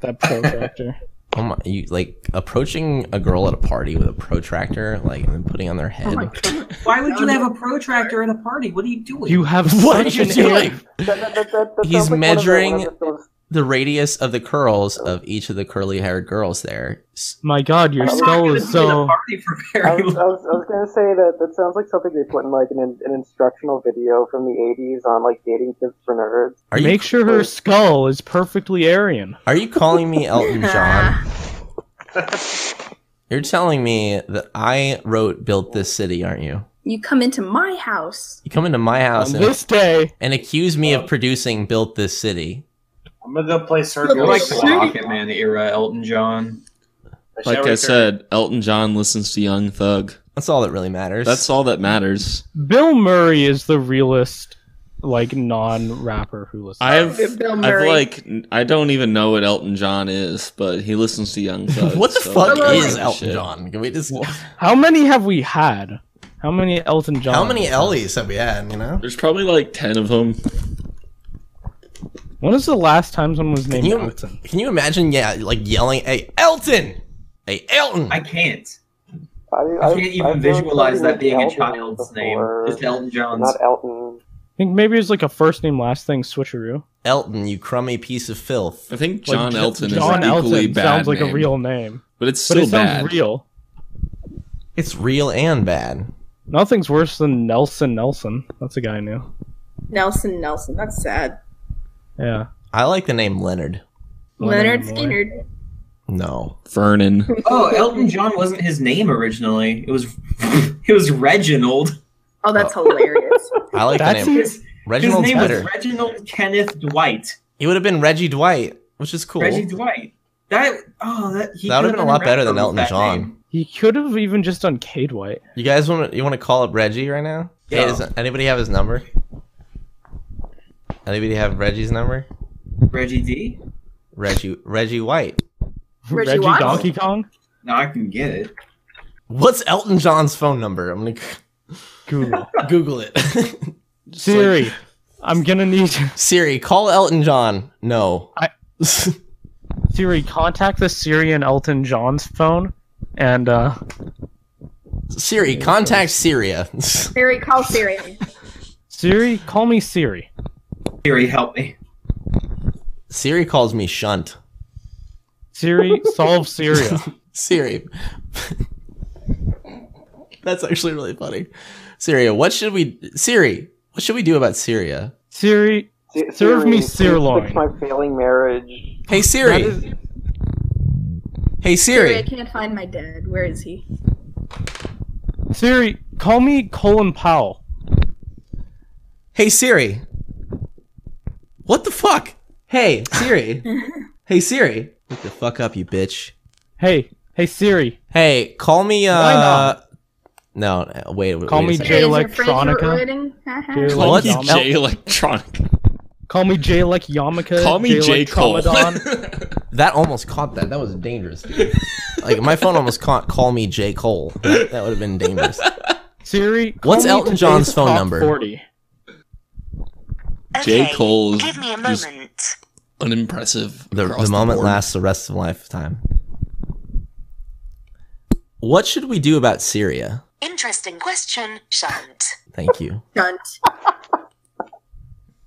That protractor.
Oh my! You like approaching a girl at a party with a protractor, like and then putting on their head.
Oh Why would you have a protractor at a party? What are you doing?
You have What such are you an doing? imp. He's
sounds like one of the-
measuring
one of
the radius of the curls of each of the curly haired girls there. S-
My God, your skull is so.
I was, I, was, I was gonna say that that sounds like something they put in like an, an instructional video from the '80s on like dating tips for nerds.
Make sure her skull is perfectly Aryan.
Are you calling me Elton John? You're telling me that I wrote Built This City, aren't you?
You come into my house.
You come into my house
On
and,
this day.
and accuse me of producing Built This City.
I'm gonna go play
You're
circles.
like the Rocket Man era, Elton John.
Like I said, Elton John listens to Young Thug.
That's all that really matters.
That's all that matters.
Bill Murray is the realest, like non rapper who listens.
I've,
Bill
I've
Murray.
like, n- I don't even know what Elton John is, but he listens to Young Thug.
What the
so
fuck
I don't
is
give a
Elton
shit.
John? Can we just
How many have we had? How many Elton John?
How many Ellie's have we had, you know?
There's probably like 10 of them.
When is the last time someone was named
you-
Elton?
Can you imagine, yeah, like yelling, hey, Elton! Hey, Elton!
I can't.
I,
I can't even visualize that being a child's name. Just Elton John's.
Not Elton.
I think maybe it's like a first name last thing switcheroo.
Elton, you crummy piece of filth.
I think
Like,
John
J-
Elton is
John
an equally
Elton
bad
sounds like
name.
a real name,
But it's
but it
still
sounds
bad.
real.
It's real and bad.
Nothing's worse than Nelson Nelson. That's a guy I knew.
Nelson, Nelson. That's sad.
Yeah.
I like the name Leonard.
Leonard Skinner.
No.
Vernon.
Oh, Elton John wasn't his name originally. It was it was Reginald.
Oh, that's hilarious.
I like
That's
the name.
his-
Reginald's
his name
better.
was Reginald Kenneth Dwight.
He would have been Reggie Dwight, which is cool.
Reggie Dwight. That oh that he
that would
could've
have been a lot better than
rapper with
Elton
that
John.
name.
He could have even just done Cade White.
You guys want to you want to call up Reggie right now? Yeah.
Yeah.
does anybody have his number? Anybody have Reggie's number?
Reggie D.
Reggie Reggie White.
Reggie Reggie Watts? Donkey Kong.
No, I can get it.
What's Elton John's phone number? I'm gonna Google Google it.
Siri, I'm gonna need
Siri. Call Elton John. No,
I, Siri, contact the Syrian Elton John's phone, and uh,
Siri, contact Syria.
Siri, call Siri.
Siri, call me Siri.
Siri, help me.
Siri calls me shunt.
Siri, solve Syria.
Siri. That's actually really funny. Syria, what should we Siri, what should we do about Syria?
Siri, serve me
Fix
sirloin.
my failing marriage.
Hey Siri. hey
I
Siri.
can't find my dad. Where is he?
Siri, call me Colin Powell.
Hey Siri. What the fuck? Hey Siri. hey Siri. What the fuck up, you bitch.
Hey, hey Siri.
Hey, call me uh
Why not?
No, uh, wait. wait
Call
wait a
me
second.
Jay
Is your fridge
Electronica.
ruining? Haha.
Jay
Call
like
me
Yamaka.
Jay
Electronica.
Call me Jay like Yamaka.
Call me J.
like
Cole.
Commodon.
That almost caught that. That was dangerous, dude. like my phone almost caught call me J. Cole. That, that would have been dangerous.
Siri, call
What's
me
Elton
today's
John's phone
top
number?
40.
J. Cole is
Give me a
just
moment.
unimpressive.
The,
across
the moment
board.
lasts the rest of a lifetime. What should we do about Syria?
Interesting question, Shunt.
Thank you.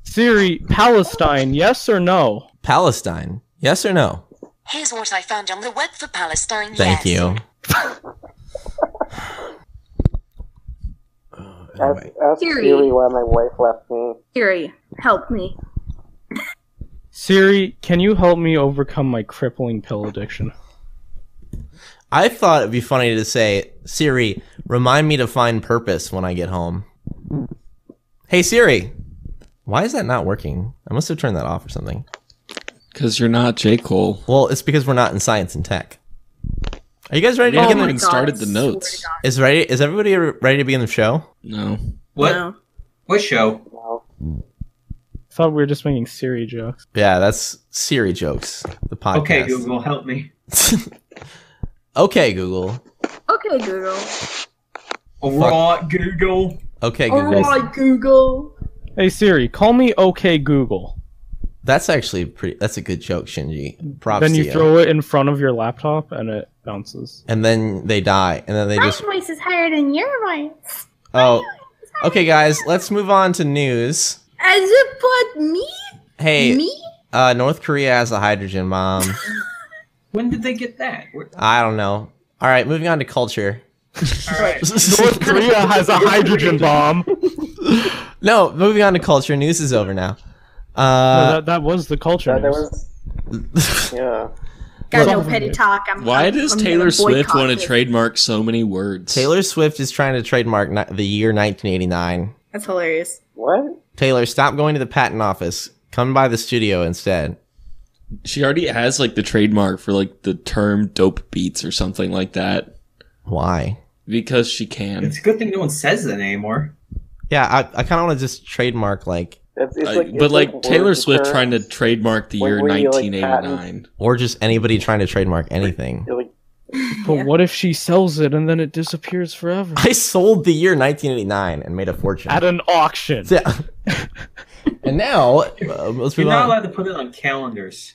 Siri, Palestine, yes or no?
Palestine, yes or no?
Here's what I found on the web for Palestine.
Thank you.
Ask, ask
Siri.
Siri why my wife left me.
Siri, help me.
Siri, can you help me overcome my crippling pill addiction?
I thought it'd be funny to say, Siri, remind me to find purpose when I get home. Hey Siri, why is that not working? I must have turned that off or something.
Because you're not J. Cole.
Well, it's because we're not in science and tech. Are you guys ready
We
to
haven't
begin
even started the notes.
Is ready? Is everybody re- ready to begin the show?
No.
What? What show?
thought we were just making Siri jokes.
Yeah, that's Siri jokes. The podcast.
Okay, Google, help me.
Okay, Google.
Okay, Google.
Alright, Google.
Okay, Google.
Google.
Hey Siri, call me OK Google.
That's actually pretty. That's a good joke, Shinji. Props
then
to
you throw it in front of your laptop and it bounces.
and then they die, and then they
My
just.
voice is higher than your voice.
Oh, okay, guys. Let's move on to news.
As it put me?
Hey,
Me?
Uh, North Korea has a hydrogen bomb.
When did they get that? Where-
I don't know. All right, moving on to culture.
North Korea has a hydrogen bomb.
No, moving on to culture. News is over now.
No,
Uh,
that, that was the culture.
That- that
news.
Yeah.
Got no petty talk. I'm,
Why
I'm-
does
I'm
Taylor
gonna
Swift
boycott
want to
this.
trademark so many words?
Taylor Swift is trying to trademark ni- the year 1989.
That's hilarious.
What?
Taylor, stop going to the patent office. Come by the studio instead.
She already has like the trademark for like the term dope beats or something like that
Why?
because she can.
It's a good thing no one says that anymore.
Yeah, I, I kind of want to just trademark like,
It's, it's
Uh,
like,
but
it's
like Taylor
words
Swift
terms.
trying to trademark the
When
year
were you, like,
1989.
or just anybody trying to trademark anything.
You're like,
But what if she sells it and then it disappears forever?
I sold the year 1989 and made a fortune.
At an auction.
Yeah. and now, uh, let's
You're
move
not
on.
allowed to put it on calendars.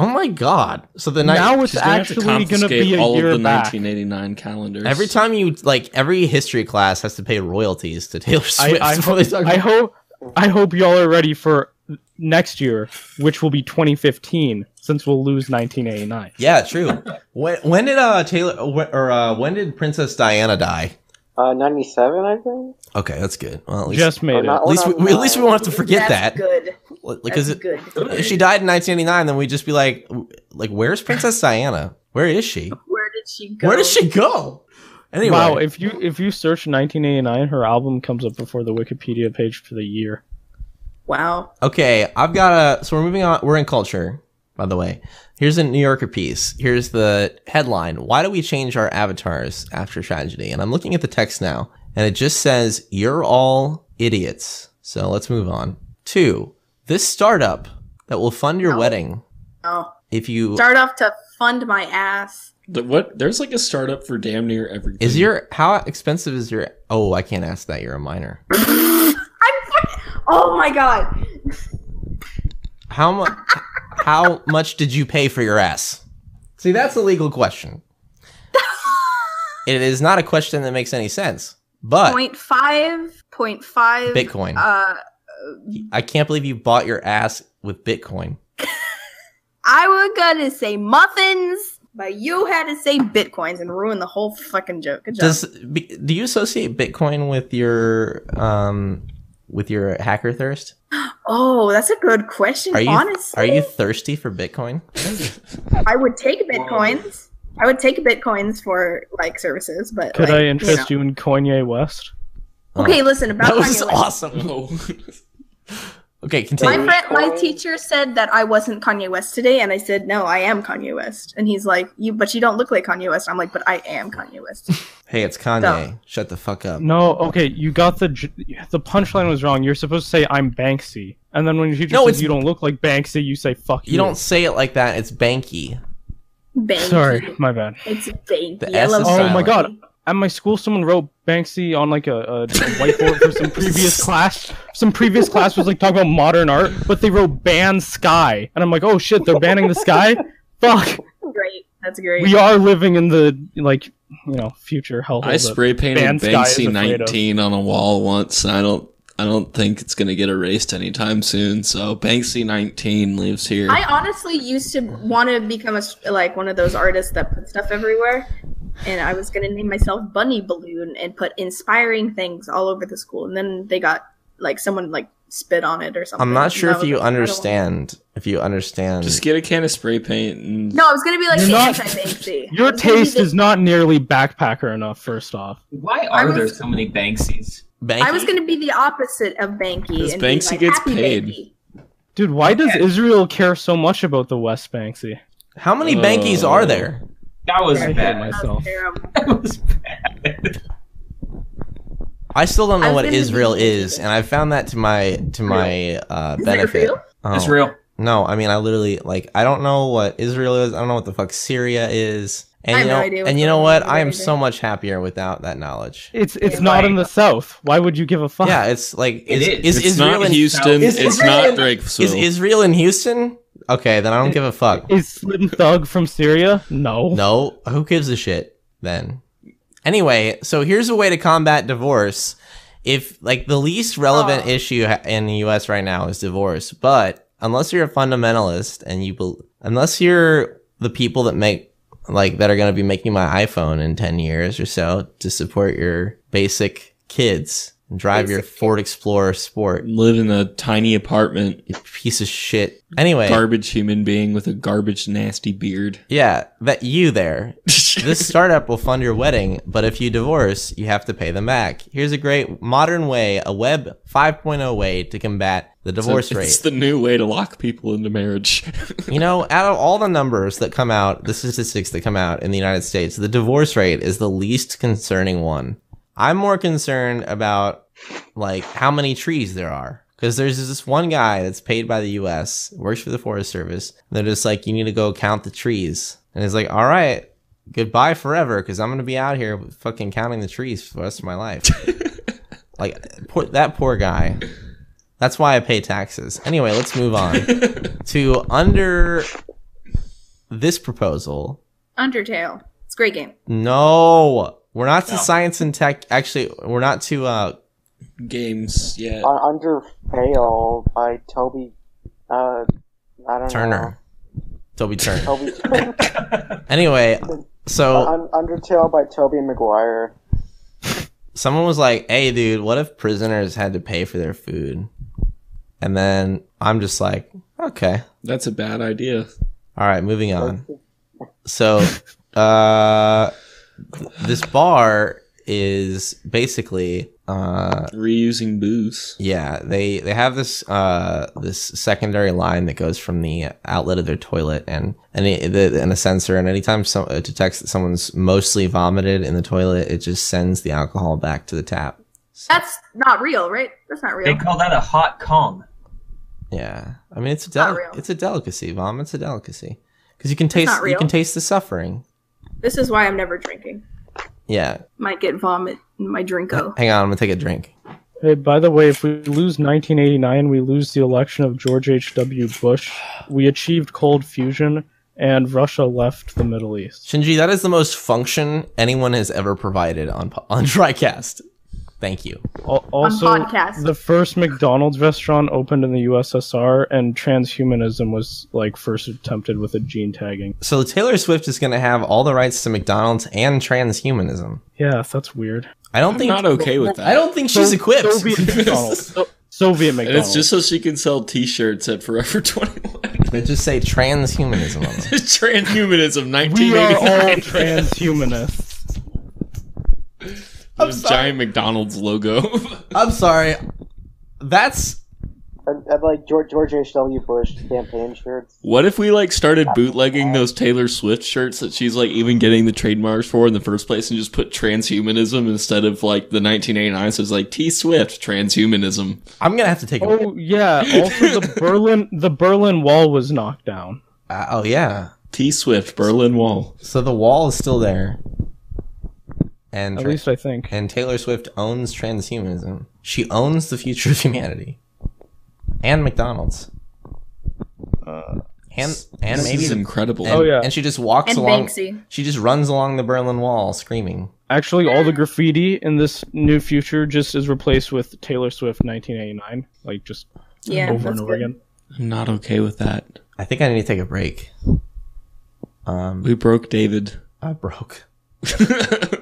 Oh my god! So the night
now it's
She's gonna have to
actually going to be
confiscate
a
all of
year
the
back.
1989 calendars.
every time you like every history class has to pay royalties to Taylor
I,
Swift.
I,
before they
hope,
talk
I
about-
hope I hope y'all are ready for next year, which will be 2015, since we'll lose 1989.
Yeah, true. when when did uh Taylor wh- or uh, when did Princess Diana die?
uh, 97, I think?
Okay, that's good. Well, at least,
Just made it.
not-
at least we, we- at least we won't have to forget
That's
that.
good.
Like,
That's
'cause it-
good.
if she died in 1989, then we'd just be like, w- like, where's Princess Diana? Where is she?
Where did she go?
Where did she go? Anyway,
Wow, if you if you search 1989, her album comes up before the Wikipedia page for the year.
Wow.
Okay, I've got a. So we're moving on. We're in culture, by the way. Here's a New Yorker piece. Here's the headline Why do we change our avatars after tragedy? And I'm looking at the text now, and it just says, You're all idiots. So let's move on. Two, this startup that will fund your wedding
Oh.
if you.
Start off to fund my ass.
The, what? There's like a startup for damn near everything.
Is your how expensive is your? Oh, I can't ask that. You're a minor.
Oh my god.
How much? how much did you pay for your ass? See, that's a legal question. it is not a question that makes any sense. But
Point five, point five.
Bitcoin.
Uh,
I can't believe you bought your ass with Bitcoin.
I was gonna say muffins, but you had to say bitcoins and ruin the whole fucking joke. Good job.
Does be- do you associate Bitcoin with your um with your hacker thirst?
oh, that's a good question.
Are you
honestly,
are you thirsty for Bitcoin?
I would take bitcoins. I would take bitcoins for like services, but
Could
like,
I interest
know.
you in Kanye West?
Okay, listen about Kanye West.
awesome. okay,
My
continue.
friend, my teacher said that I wasn't Kanye West today, and I said no, I am Kanye West. And he's like, "You, but you don't look like Kanye West." I'm like, "But I am Kanye West."
hey, it's Kanye.
No.
Shut the fuck up.
No, okay, you got the j- the punchline was wrong. You're supposed to say I'm Banksy, and then when your teacher
No,
says
it's-
you don't look like Banksy, you say fuck you.
You don't say it like that. It's Banky.
Banky.
Sorry, my bad.
It's banky.
The
I
S
love
is
oh
silent.
my god! At my school, someone wrote Banksy on like a, a whiteboard for some previous class. Some previous class was like talking about modern art, but they wrote ban sky, and I'm like, oh shit, they're banning the sky. Fuck,
Great. That's great.
we are living in the like you know future hell.
I spray painted Banksy 19 on a wall once, and I don't. I don't think it's gonna get erased anytime soon. So Banksy 19 lives here.
I honestly used to want to become a s like one of those artists that put stuff everywhere, and I was gonna name myself Bunny Balloon and put inspiring things all over the school, and then they got like someone like spit on it or something.
I'm not sure
And I
if
was
you
like, I don't-
understand. If you understand,
Just get a can of spray paint and
No, I was gonna be like
You're
the
not-
anti-Banksy. I
Your
was gonna be
taste
the-
is not nearly backpacker enough. First off,
Why
I
are
was-
there so many Banksies?
I was gonna be the opposite of Banky.
Because
and be
Banksy
like,
gets
"Happy
paid."
Banky."
dude, why does Israel care so much about the West Banksy?
How many Bankies are there?
That was
I hate
bad.
myself.
I still don't know
I've
what
been to
Israel is, and I found that to my to my uh,
Is it
benefit.
real? It's real.
No, I mean I literally like I don't know what Israel is. I don't know what the fuck Syria is. And
I have
you
no
know,
idea
and
what's
you know
going
what?
on
I am
either.
so much happier without that knowledge.
It's it's not in the South. Why would you give a fuck?
Yeah, it's like
It is.
is, is
It's
Israel
not
in
Houston,
Is
it's
Israel
not
in-
Drakesville.
Is Israel in Houston? Okay, then I don't give a fuck.
Is Slim Thug from Syria? No.
No. Who gives a shit then? Anyway, so here's a way to combat divorce. If like the least relevant
Ah.
issue ha- in the U.S. right now is divorce, but unless you're a fundamentalist and you bel unless you're the people that make like that are going to be making my iPhone in ten years or so to support your basic kids and drive your Ford Explorer Sport,
live in a tiny apartment,
piece of shit. Anyway,
garbage human being with a garbage nasty beard.
Yeah, that you there. this startup will fund your wedding, but if you divorce, you have to pay them back. Here's a great modern way, a web 5.0 way to combat the divorce
it's a-
rate.
It's the new way to lock people into marriage.
you know, out of all the numbers that come out, the statistics that come out in the United States, the divorce rate is the least concerning one. I'm more concerned about like how many trees there are. Because there's this one guy that's paid by the US, works for the Forest Service, and they're just like, you need to go count the trees. And he's like, all right, goodbye forever, because I'm going to be out here fucking counting the trees for the rest of my life. like, poor, that poor guy. That's why I pay taxes. Anyway, let's move on to under this proposal.
Undertale. It's a great game.
No, we're not to
No.
science and tech. Actually, we're not to uh,
games yet.
Uh, Under Fail by Toby. Uh, I don't
Turner, Toby
know.
Turner.
Toby Turner.
anyway, so
Uh, Un- Undertale by Toby Maguire.
someone was like, "Hey, dude, what if prisoners had to pay for their food?" And then I'm just like, "Okay,
That's a bad idea.
All right, moving on. So, uh, th- this bar is basically uh,
reusing booze.
Yeah, they they have this uh, this secondary line that goes from the outlet of their toilet and and, it, the, and a sensor. And anytime some it detects that someone's mostly vomited in the toilet, it just sends the alcohol back to the tap.
That's not real, right? That's not real.
They call that a hot Kong.
Yeah, I mean it's a
Not
del-
real.
it's a delicacy. Vomit's a delicacy because you can
It's not
taste you
real.
can taste the suffering.
This is why I'm never drinking.
Yeah.
Might get vomit in my drinko.
Hang on, I'm gonna take a drink.
Hey, by the way, if we lose 1989, we lose the election of George H.W. Bush. We achieved cold fusion, and Russia left the Middle East.
Shinji, that is the most function anyone has ever provided on po- on Drycast. Thank you.
Al- Also,
podcast.
the first McDonald's restaurant opened in the USSR, and transhumanism was like first attempted with a gene tagging.
So Taylor Swift is gonna have all the rights to McDonald's and transhumanism.
Yeah, that's weird.
I don't think I don't think she's equipped.
Soviet McDonald's. So- Soviet
And it's
McDonald's.
just so she can sell T-shirts at Forever Twenty One.
They just say transhumanism on them.
Transhumanism,
we are all
1989.
transhumanists.
This giant McDonald's logo.
I'm sorry. That's
And, and like George George H W Bush campaign shirts.
What if we like started bootlegging those Taylor Swift shirts that she's like even getting the trademarks for in the first place and just put transhumanism instead of like the 1989 so it's like T Swift transhumanism.
I'm gonna have to take
Oh yeah. Also, the Berlin the Berlin Wall was knocked down.
Uh, oh yeah.
T Swift Berlin Wall.
So the wall is still there. And
At least I think.
And Taylor Swift owns transhumanism. She owns the future of humanity. And McDonald's.
Uh,
and and
this
maybe
is
the-
incredible.
and-
Oh, yeah.
And she just walks
And
along.
Banksy.
She just runs along the Berlin Wall screaming.
Actually, all the graffiti in this new future just is replaced with Taylor Swift 1989, like just
Yeah,
over and
that's
over
good.
again.
I'm not okay with that.
I think I need to take a break. Um,
we broke David.
I broke.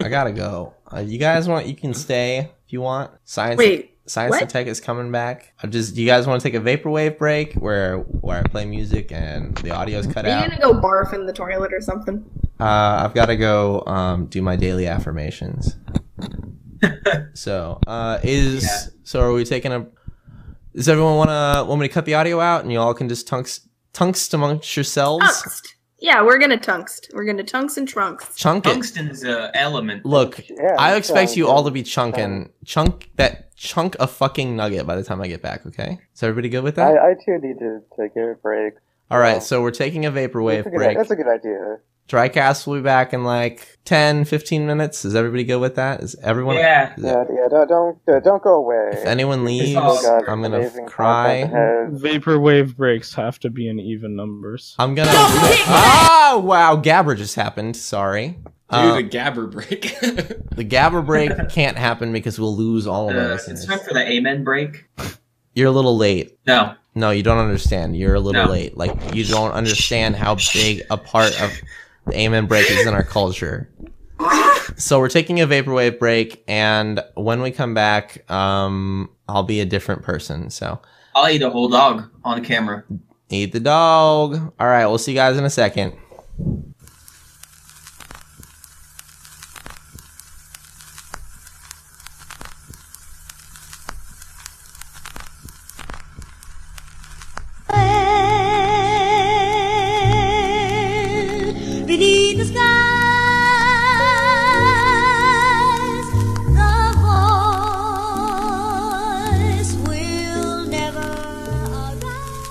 I gotta go. Uh, you guys want? You can stay if you want. Science.
Wait,
Science and
what?
Tech is coming back. I'm just. You guys want to take a vaporwave break where where I play music and the audio's cut
Are you
out?
gonna go barf in the toilet or something?
Uh, I've got to go um, do my daily affirmations. so uh, is so are we taking a? Does everyone want to want me to cut the audio out and you all can just tunks tungst amongst yourselves?
Tungst. Yeah, we're gonna tungst. We're gonna tunks and trunks.
Chunk it.
Tungsten's uh, element.
Look, I expect
sounds
you all to be chunking chunk that chunk a fucking nugget by the time I get back. Okay, is everybody good with that?
I, I too need to take a break.
all right, so we're taking a
That's
vaporwave
a good,
break.
That's a good idea.
Drycast will be back in like 10, 15 minutes. Is everybody good with that? Is everyone?
Yeah.
is-
Yeah, yeah. Don't don't, uh, don't go away.
If anyone leaves,
all got
I'm gonna
Oh, amazing
cry.
content ahead.
Vaporwave breaks have to be in even numbers.
I'm gonna. Oh wow, Gabber just happened. Sorry.
Dude,
Uh,
a Gabber break.
the Gabber break can't happen because we'll lose all of our
Uh, it's
listeners.
time for the amen break.
You're a little late.
No.
No, you don't understand. You're a little
No.
late. Like you don't understand how big a part of the amen break is in our culture. So we're taking a vaporwave break, and when we come back, um, I'll be a different person. So
I'll eat a whole dog on camera.
eat the dog. All right, we'll see you guys in a second.
beneath the skies, the voice will never arrive.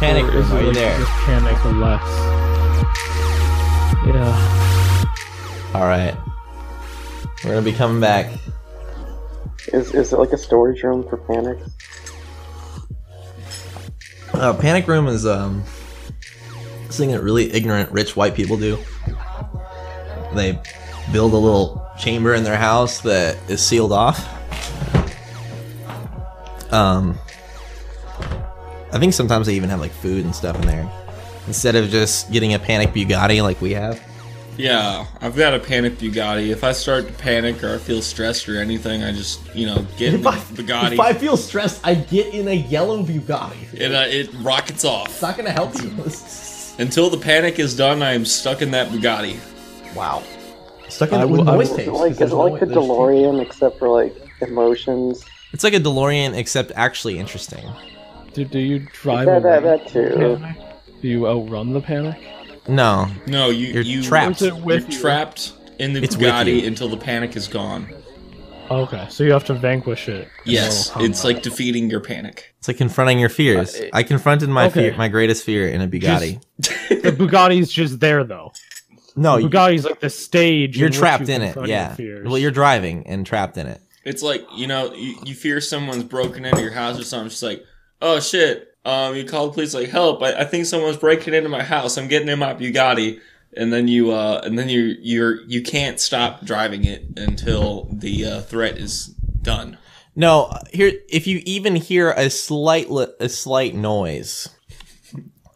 Panic
Or
room,
is it
are you
like
there?
Just panic or less. Yeah.
All right. We're gonna be coming back.
Is is it like a storage room for panic?
Uh, panic room is um this thing that really ignorant rich white people do. They build a little chamber in their house that is sealed off. Um, I think sometimes they even have like food and stuff in there instead of just getting a panic Bugatti like we have.
Yeah, I've got a panic Bugatti. If I start to panic or I feel stressed or anything, I just, you know, get in the Bugatti
feel stressed, I get in a yellow Bugatti.
and uh, it rockets off.
It's not gonna help you.
Until the panic is done, I am stuck in that Bugatti.
Wow. Stuck
in
in
the
it with noise tapes.
Like, is it like the DeLorean except for like emotions?
It's like a DeLorean except actually interesting.
Do, do you drive
That- that-
away
that
from the
too.
panic? Do you outrun the panic?
No.
No, you
You're
you
trapped.
You're
with you?
trapped in the
It's with
Bugatti
you.
until the panic is gone.
Okay, so you have to vanquish it.
Yes,
Oh,
it's like defeating your panic.
It's like confronting your fears.
Uh, it-
I confronted my
Okay.
fear, my greatest fear, in a Bugatti.
the Bugatti's just there though.
No,
the
you-
Bugatti's like the stage.
You're
in which you
trapped in it.
confront your
Yeah.
fears.
Well, you're driving and trapped in it.
It's like you know, you, you fear someone's broken into your house or something. It's just like, oh shit. Um, you call the police like, help! I, I think someone's breaking into my house. I'm getting in my Bugatti, and then you, uh, and then you, you're, you can't stop driving it until the uh, threat is done.
No, here if you even hear a slight li- a slight noise,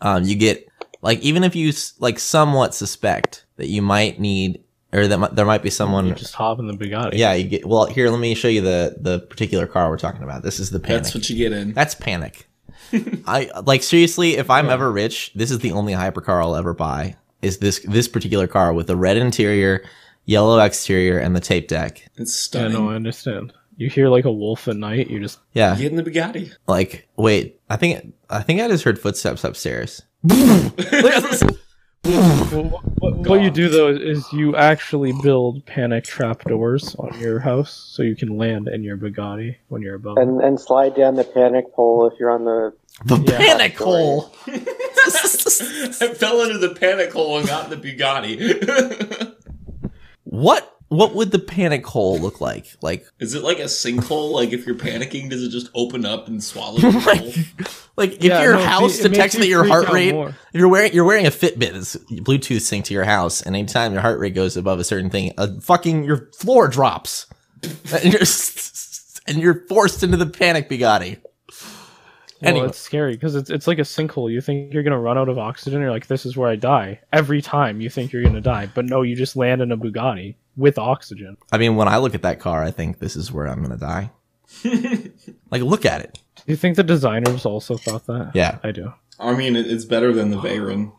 um, you get like even if you s- like somewhat suspect that you might need or that mi- there might be someone
just hop in the Bugatti.
Yeah, you get well. Here, let me show you the the particular car we're talking about. This is the panic.
That's what you get in.
That's panic. I like seriously. If I'm ever rich, this is the only hypercar I'll ever buy. Is this this particular car with the red interior, yellow exterior, and the tape deck?
It's
I
stunning.
know. I understand. You hear like a wolf at night. You just
Yeah.
Get in the Bugatti.
Like, wait, I think I think I just heard footsteps upstairs.
Well, what, what you do though is you actually build panic trapdoors on your house so you can land in your Bugatti when you're above.
And and slide down the panic hole if you're on the
the
panic
hole.
I fell into the panic hole and got in the Bugatti.
What what would the panic hole look like? Like
is it like a sinkhole? Like if you're panicking, does it just open up and swallow you whole?
Like if
Yeah,
your
no, it
house
fe- it makes
detects
you
that your
freak
heart
out
rate,
more.
if you're wearing you're wearing a Fitbit, it's Bluetooth synced to your house, and anytime your heart rate goes above a certain thing, a fucking your floor drops, and you're and you're forced into the panic bugatti.
Well,
Anyway.
it's scary because it's it's like a sinkhole. You think you're gonna run out of oxygen. You're like, this is where I die. Every time you think you're gonna die, but no, you just land in a Bugatti with oxygen.
I mean, when I look at that car, I think this is where I'm gonna die. like, look at it.
Do you think the designers also thought that?
Yeah.
I do.
I mean, it- it's better than the Veyron.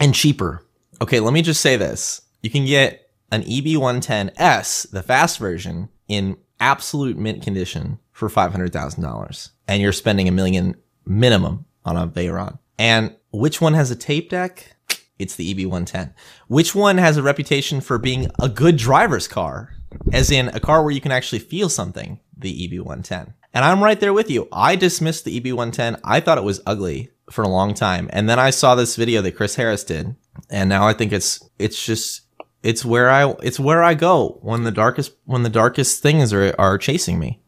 and cheaper. Okay, let me just say this. You can get an E EB110S, the fast version, in absolute mint condition for $500,000. And you're spending a million minimum on a Veyron. And which one has a tape deck? It's the E EB110. Which one has a reputation for being a good driver's car? As in a car where you can actually feel something, the E EB110. And I'm right there with you. I dismissed the E EB110. I thought it was ugly for a long time. And then I saw this video that Chris Harris did, and now I think it's it's just it's where I it's where I go when the darkest when the darkest things are are chasing me.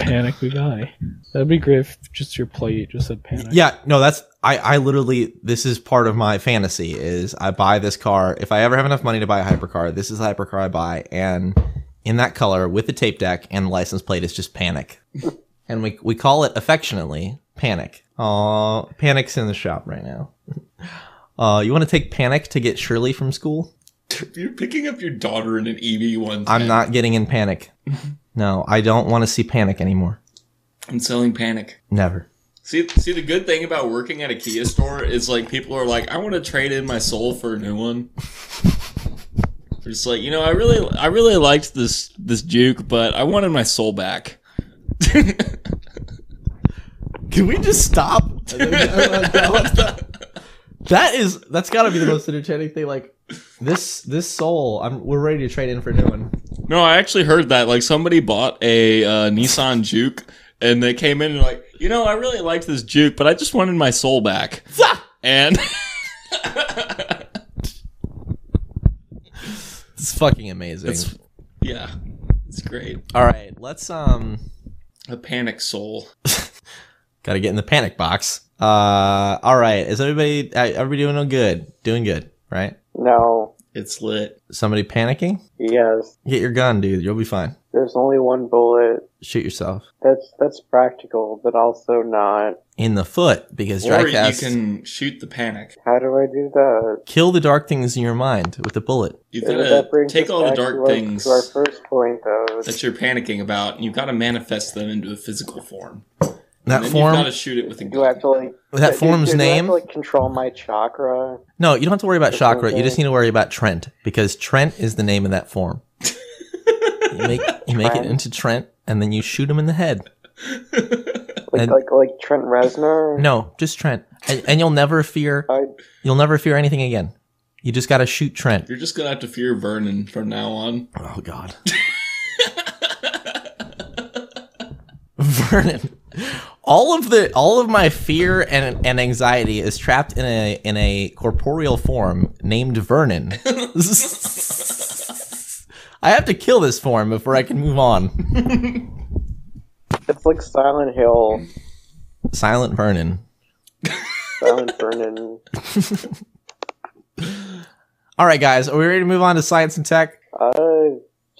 Panic Bugatti. That'd be great. if Just your plate just said panic.
Yeah, no, that's I I literally this is part of my fantasy is I buy this car if I ever have enough money to buy a hypercar. This is the hypercar I buy, and in that color with the tape deck and the license plate is just Panic, and we we call it affectionately Panic. Aw, Panic's in the shop right now. Uh, you want to take Panic to get Shirley from school?
You're picking up your daughter in an EV one.
I'm not getting in panic. No, I don't want to see panic anymore.
I'm selling panic.
Never.
See, see, the good thing about working at a Kia store is like people are like, I want to trade in my soul for a new one. They're just like, you know, I really, I really liked this this Juke, but I wanted my soul back.
Can we just stop? that is that's got to be the most entertaining thing. Like this this soul, I'm we're ready to trade in for a new one.
No, I actually heard that. Like somebody bought a uh, Nissan Juke, and they came in and like, you know, I really liked this Juke, but I just wanted my soul back. and
It's fucking amazing.
It's- yeah, it's great.
All right, let's um
A panic soul.
got to get in the panic box. Uh, all right, is everybody uh, everybody doing good? Doing good, right?
No.
It's lit.
Somebody panicking?
Yes.
Get your gun, dude. You'll be fine.
There's only one bullet.
Shoot yourself
That's that's practical, but also not.
in the foot because
Or
Drycast
you can shoot the panic.
How do I do that?
kill the dark things in your mind with a bullet.
You've
And
got
that
to
brings
take
us
all the
back to
dark
our-
things
To our first point, though,
that you're panicking about, and you've got to manifest them into a physical form. and
That
then
form-
You've got to shoot it with a
do I have to like
That
do-
form's
do, do I have
name?
to, like control my chakra.
No, you don't have to worry about
That's
chakra. You
okay.
just need to worry about Trent because Trent is the name of that form. you make you make it
Trent.
into Trent, and then you shoot him in the head.
Like
And-
like like Trent Reznor.
No, just Trent, and, and you'll never fear. You'll never fear anything again. You just got to shoot Trent.
You're just gonna have to fear Vernon from now on.
Oh God. Vernon. All of the all of my fear and, and anxiety is trapped in a in a corporeal form named Vernon. I have to kill this form before I can move on.
It's like Silent Hill,
Silent Vernon.
Silent Vernon.
All right, guys, are we ready to move on to science and tech?
Uh,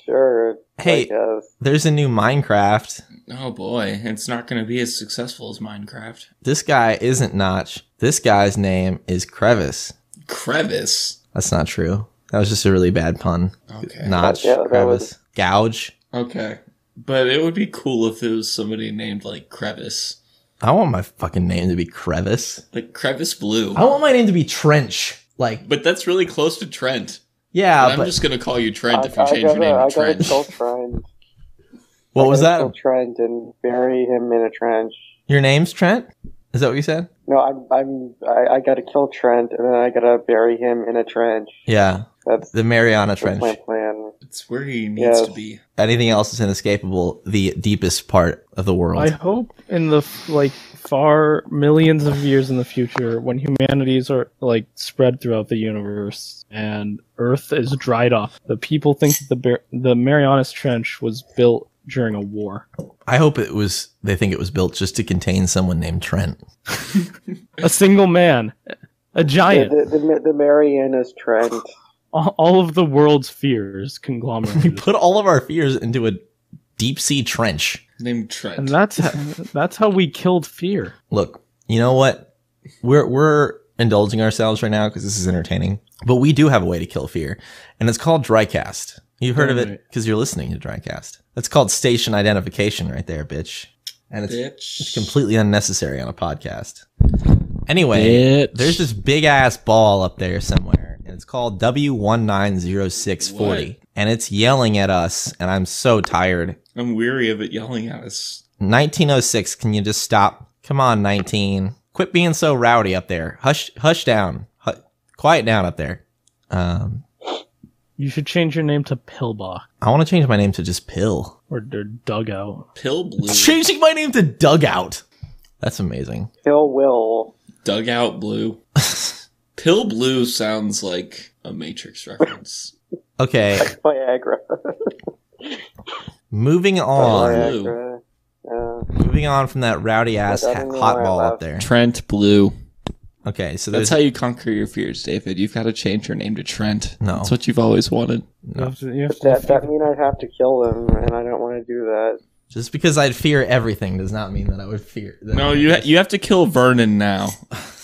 sure.
Hey.
I guess.
There's a new Minecraft.
Oh boy, it's not gonna be as successful as Minecraft.
This guy isn't Notch. This guy's name is Crevice.
Crevice.
That's not true. That was just a really bad pun.
Okay.
Notch,
Yeah, that
Crevice,
was-
Gouge.
Okay, but it would be cool if it was somebody named like Crevice,
I want my fucking name to be Crevice.
like Crevice Blue.
I want my name to be Trench. Like,
But that's really close to Trent.
yeah,
And I'm
but
just gonna call you Trent if
I,
you
I
change
gotta,
your name
I gotta
to Trent.
kill Trent.
what
I
was that?
kill Trent and bury him in a trench.
Your name's Trent? Is that what you said?
No, I'm I'm I, I gotta kill Trent and then I gotta bury him in a trench.
Yeah.
That's
The Mariana
That's
Trench.
my plan.
It's where he needs to
Yes.
be.
Anything else is inescapable. The deepest part of the world.
I hope in the f- like far millions of years in the future, when humanities are like spread throughout the universe and Earth is dried up, the people think that the Bar- the Marianas Trench was built during a war.
I hope it was. They think it was built just to contain someone named Trent.
A single man, a giant,
The, the, the, the Marianas Trent.
all all of the world's fears
We
conglomerated,
put all of our fears into a deep sea trench.
Named Trent.
and that's ho- that's how we killed fear.
Look, you know what? We're we're indulging ourselves right now because this is entertaining. But we do have a way to kill fear, and it's called drycast. You've heard of
Right.
it because you're listening to drycast. That's called station identification, right there, bitch. And it's
Bitch.
it's completely unnecessary on a podcast. Anyway,
Bitch.
there's this big ass ball up there somewhere, and it's called W190640,
What?
and it's yelling at us, and I'm so tired.
I'm weary of it yelling at us.
1906, can you just stop? Come on, 19. Quit being so rowdy up there. Hush, hush down. Hu- quiet down up there. Um,
You should change your name to Pillbox
I want to change my name to just Pill.
or, or Dugout.
Pill Blue.
Changing my name to Dugout. That's amazing.
Kill Will.
Dugout Blue. Pill Blue sounds like a Matrix reference.
Okay,
Viagra.
moving on.
Viagra. Yeah.
Moving on from that rowdy ass
I
ha-
don't know
hot
why I
ball up
laughed.
there.
Trent Blue.
Okay, so
That's
there's
how you conquer your fears, David. You've got to change your name to Trent.
No.
That's what you've always wanted.
You have to- you have
But
to
that that mean I'd have to kill him, and I don't want to do that.
just because I'd fear everything does not mean that I would fear. That
No, you ha- you have to kill Vernon now.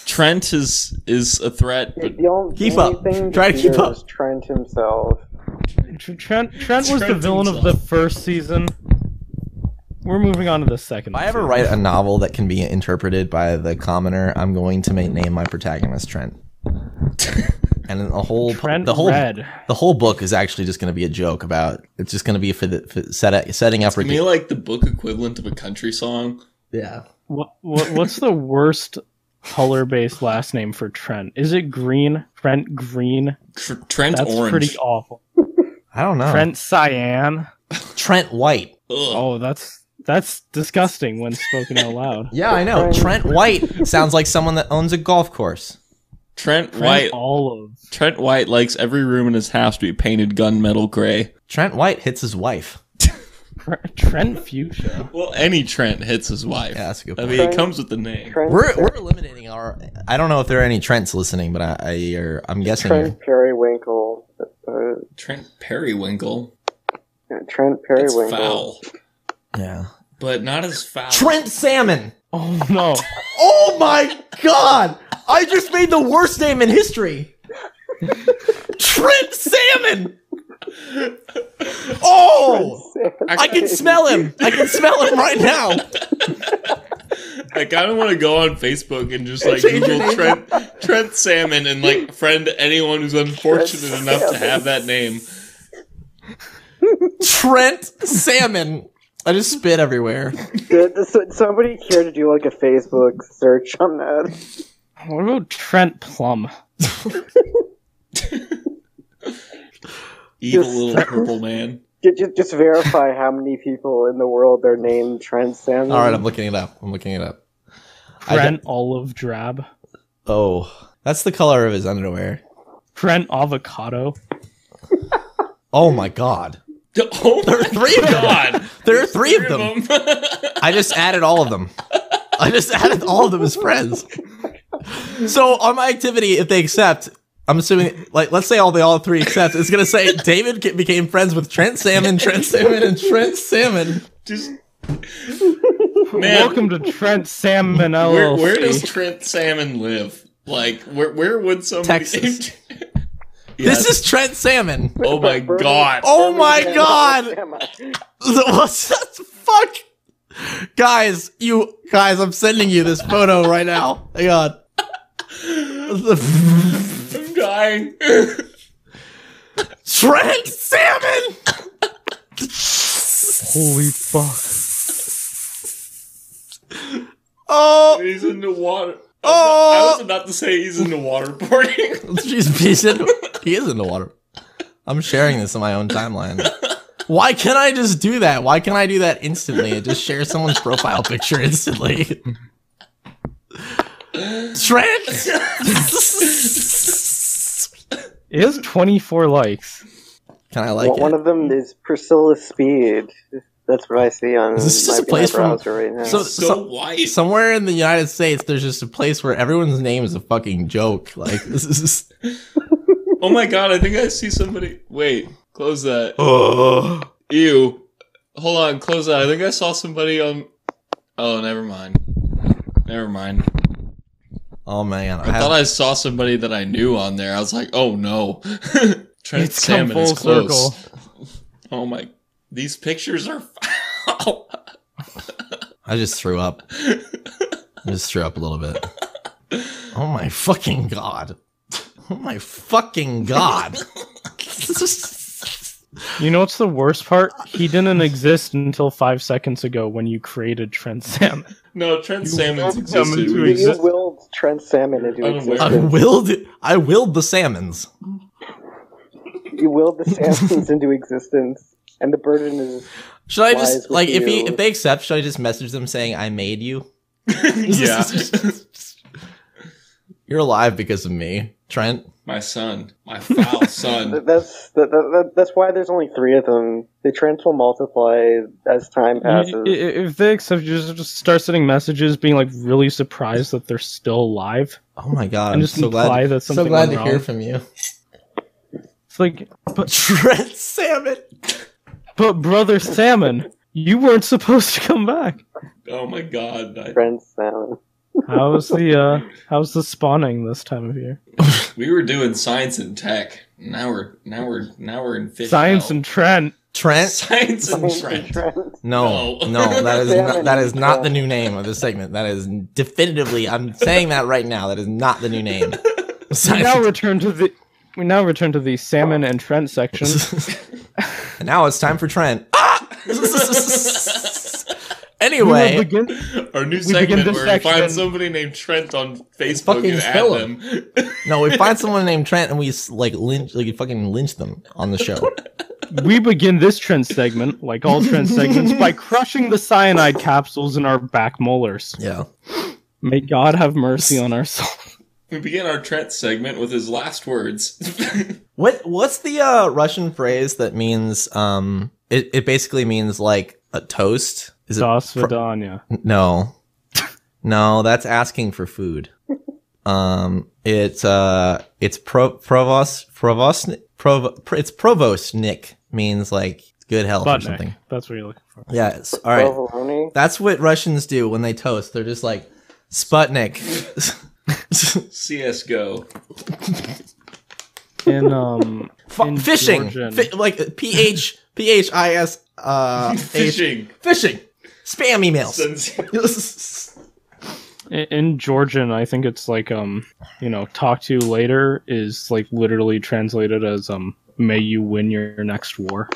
Trent is is a threat. But
The only,
Keep
the only
up.
thing
Try to
here
keep up.
is Trent himself.
Trent, Trent, Trent was the
Trent
villain of the first season. We're moving on to the second.
If I ever write a novel that can be interpreted by the commoner, I'm going to make, name my protagonist Trent. and then the whole
Trent
the whole
Red.
the whole book is actually just going to be a joke about it's just going to be for the for set, setting up.
To me,
ridic-
like the book equivalent of a country song.
Yeah.
What, what what's the worst color-based last name for Trent? Is it Green? Trent Green?
Trent
That's
Orange.
pretty awful.
I don't know.
Trent Cyan.
Trent White.
Oh, that's that's disgusting when spoken out loud.
Yeah, I know. Trent White sounds like someone that owns a golf course.
Trent,
White-
All of
Trent White likes every room in his house to be painted gunmetal gray.
Trent White hits his wife.
Trent Fuchsia.
Well, any Trent hits his wife.
Yeah, that's a good
I mean,
point.
it comes with the name.
We're, we're eliminating our. I don't know if there are any Trents listening, but I, I or I'm guessing.
Trent Periwinkle. Uh,
Trent Periwinkle.
Trent
That's
Periwinkle.
foul,
Yeah.
but not as foul.
Trent Salmon.
Oh no.
Oh my god! I just made the worst name in history. Trent Salmon. Oh, I can smell him. I can smell him right now.
I kind of want to go on Facebook and just like
Change your
Google Trent Trent Salmon and like friend anyone who's unfortunate
Trent
enough to
Salmon.
have that name.
Trent Salmon. I just spit everywhere.
Did, does somebody care to do like a Facebook search on that?
What about Trent Plum?
Evil
Just-
little purple man.
Ju- ju- Just verify how many people in the world are named Trent Salmon.
All right, I'm looking it up. I'm looking it up. I
Trent Olive Drab.
don't- oh, that's the color of his underwear.
Trent Avocado.
Oh my god.
Oh there
are three of them. There are three, of them.
them.
I just added all of them. I just added all of them as friends. So on my activity, if they accept, I'm assuming, like, let's say all the all three accept, it's gonna say David ca- became friends with Trent Salmon, Trent Salmon, and Trent Salmon.
Just
Welcome to Trent Salmon
Where,
LLC.
where does Trent Salmon live? Like, where where would somebody?
Texas. This is Trent Salmon.
Oh my god.
Oh my god. The- What's that? Fuck, guys, you guys, I'm sending you this photo right now. Hang on. The-
I'm dying.
Trent Salmon.
Holy fuck.
Oh,
he's in the water.
Oh,
I was about to say he's in the water party.
Jeez, he's in- he is in the water. I'm sharing this on my own timeline. Why can't I just do that? Why can't I do that instantly? and Just share someone's profile picture instantly. Trent.
It has 24 likes.
Can I
Well, one of them is Priscilla Speed. That's what I see on
Is this
my,
just a place
my
from
browser right now.
so, so- somewhere in the United States? There's just a place where everyone's name is a fucking joke. Like this is just
Oh my god, I think I see somebody. Wait, close that.
Ugh.
Ew. Hold on, close that. I think I saw somebody on. Oh, never mind. Never mind.
oh man.
I, thought I saw somebody that I knew on there. I was like, oh no. Trent
It's come
Salmon is
full
close.
circle.
Oh my. These pictures are.
I just threw up. I just threw up a little bit. Oh my fucking god. Oh my fucking god.
You know what's the worst part? He didn't exist until five seconds ago when you created Trent Salmon.
No, Trent Salmon's
willed them
existed.
into
We
exist-
just-
you willed Trent Salmon into existence.
I willed I willed the salmons.
You willed the Salmons into existence, and the burden is.
Should I
lies
just
with
like if he
you.
if they accept, should I just message them saying I made you?
yeah.
You're alive because of me, Trent.
My son. My foul Oh, son.
That- That's that, that, that- that's why there's only three of them. The trends will multiply as time passes.
I- i- If they accept you, just just start sending messages being like really surprised that they're still alive.
Oh my god,
And
I'm
just
so
imply
glad,
that
so
something
glad
went
to hear
wrong.
from you.
It's like, but
Trent Salmon.
But brother Salmon, you weren't supposed to come back.
Oh my god. I,
Trent Salmon.
How's the uh how's the spawning this time of year?
We were doing science and tech. Now we're now we're now we're in fish.
Science and Trent.
Trent?
Science and Trent.
No, no, that is not, that is not the new name of this segment. That is definitively. I'm saying that right now. That is not the new name.
We now return to the we now return to the salmon and Trent section.
And now it's time for Trent.
We
Anyway,
will begin-
Our new
we
segment
begin this
where we
section-
find somebody named Trent on Facebook
fucking
and add
kill
them.
no, we find someone named Trent and we like lynch, like fucking lynch them on the show.
we begin this Trent segment, like all Trent segments, by crushing the cyanide capsules in our back molars.
Yeah.
May God have mercy on our soul.
We begin our Trent segment with his last words.
What what's the uh, Russian phrase that means? Um, it it basically means like a toast. Is
Das
it fr-
Vidania.
No, no, that's asking for food. Um, it's uh, it's pro provost provost provo, pro, it's provostnik means like good health or
Butt
something.
neck. That's what you're looking for.
Yeah, it's, all right. That's what Russians do when they toast. They're just like Sputnik.
CS:GO.
In um in
fishing,
Georgian-
Fi- like P H P H I S uh
Fishing.
H- fishing, spam emails.
in, in Georgian, I think it's like um you know talk to you later is like literally translated as um may you win your next war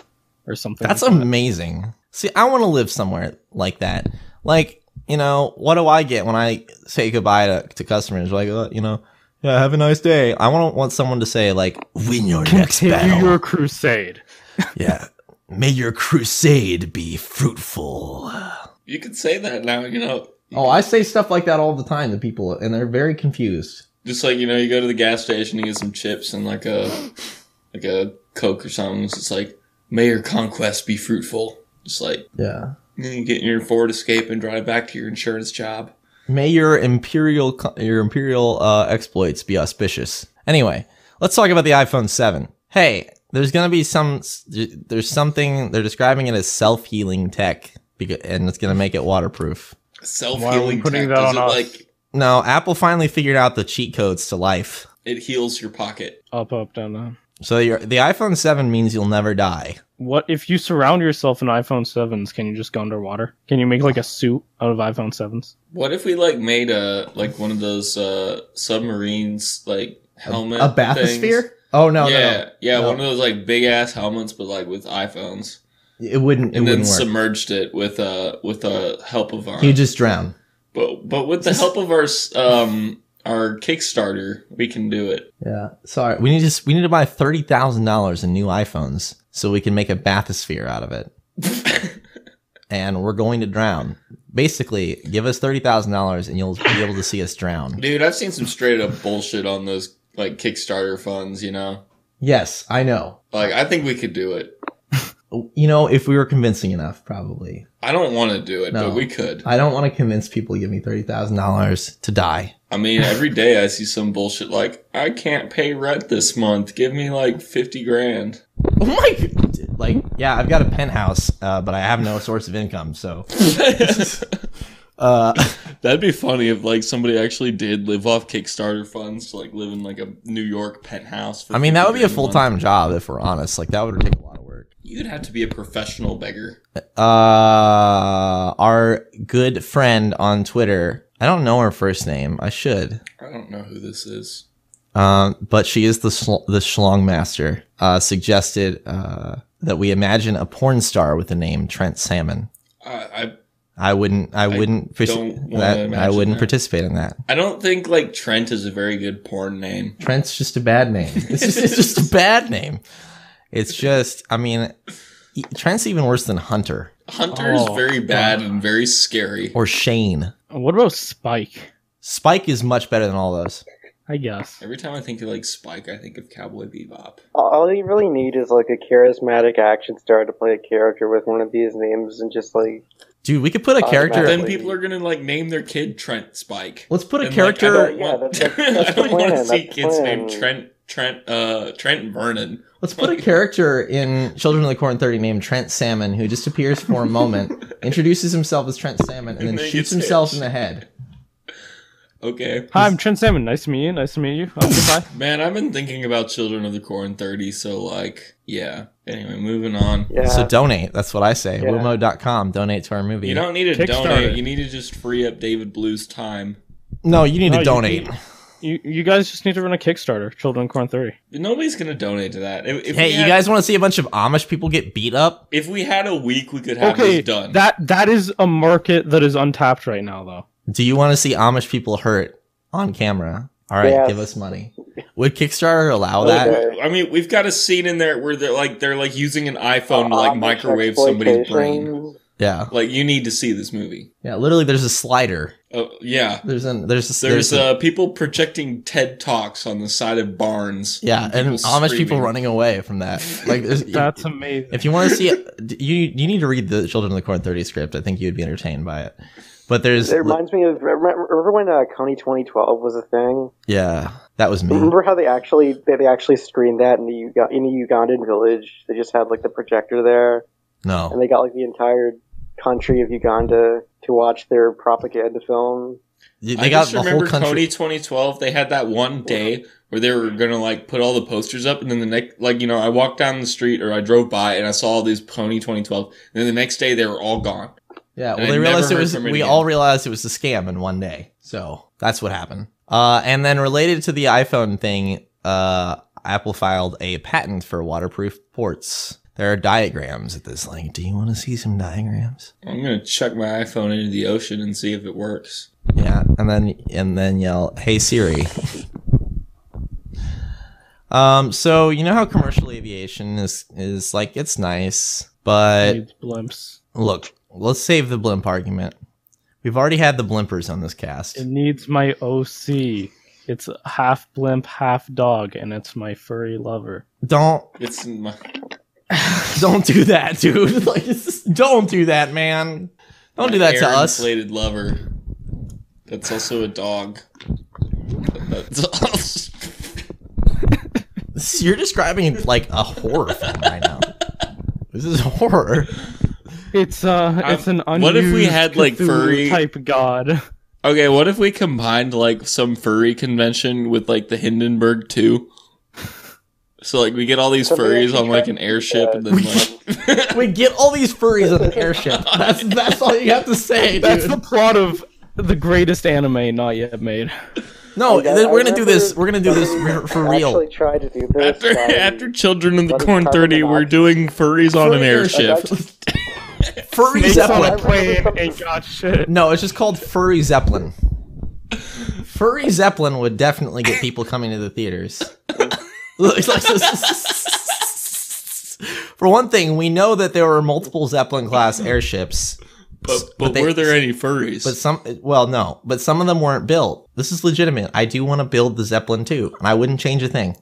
or something.
That's
like that.
amazing. See, I want to live somewhere like that. Like, you know, what do I get when I say goodbye to, to customers? Like, uh, you know, yeah, have a nice day. I want want someone to say like, win your next
Continue
battle.
your crusade.
yeah, may your crusade be fruitful.
You could say that now, you know.
Oh, I say stuff like that all the time to people, and they're very confused.
Just like, you know, you go to the gas station, you get some chips and like a like a Coke or something. It's just like, may your conquest be fruitful. Just like
Yeah.
and then you get in your Ford escape and drive back to your insurance job.
May your imperial co- your imperial uh, exploits be auspicious. Anyway, let's talk about the iPhone 7. Hey, there's gonna be some there's something they're describing it as self healing tech, because, and it's gonna make it waterproof.
Self
Why are we
healing tech.
putting that
Does
on
it
us?
like
No, Apple finally figured out the cheat codes to life.
it heals your pocket?
Up, up, down, down.
So your the iPhone 7 means you'll never die.
What if you surround yourself in iPhone sevens? Can you just go underwater? Can you make like a suit out of iPhone sevens?
What if we like made a like one of those uh submarines like helmet
a bathysphere?
things?
Oh, no, no,
yeah,
no.
yeah,
No.
one of those like big ass helmets, but like with iPhones,
It wouldn't. It
and then
wouldn't work.
submerged it with uh with the help of our
You just drown.
but but with the help of our s- um our Kickstarter, we can do it.
Yeah. Sorry. We need to we need to buy thirty thousand dollars in new iPhones so we can make a bathysphere out of it. and we're going to drown. Basically, give us thirty thousand dollars and you'll be able to see us drown.
Dude, I've seen some straight up bullshit on those like Kickstarter funds, you know?
Yes, I know.
Like I think we could do it.
You know, if we were convincing enough, probably.
I don't want to do it,
No.
but we could.
I don't want to convince people to give me thirty thousand dollars to die.
I mean, every day I see some bullshit like I can't pay rent this month. Give me like 50 grand.
Oh my! god. Like, yeah, I've got a penthouse, uh, but I have no source of income. So, uh,
That'd be funny if like somebody actually did live off Kickstarter funds to like live in like a New York penthouse. for
I mean, that
50
would be a
grand
full
month.
time job if we're honest. Like, that would take a lot of work.
You'd have to be a professional beggar.
uh our good friend on twitter i don't know her first name i should
I don't know who this is.
um but she is the schl- the schlong master uh suggested uh that we imagine a porn star with the name trent salmon
I I,
i wouldn't i,
I
wouldn't partic-
don't wanna
that, i
imagine
wouldn't
that.
participate in that
I don't think like Trent is a very good porn name.
trent's just a bad name it's just, it's just a bad name it's just i mean e- trent's even worse than hunter
Hunter is
Oh,
very bad and very scary.
or shane
What about Spike?
spike is much better than all those
I guess.
Every time I think of like Spike, I think of Cowboy Bebop.
All you really need is like a charismatic action star to play a character with one of these names, and just like
dude we could put a character
Then people are gonna like name their kid Trent Spike.
Let's put a
And, like,
character.
I don't want,
Yeah, that's- that's
I don't
the
want to
plan,
see
that's the
kids
plan.
named Trent Trent uh Trent Vernon.
let's put a character in Children of the Corn Thirty named Trent Salmon, who just appears for a moment, introduces himself as Trent Salmon, and,
And
then
then gets
shoots himself
hit.
in the head.
Okay.
Hi, I'm Trent Salmon. Nice to meet you. Nice to meet you. Oh, goodbye.
Man, I've been thinking about Children of the Corn 30, so like, yeah. Anyway, moving on.
So donate. That's what I say. Wilmo.com. Donate to our movie.
you don't need to
Kickstarter.
donate. You need to just free up David Blue's time.
No, you need
No,
to donate.
You, you guys just need to run a Kickstarter, Children Corn 30.
Nobody's gonna donate to that. If, if
hey,
we
you
had-
guys want to see a bunch of Amish people get beat up?
If we had a week, we could have this done.
that that is a market that is untapped right now, though.
Do you want to see Amish people hurt on camera? All right,
Yes.
give us money. Would Kickstarter allow that?
I mean, we've got a scene in there where they're like they're like using an iPhone to like microwave somebody's brain.
Yeah.
Like you need to see this movie.
Yeah, literally there's a slider.
Oh yeah.
There's an there's a,
There's
there's a-
uh, people projecting TED talks on the side of barns.
yeah, and Amish people
screaming.
running away from that. Like there's,
That's amazing.
If you want to see it, d- you you need to read the Children of the Corn 30 script. I think you'd be entertained by it. But there's
It reminds me of remember remember when uh, Coney 2012 was a thing.
yeah, that was me.
Remember how they actually they, they actually screened that in the Uga- in the Ugandan village? They just had like the projector there,
No.
and they got like the entire country of Uganda to watch their propaganda film.
They
I just remember Cody 2012. They had that one day where they were gonna like put all the posters up, and then the next, like you know, I walked down the street or I drove by and I saw all these Pony 2012. And then the next day they were all gone.
Yeah,
And
well,
I
they
never
realized it
heard
was.
from
we
it again.
all realized it was a scam in one day. So that's what happened. Uh, and then related to the iPhone thing, uh, Apple filed a patent for waterproof ports. There are diagrams at this link. Do you want to see some diagrams?
I'm gonna chuck my iPhone into the ocean and see if it works.
Yeah, and then and then yell, "Hey Siri." um, so you know how commercial aviation is is like it's nice, but
Needs blimps.
Look, let's save the blimp argument. We've already had the blimpers on this cast.
It needs my OC. It's half blimp, half dog, and it's my furry lover.
Don't
It's my
don't do that, dude. Like, it's just- don't do that, man. Don't
my
do that to
air
us.
Inflated lover. That's also a dog. That's also-
This is- You're describing like a horror film right now. This is horror.
It's uh,
Um,
it's an unused
what if we had, like,
Cthulhu
furry-
type god?
Okay, what if we combined like some furry convention with like the Hindenburg too? So like we get all these furries on like an airship and then like
we get all these furries on an airship. That's that's all you have to say,
That's
dude.
the plot of the greatest anime not yet made.
No,
I got-
th-
I
we're gonna do this.
remember
We're gonna do this for, for real.
Actually, tried to do this.
after,
um,
after Children of the Corn 30 we're doing furries on an
Furry
airship.
Furry
Snakes on a
Zeppelin.
plane and got shit.
No, it's just called Furry Zeppelin. Furry Zeppelin would definitely get people coming to the theaters. It's like this- For one thing, we know that there were multiple Zeppelin class airships.
But, but were there any furries?
But some, well, no, but some of them weren't built. This is legitimate. I do want to build the Zeppelin too, and I wouldn't change a thing.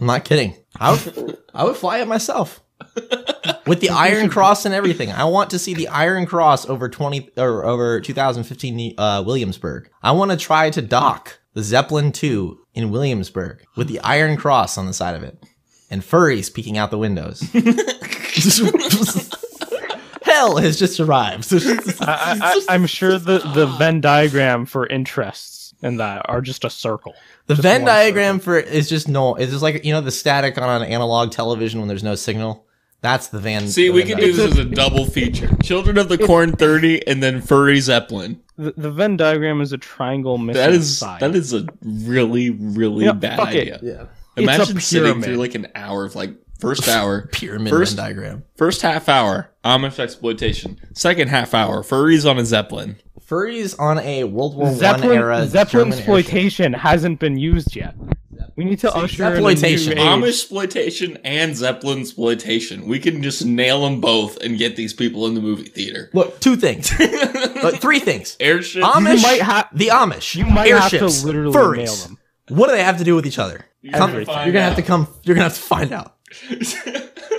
I'm not kidding. I would, I would fly it myself with the Iron Cross and everything. I want to see the Iron Cross over 20 or over 2015 uh, Williamsburg. I want to try to dock the Zeppelin 2 in Williamsburg with the Iron Cross on the side of it and furries peeking out the windows. Hell has just arrived.
I, I, I'm sure the, the Venn diagram for interests in that are just a circle.
The
Just
Venn
one
diagram for is just no. It's just like you know the static on an analog television when there's no signal. That's the Van.
See,
the
we
Venn
could do this
diagram.
as a double feature. Children of the Corn 30 and then Furry Zeppelin.
The, the Venn diagram is a triangle missing
That is
side.
that is a really really
Yeah,
bad
fuck it.
idea.
It's a
Imagine sitting
pyramid.
through like an hour of like first hour
Pyramid
first
Venn diagram.
First half hour Amish exploitation. Second half hour furries on a zeppelin.
Furries on a World War One
Zeppelin,
era
Zeppelin
German airship.
exploitation hasn't been used yet. We need to usher in a
Zepploitation.
new age.
Amish exploitation and zeppelin exploitation. We can just nail them both and get these people in the movie theater.
Look, two things, Uh, three things.
Airship.
Amish,
You might ha-
the Amish, you
might have to
airships,
literally
furries.
nail them.
What do they have to do with each other?
gonna
Come-
find
you're gonna have to come. You're gonna have to find out.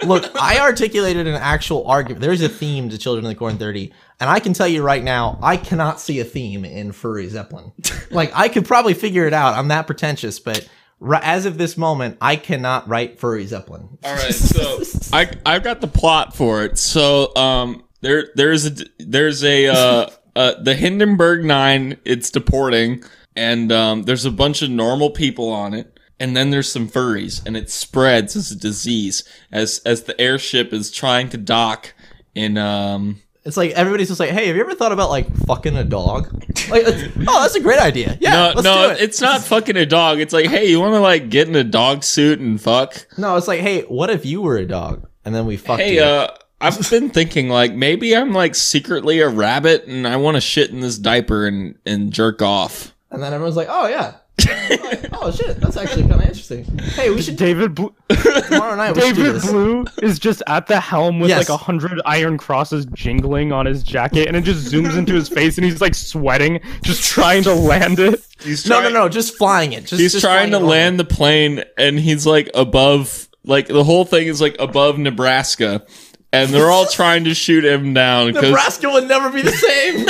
Look, I articulated an actual argument. There's a theme to Children of the Corn 30, and I can tell you right now, I cannot see a theme in Furry Zeppelin. like, I could probably figure it out. I'm that pretentious, but ri- as of this moment, I cannot write Furry Zeppelin.
All right, so I I've got the plot for it. So um there there's a there's a uh, uh the Hindenburg 9 it's deporting and um, there's a bunch of normal people on it, and then there's some furries, and it spreads as a disease as as the airship is trying to dock in um.
It's like everybody's just like, "Hey, have you ever thought about like fucking a dog?" Like, it's- oh, that's a great idea. Yeah,
no,
let's
no,
do it.
it's not fucking a dog. It's like, hey, you want to like get in a dog suit and fuck?
No, it's like, hey, what if you were a dog? And then we fucked
Hey,
you.
uh, I've been thinking like maybe I'm like secretly a rabbit and I want to shit in this diaper and and jerk off.
and then everyone's like, "Oh yeah." Like, oh shit, that's actually kind of interesting. Hey, we should
David Blue.
tomorrow night. we should do
David
this.
Blue is just at the helm with
Yes.
like a hundred iron crosses jingling on his jacket, and it just zooms into his face, and he's like sweating, just trying to land it.
no, no, no, just flying it. Just,
he's
just
trying
flying
to
it over.
land the plane and he's like above like the whole thing is like above Nebraska and they're all trying to shoot him down because
Nebraska would never be the same.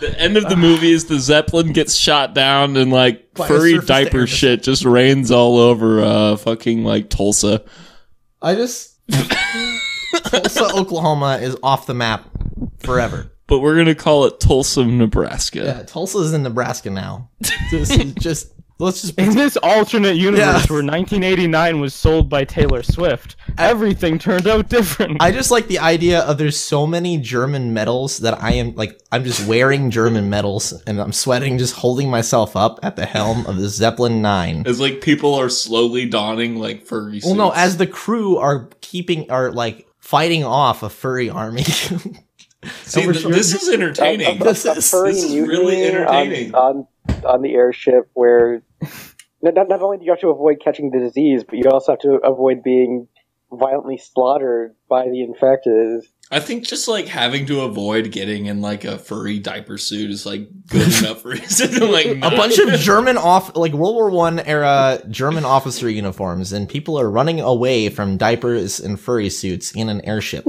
the end of the movie is the Zeppelin gets shot down and like
By a
furry
surface to
diaper shit just rains all over uh fucking like Tulsa.
I just Tulsa, Oklahoma is off the map forever.
But we're gonna call it Tulsa, Nebraska.
Yeah, Tulsa's in Nebraska now. Just, just let's just
In this alternate universe
Yeah.
where 1989 was sold by Taylor Swift, everything turned out different.
I just like the idea of there's so many German medals that I am like I'm just wearing German medals and I'm sweating just holding myself up at the helm of the Zeppelin 9.
As like people are slowly donning like furry
Well no,
suits.
as the crew are keeping are like fighting off a furry army.
See,
Over
th-
short-
this is entertaining.
A- a- a- a This is-
furry
this is
mutiny
really
on-
entertaining.
On, on, the airship where not, not not only do you have to avoid catching the disease, but you also have to avoid being violently slaughtered by the infected.
I think just like having to avoid getting in like a furry diaper suit is like good enough reason to like
a bunch of German off like World War One era German officer uniforms, and people are running away from diapers and furry suits in an airship.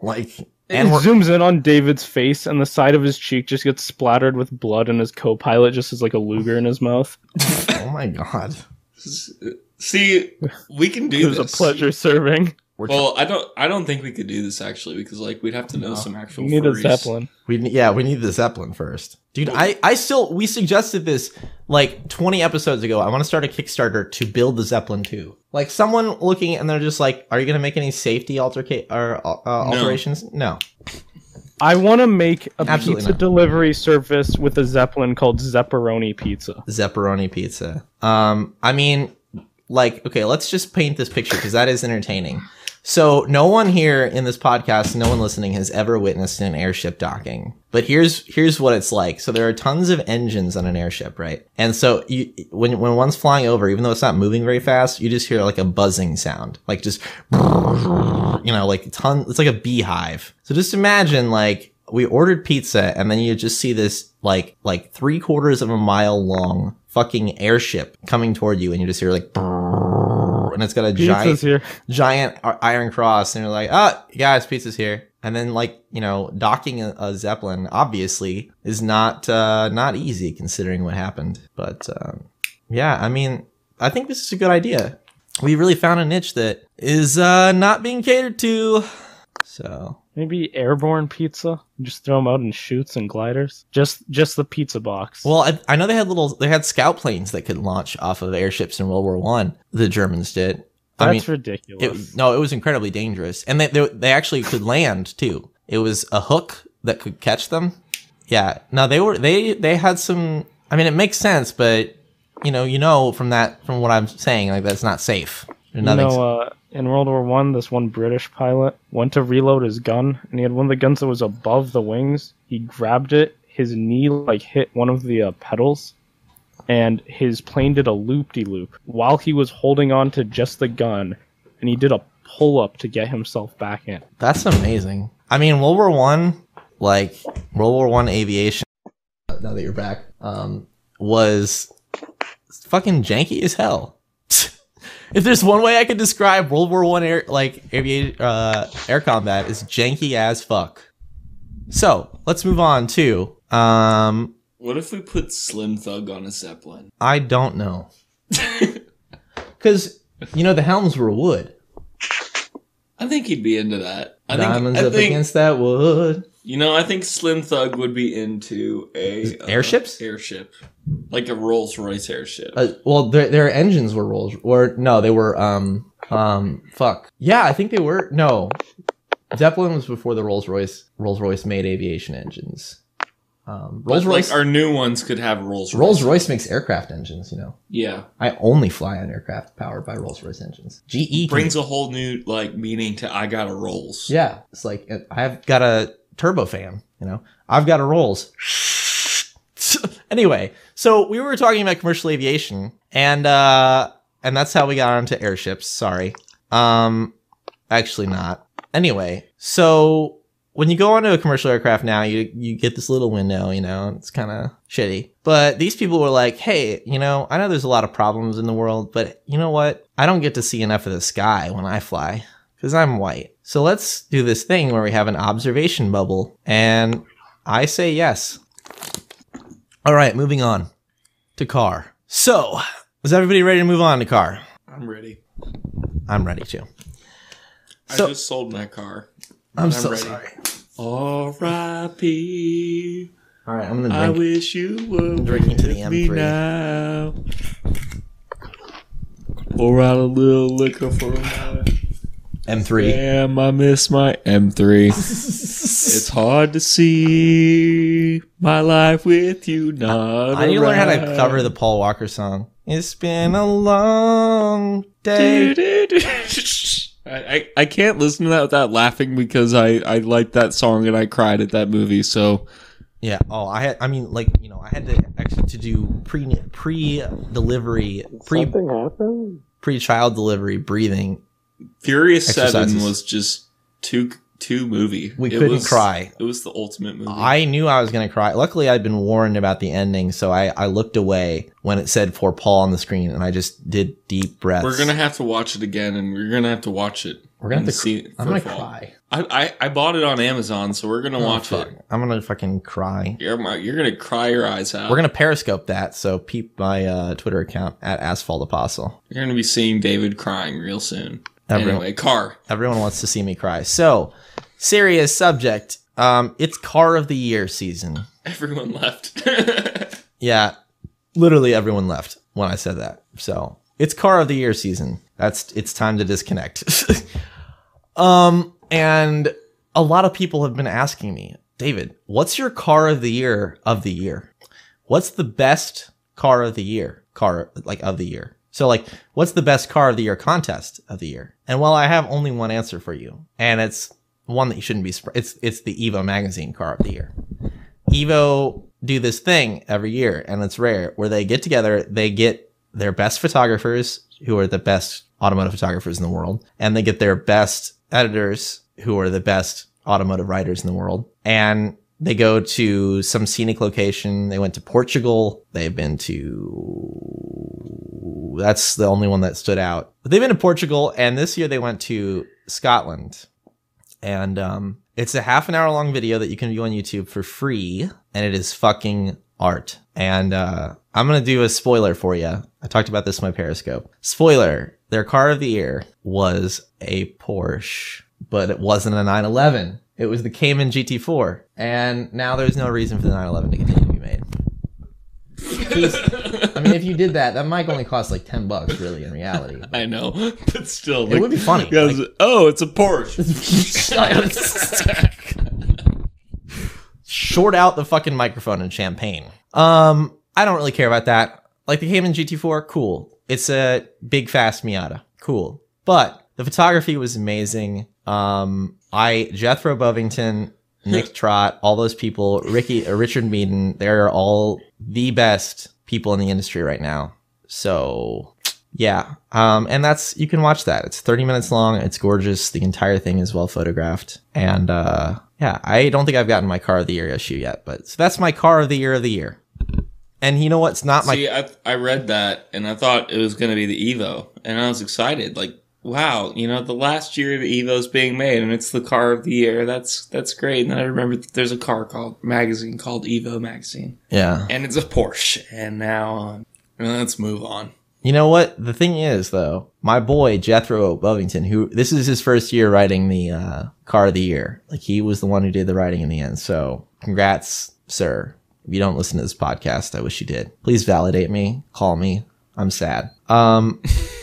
Like
And
and
it
we're
zooms in on David's face, and the side of his cheek just gets splattered with blood, and his co-pilot just has like a luger in his mouth.
oh my god!
See, we can do
It was a
this.
pleasure serving.
well, I don't. I don't think we could do this actually because like we'd have to know some actual. furries.
We ne- yeah, we need the Zeppelin first, dude. I I still we suggested this like 20 episodes ago. I want to start a Kickstarter to build the Zeppelin two. Like someone looking and they're just like, "Are you gonna make any safety alterca- or uh, alterations?" No.
I want to make a
Absolutely
pizza
not.
delivery service with a Zeppelin called Zepperoni Pizza.
Zepperoni pizza. Um, I mean, like, okay, let's just paint this picture because that is entertaining. So, no one here in this podcast, no one listening, has ever witnessed an airship docking. But here's here's what it's like. So there are tons of engines on an airship, right? And so you, when when one's flying over, even though it's not moving very fast, you just hear like a buzzing sound, like just you know, like ton. It's like a beehive. So just imagine like we ordered pizza, and then you just see this like like three quarters of a mile long fucking airship coming toward you, and you just hear like, and it's got a
Pizza's
giant
here.
giant i- iron cross, and you're like, ah, guys, pizza's here. And then like you know, docking a, a zeppelin obviously is not uh, not easy considering what happened, but. Um, yeah, I mean, I think this is a good idea. We really found a niche that is uh, not being catered to. So
Maybe airborne pizza. Just throw them out in chutes and gliders. Just just the pizza box.
Well, I, I know they had little, they had scout planes that could launch off of airships in World War One. The Germans did. I
That's
mean,
ridiculous.
It, no, it was incredibly dangerous, and they, they they actually could land too. It was a hook that could catch them. Yeah. No, they were they they had some. I mean, it makes sense, but you know, you know from that from what I'm saying, like that's not safe.
You
Nothing's-
know, uh, in World War One, this one British pilot went to reload his gun, and he had one of the guns that was above the wings. He grabbed it, his knee like hit one of the uh, pedals, and his plane did a loop-de-loop while he was holding on to just the gun, and he did a pull-up to get himself back in.
That's amazing. I mean, World War One, like World War One aviation. Now that you're back, um, was fucking janky as hell. if there's one way I could describe World War One air like aviation uh, air combat is janky as fuck. So let's move on to um,
What if we put Slim Thug on a zeppelin?
I don't know, because you know the helms were wood.
I think he'd be into that. I think.
Diamonds
I
up
think.
against that wood.
You know, I think Slim Thug would be into a uh,
airships?
Airship, like a Rolls Royce airship.
Uh, well, their, their engines were Rolls. Or no, they were um um fuck. Yeah, I think they were. No, Zeppelin was before the Rolls Royce. Rolls Royce made aviation engines. Um,
Rolls
Rolls Royce.
like our new ones could have Rolls Royce.
Rolls Royce makes aircraft engines. You know.
Yeah.
I only fly on aircraft powered by Rolls Royce engines. GE E can-
brings a whole new like meaning to I got a Rolls.
Yeah, it's like uh, I've got a turbofan. You know, I've got a Rolls. anyway, so we were talking about commercial aviation, and uh, and that's how we got onto airships. Sorry, um, actually not. Anyway, so when you go onto a commercial aircraft now, you you get this little window. You know, and it's kind of shitty. But these people were like, hey, you know, I know there's a lot of problems in the world, but you know what? I don't get to see enough of the sky when I fly because I'm white. So let's do this thing where we have an observation bubble. And I say yes. All right, moving on to car. So, is everybody ready to move on to car?
I'm ready.
I'm ready too.
I just sold my car. Oh,
I'm so sorry.
R.I.P.
All right, I'm gonna
I
drink-
wish you were
I'm drinking to the
with me
M3.
now. Pour out a little liquor for my
M3.
Damn, I miss my M3. it's hard to see my life with you not.
I need to learn how to
around.
cover the Paul Walker song. It's been a long day.
I, I, I can't listen to that without laughing because I, I liked that song and I cried at that movie. So
Yeah. Oh, I had. I mean, like you know, I had to actually to do pre pre delivery pre
Something happened.
pre child delivery breathing.
Furious
Exercises.
Seven was just too too movie.
We
It
couldn't
was-
cry.
It was the ultimate movie.
I knew I was gonna cry. Luckily, I'd been warned about the ending, so I I looked away when it said for Paul on the screen, and I just did deep breaths.
we're gonna have to watch it again, and we're gonna have to watch it.
We're gonna
and
have to
see. it
I'm
for
gonna
fall.
cry.
I, I I bought it on Amazon, so we're gonna
Oh,
watch
fuck.
it.
I'm gonna fucking cry.
You're my- you're gonna cry your eyes out.
We're gonna periscope that, so peep my uh, Twitter account at Asphalt Apostle.
You're gonna be seeing David crying real soon.
Everyone-
Anyway, car.
Everyone wants to see me cry. So, serious subject. Um, it's car of the year season.
Everyone left.
Yeah, literally everyone left when I said that. So it's car of the year season. That's it's time to disconnect. um, and a lot of people have been asking me, David, what's your car of the year of the year? What's the best car of the year? Car like of the year. So like, what's the best car of the year contest of the year? And well, I have only one answer for you, and it's one that you shouldn't be. surprised. It's it's the Evo magazine car of the year. Evo do this thing every year, and it's rare where they get together, they get their best photographers, who are the best automotive photographers in the world, and they get their best editors, who are the best automotive writers in the world, and they go to some scenic location. They went to Portugal. They've been to. That's the only one that stood out. But they've been to Portugal, and this year they went to Scotland and um, it's a half an hour long video that you can view on YouTube for free, and it is fucking art. And uh, I'm gonna do a spoiler for you. I talked about this in my Periscope. Spoiler: their car of the year was a Porsche, but it wasn't a 911. It was the Cayman GT4, and now there's no reason for the 911 to continue to be made. I mean, if you did that, that mic only cost like 10 bucks, really, in reality.
I know, but still,
It would be funny,
you guys- oh, it's a Porsche.
short out the fucking microphone and champagne. Um, I don't really care about that. Like the Cayman GT4, cool. It's a big fast Miata, cool. But the photography was amazing. Um, I Jethro Bovington, Nick Trot, all those people, Ricky, uh, Richard Meaden, they're all the best people in the industry right now. So yeah. Um, and that's, you can watch that. It's 30 minutes long. It's gorgeous. The entire thing is well photographed. And, uh, yeah, I don't think I've gotten my car of the year issue yet, but so that's my car of the year of the year. And you know what's not my,
See, I, I read that and I thought it was going to be the Evo, and I was excited. Like, wow, you know, the last year of Evo's being made, and it's the car of the year. That's that's great. And then I remembered that there's a car called magazine called Evo Magazine,
yeah.
and it's a Porsche. And now on, um, let's move on.
You know what? The thing is, though, my boy Jethro Bovington, who this is his first year writing the uh, car of the year. Like he was the one who did the writing in the end. So, congrats, sir. If you don't listen to this podcast, I wish you did. Please validate me. Call me. I'm sad. Um,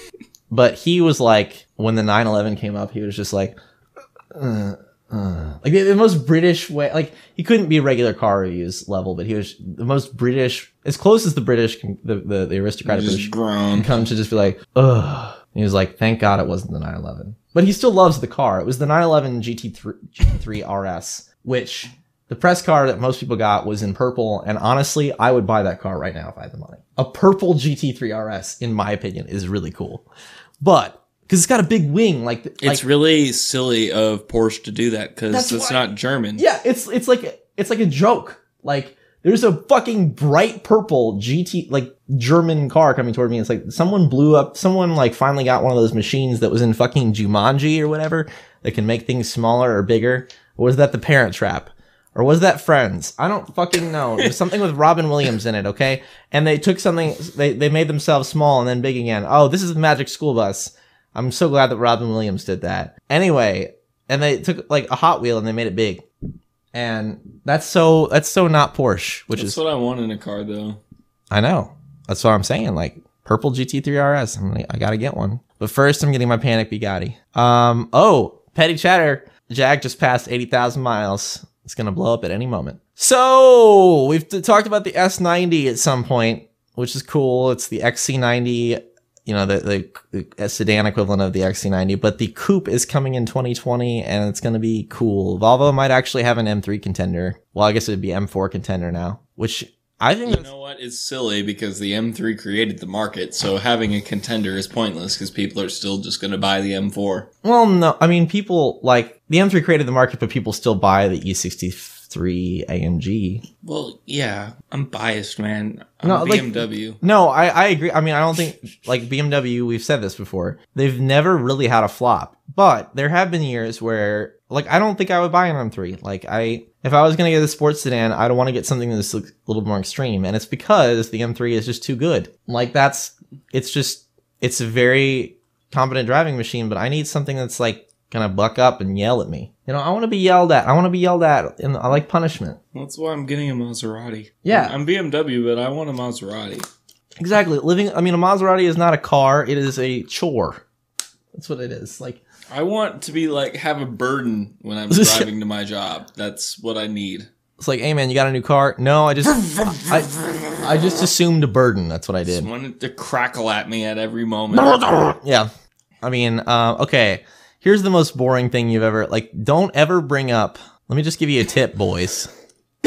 but he was like, when the 9/11 came up, he was just like, uh, uh, like the, the most British way. Like he couldn't be regular car reviews level, but he was the most British, as close as the British, can, the, the the aristocratic
Just
British can come to just be like, ugh. And he was like, thank God it wasn't the 911. But he still loves the car. It was the 911 GT3, GT3 RS, which the press car that most people got was in purple. And honestly, I would buy that car right now if I had the money. A purple GT3 RS, in my opinion, is really cool. But because it's got a big wing, like it's
It's really silly of Porsche to do that
That's
because it's
why-
not German.
Yeah, it's it's like it's like a joke. Like there's a fucking bright purple GT like German car coming toward me. It's like someone blew up. Someone like finally got one of those machines that was in fucking Jumanji or whatever that can make things smaller or bigger. Or was that the Parent Trap? Or was that Friends? I don't fucking know. It was something with Robin Williams in it, okay? And they took something, they, they made themselves small and then big again. Oh, this is the Magic School Bus. I'm so glad that Robin Williams did that. Anyway, and they took like a Hot Wheel and they made it big and that's so that's so not Porsche, which
That's
is
what I want in a car though.
I know. That's what I'm saying. Like purple GT3 RS, I'm gonna, I gotta get one. But first, I'm getting my Panic Bugatti. Um. Oh, petty chatter. Jag just passed eighty thousand miles. It's gonna blow up at any moment. So Oh, we've t- talked about the S90 at some point, which is cool. It's the XC90. You know the, the the sedan equivalent of the XC90, but the coupe is coming in 2020, and it's going to be cool. Volvo might actually have an M3 contender. Well, I guess it would be M4 contender now, which I think
You know what? It's silly because the M3 created the market, so having a contender is pointless because people are still just going to buy the M4.
Well, no, I mean people like the M3 created the market, but people still buy the E E63 AMG.
Well, yeah, I'm biased, man. I'm
No, like-
BMW.
No, I, I agree. I mean, I don't think like BMW. We've said this before. They've never really had a flop, but there have been years where like I don't think I would buy an M3. Like I, if I was gonna get a sports sedan, I'd want to get something that's a little more extreme, and it's because the M3 is just too good. Like that's it's just it's a very competent driving machine, but I need something that's like gonna buck up and yell at me. You know, I want to be yelled at. I want to be yelled at, and I like punishment.
That's why I'm getting a Maserati.
Yeah.
I'm BMW, but I want a Maserati.
Exactly. Living. I mean, a Maserati is not a car. It is a chore. That's what it is. Like
I want to be like have a burden when I'm driving to my job. That's what I need.
it's like, hey man, you got a new car? No, I just, I, I just assumed a burden. That's what I
Just
did.
wanted to crackle at me at every moment.
yeah. I mean, uh, okay. Here's the most boring thing you've ever like. Don't ever bring up. Let me just give you a tip, boys.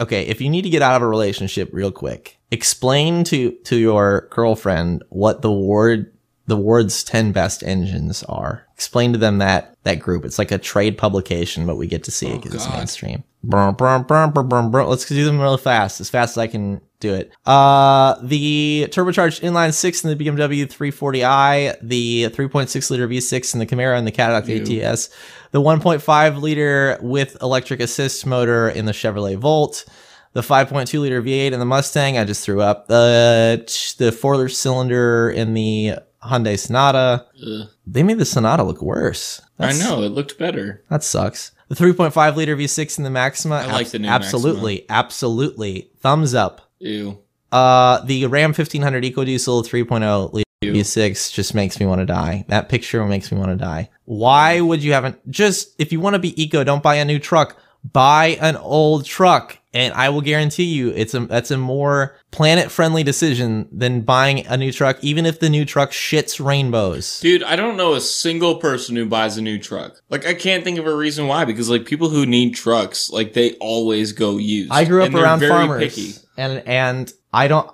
okay, if you need to get out of a relationship real quick, explain to to your girlfriend what the ward the ward's ten best engines are. Explain to them that that group. It's like a trade publication, but we get to see it because it's mainstream. Brum, brum, brum, brum, brum, brum. Let's do them real fast, as fast as I can do it. Uh, the turbocharged inline six in the BMW 340i, the 3.6 liter V6 in the Camaro, and the Cadillac
Ew.
ATS, the 1.5 liter with electric assist motor in the Chevrolet Volt, the 5.2 liter V8 in the Mustang. I just threw up the the four cylinder in the Hyundai Sonata.
Ugh.
They made the Sonata look worse.
I
That's-
know it looked better.
that sucks. The 3.5 liter V6 in the Maxima.
I like the new
Absolutely, absolutely. Thumbs up.
Ew.
Uh, the Ram 1500 EcoDiesel 3.0 liter V6 just makes me want to die. That picture makes me want to die. Why would you haven't just if you want to be eco, don't buy a new truck. Buy an old truck, and I will guarantee you, it's a that's a more planet friendly decision than buying a new truck, even if the new truck shits rainbows.
Dude, I don't know a single person who buys a new truck. Like, I can't think of a reason why. Because like people who need trucks, like they always go used.
I grew up
And they're
around
very
farmers,
picky.
and and I don't.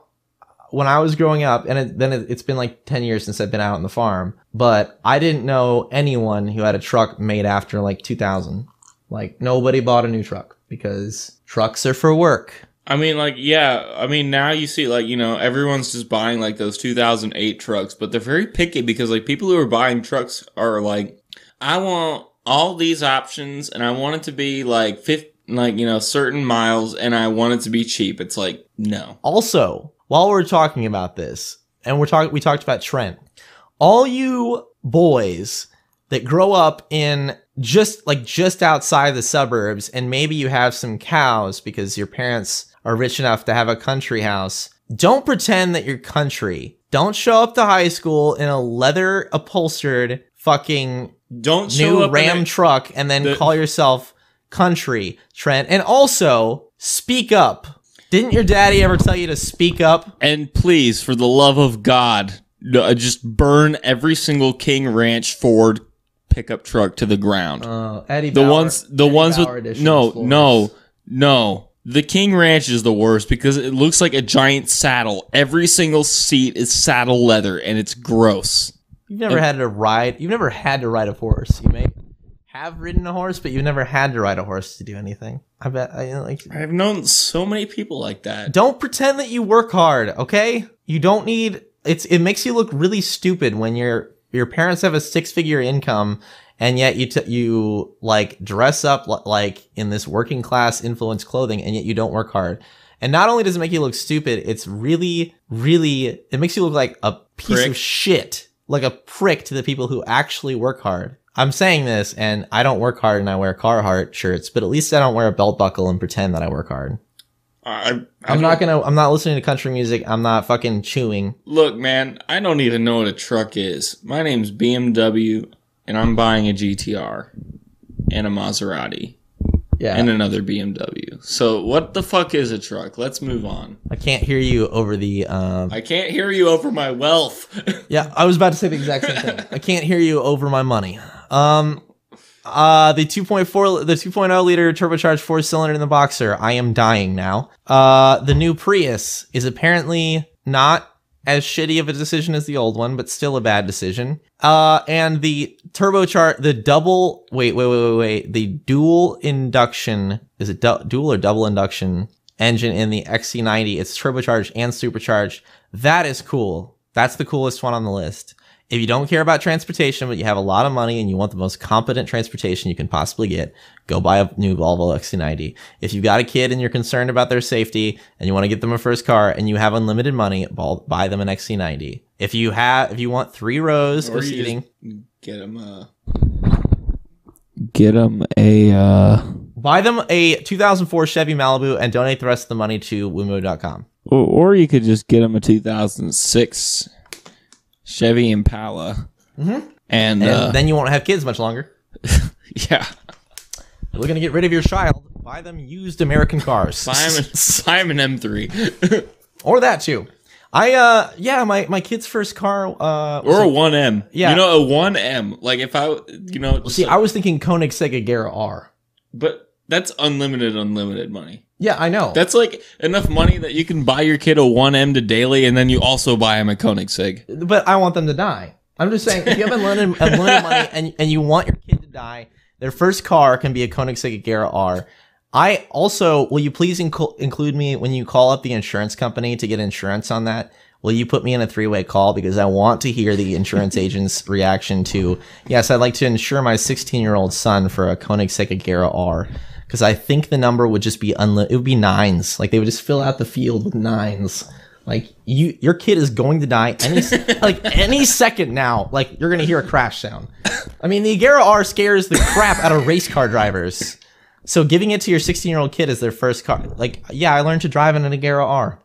When I was growing up, and it, then it, it's been like ten years since I've been out on the farm, but I didn't know anyone who had a truck made after like 2000. Like nobody bought a new truck because trucks are for work.
I mean, like, yeah. I mean, now you see, like, you know, everyone's just buying like those 2008 trucks, but they're very picky because like people who are buying trucks are like, I want all these options, and I want it to be like fifth, like you know, certain miles, and I want it to be cheap. It's like no.
Also, while we're talking about this, and we're talking we talked about Trent. All you boys that grow up in just like just outside the suburbs and maybe you have some cows because your parents are rich enough to have a country house. Don't pretend that you're country. Don't show up to high school in a leather upholstered fucking
don't
new
show up in
Ram
a-
truck and then
the-
call yourself country, Trent. And also speak up. Didn't your daddy ever tell you to speak up?
And please, for the love of God, no, uh, just burn every single King Ranch Ford pickup truck to the ground.
Uh, Eddie
the
Bauer-
ones, the ones
Bauer
with
edition
no,
of Flores.
no, no. The King Ranch is the worst because it looks like a giant saddle. Every single seat is saddle leather, and it's gross.
You've never had to ride. You've never had to ride a horse. You may have ridden a horse, but you've never had to ride a horse to do anything. I bet. I like.
I've known so many people like that.
Don't pretend that you work hard. Okay, you don't need. It's. It makes you look really stupid when your your parents have a six figure income, and yet you t- you like dress up li- like in this working class influence clothing, and yet you don't work hard. And not only does it make you look stupid, it's really, really. It makes you look like a piece of shit, like a prick to the people who actually work hard. I'm saying this, and I don't work hard, and I wear Carhartt shirts, but at least I don't wear a belt buckle and pretend that I work hard.
I,
I'm not gonna. I'm not listening to country music. I'm not fucking chewing.
Look, man, I don't even know what a truck is. My name's BMW, and I'm buying a GTR and a Maserati.
Yeah.
And another BMW. So, what the fuck is a truck? Let's move on.
I can't hear you over the. Um,
I can't hear you over my wealth.
yeah, I was about to say the exact same thing. I can't hear you over my money. Um, uh, the 2.4, the 2.0 liter turbocharged four cylinder in the boxer. I am dying now. Uh, the new Prius is apparently not as shitty of a decision as the old one, but still a bad decision. Uh, and the turbocharged, the double, wait, wait, wait, wait, wait, the dual induction, is it du- dual or double induction engine in the XC90? It's turbocharged and supercharged. That is cool. That's the coolest one on the list. If you don't care about transportation, but you have a lot of money and you want the most competent transportation you can possibly get, go buy a new Volvo XC90. If you've got a kid and you're concerned about their safety and you want to get them a first car and you have unlimited money, ball- buy them an XC90. If you have, if you want three rows
Or
of
you
seating,
just get them a
Get them a. Uh,
buy them a 2004 Chevy Malibu and donate the rest of the money to Woomo.com.
or, or you could just get them a 2006 Chevy Impala.
Mm-hmm.
And,
And
uh,
then you won't have kids much longer.
yeah.
We're going to get rid of your child. Buy them used American cars.
Simon, Simon M3.
or that too. I uh yeah, my my kid's first car uh was
Or a
a-
1M.
Yeah.
You know, a 1M. Like, if I, you know,
Well, see, I was thinking Koenigsegg Segagera R.
but that's unlimited, unlimited money.
Yeah, I know.
That's like enough money that you can buy your kid a 1M to daily and then you also buy him a Koenigsegg.
but I want them to die. I'm just saying if you have unlimited, unlimited money and and you want your kid to die, their first car can be a Koenigsegg Segagera R. I also will you please inc- include me when you call up the insurance company to get insurance on that? Will you put me in a three-way call because I want to hear the insurance agent's reaction to yes, I'd like to insure my 16-year-old son for a Koenigsegg Segagera R because I think the number would just be unli- it would be nines. Like they would just fill out the field with nines. Like you, your kid is going to die any s- like any second now. Like you're gonna hear a crash sound. I mean, the Agera R scares the crap out of race car drivers. So giving it to your 16 year old kid as their first car, like yeah, I learned to drive in an Agera R.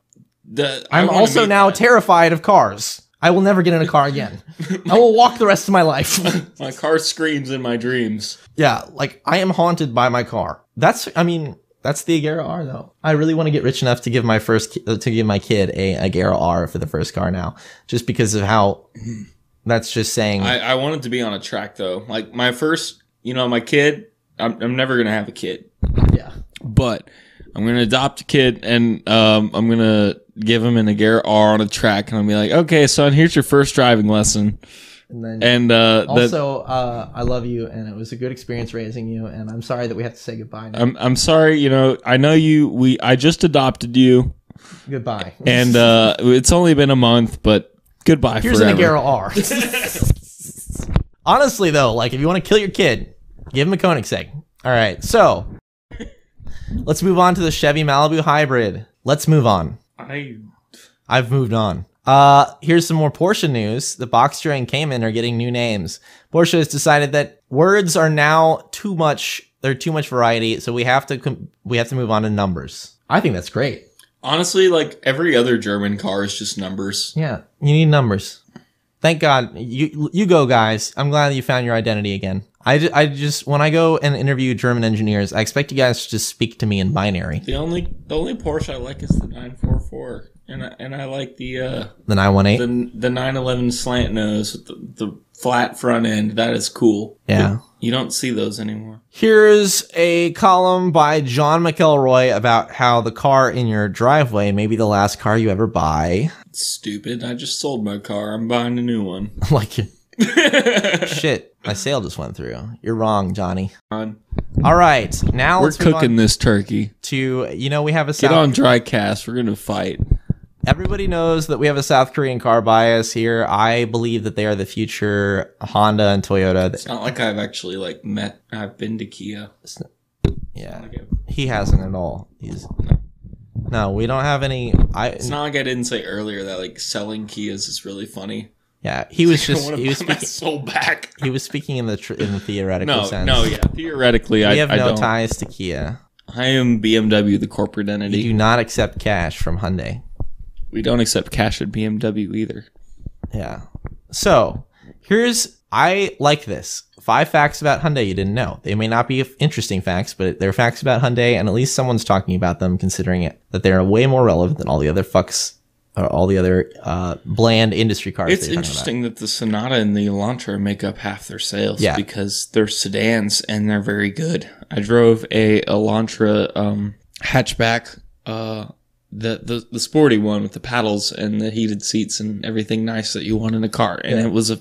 The, I
I'm
wanna
also
meet-
now terrified of cars. I will never get in a car again. I will walk the rest of my life.
My car screams in my dreams.
Yeah, like I am haunted by my car. That's I mean, that's the Agera R though. I really want to get rich enough to give my first ki- uh, to give my kid a Agera R for the first car now, just because of how that's just saying
I, I wanted to be on a track though. Like my first, you know, my kid, I'm, I'm never going to have a kid.
Yeah.
But I'm going to adopt a kid and um, I'm going to give him an Agera R on a track and I'll be like, okay, son, here's your first driving lesson.
And then-
and uh, that,
also uh, I love you and it was a good experience raising you and I'm sorry that we have to say goodbye now.
I'm, I'm sorry, you know, I know you, we, I just adopted you.
goodbye.
and uh, it's only been a month, but goodbye
Here's
forever.
an Agera R. Honestly though, like if you want to kill your kid, give him a Koenigsegg. All right, so let's move on to the Chevy Malibu hybrid. Let's move on.
I
I've moved on. Uh, here's some more Porsche news. The Boxster and Cayman are getting new names. Porsche has decided that words are now too much. They're too much variety, so we have to com- we have to move on to numbers. I think that's great.
Honestly, like every other German car is just numbers.
Yeah, you need numbers. Thank God you you go, guys. I'm glad that you found your identity again. I, ju- I just when I go and interview German engineers, I expect you guys to just speak to me in binary.
The only the only Porsche I like is the 944, and I, and I like the uh
The 918?
the, the 911 slant nose with the, the flat front end. That is cool.
Yeah.
But you don't see those anymore.
Here's a column by John McElroy about how the car in your driveway may be the last car you ever buy.
It's stupid. I just sold my car. I'm buying a new one.
like it. Shit, my sale just went through. You're wrong, Johnny. All right, now
We're
let's move on
cooking this turkey.
to you know we have a
Get
South-
on dry cast. We're gonna fight.
Everybody knows that we have a South Korean car bias here. I believe that they are the future Honda and Toyota.
It's not like I've actually like met. I've been to Kia.
Yeah, he hasn't at all. He's no, we don't have any. I
It's not like I didn't say earlier that like selling Kias is really funny.
yeah, he was
I
just
wanna
he was
buy my
speaking,
soul back.
he was speaking in the tr- in the theoretical
No,
sense.
no, yeah. Theoretically,
we
I
have
I
no
don't.
ties to Kia.
I am BMW, the corporate entity.
We do not accept cash from Hyundai.
We don't accept cash at BMW either.
Yeah. So here's I like this five facts about Hyundai you didn't know. They may not be f- interesting facts, but they're facts about Hyundai, and at least someone's talking about them, considering it that they're way more relevant than all the other fucks or all the other uh, bland industry cars.
It's
they're talking about.
interesting that the Sonata and the Elantra make up half their sales
Yeah.
because they're sedans and they're very good. I drove a Elantra um, hatchback, uh, the, the the sporty one with the paddles and the heated seats and everything nice that you want in a car, and
Yeah.
it was a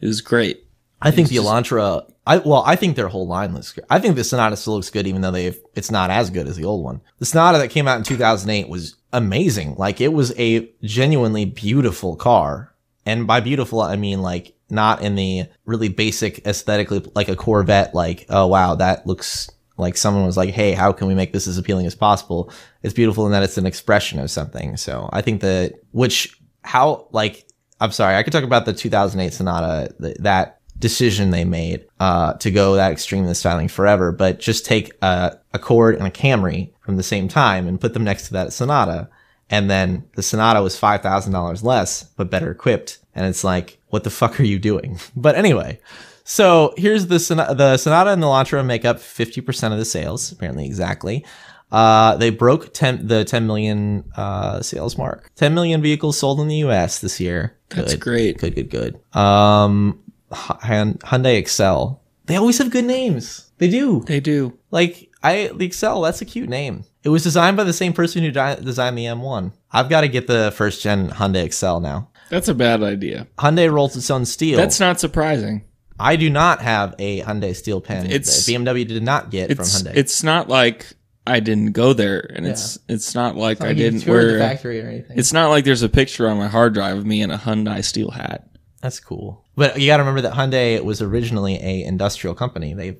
it was great.
I think
It's
the Elantra. I well, I think their whole line looks good. I think the Sonata still looks good, even though they've it's not as good as the old one. The Sonata that came out in 2008 was amazing. Like it was a genuinely beautiful car, and by beautiful I mean like not in the really basic aesthetically like a Corvette. Like oh wow, that looks like someone was like, hey, how can we make this as appealing as possible? It's beautiful in that it's an expression of something. So I think that which how like I'm sorry, I could talk about the 2008 Sonata, th- that decision they made uh, to go that extreme in the styling forever, but just take a Accord and a Camry from the same time and put them next to that Sonata. And then the Sonata was $5,000 less, but better equipped. And it's like, what the fuck are you doing? But anyway, so here's the Sonata, the Sonata and the Elantra make up 50% of the sales, apparently exactly. Uh, they broke 10, the 10 million uh, sales mark. 10 million vehicles sold in the U.S. this year.
That's
Good.
great.
Good, good, good. Um, Hy- Hyundai Excel. They always have good names. They do.
They do.
Like I, the Excel. That's a cute name. It was designed by the same person who di- designed the M1. I've got to get the first gen Hyundai Excel now.
That's a bad idea.
Hyundai rolls its own steel.
That's not surprising.
I do not have a Hyundai steel pen.
It's-
It's BMW did not get from
It's
Hyundai.
it's not like I didn't go there, and it's it's not like
not
I
like you
didn't
toured the
wear
factory or anything.
It's not like there's a picture on my hard drive of me in a Hyundai steel hat.
That's cool. But you got to remember that Hyundai was originally a industrial company. They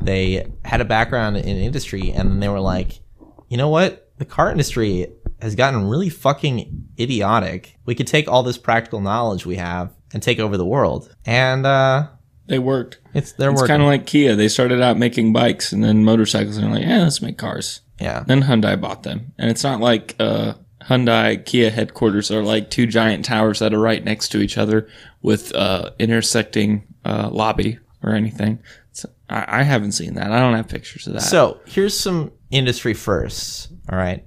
they had a background in industry, and then they were like, you know what? The car industry has gotten really fucking idiotic. We could take all this practical knowledge we have and take over the world. And uh,
they worked.
It's they're
it's
working.
kind of like Kia. They started out making bikes and then motorcycles, and they're like, yeah, let's make cars.
Yeah.
Then Hyundai bought them, and it's not like uh, Hyundai Kia headquarters are like two giant towers that are right next to each other with uh, intersecting uh, lobby or anything. It's, I, I haven't seen that. I don't have pictures of that.
So here's some industry firsts. All right.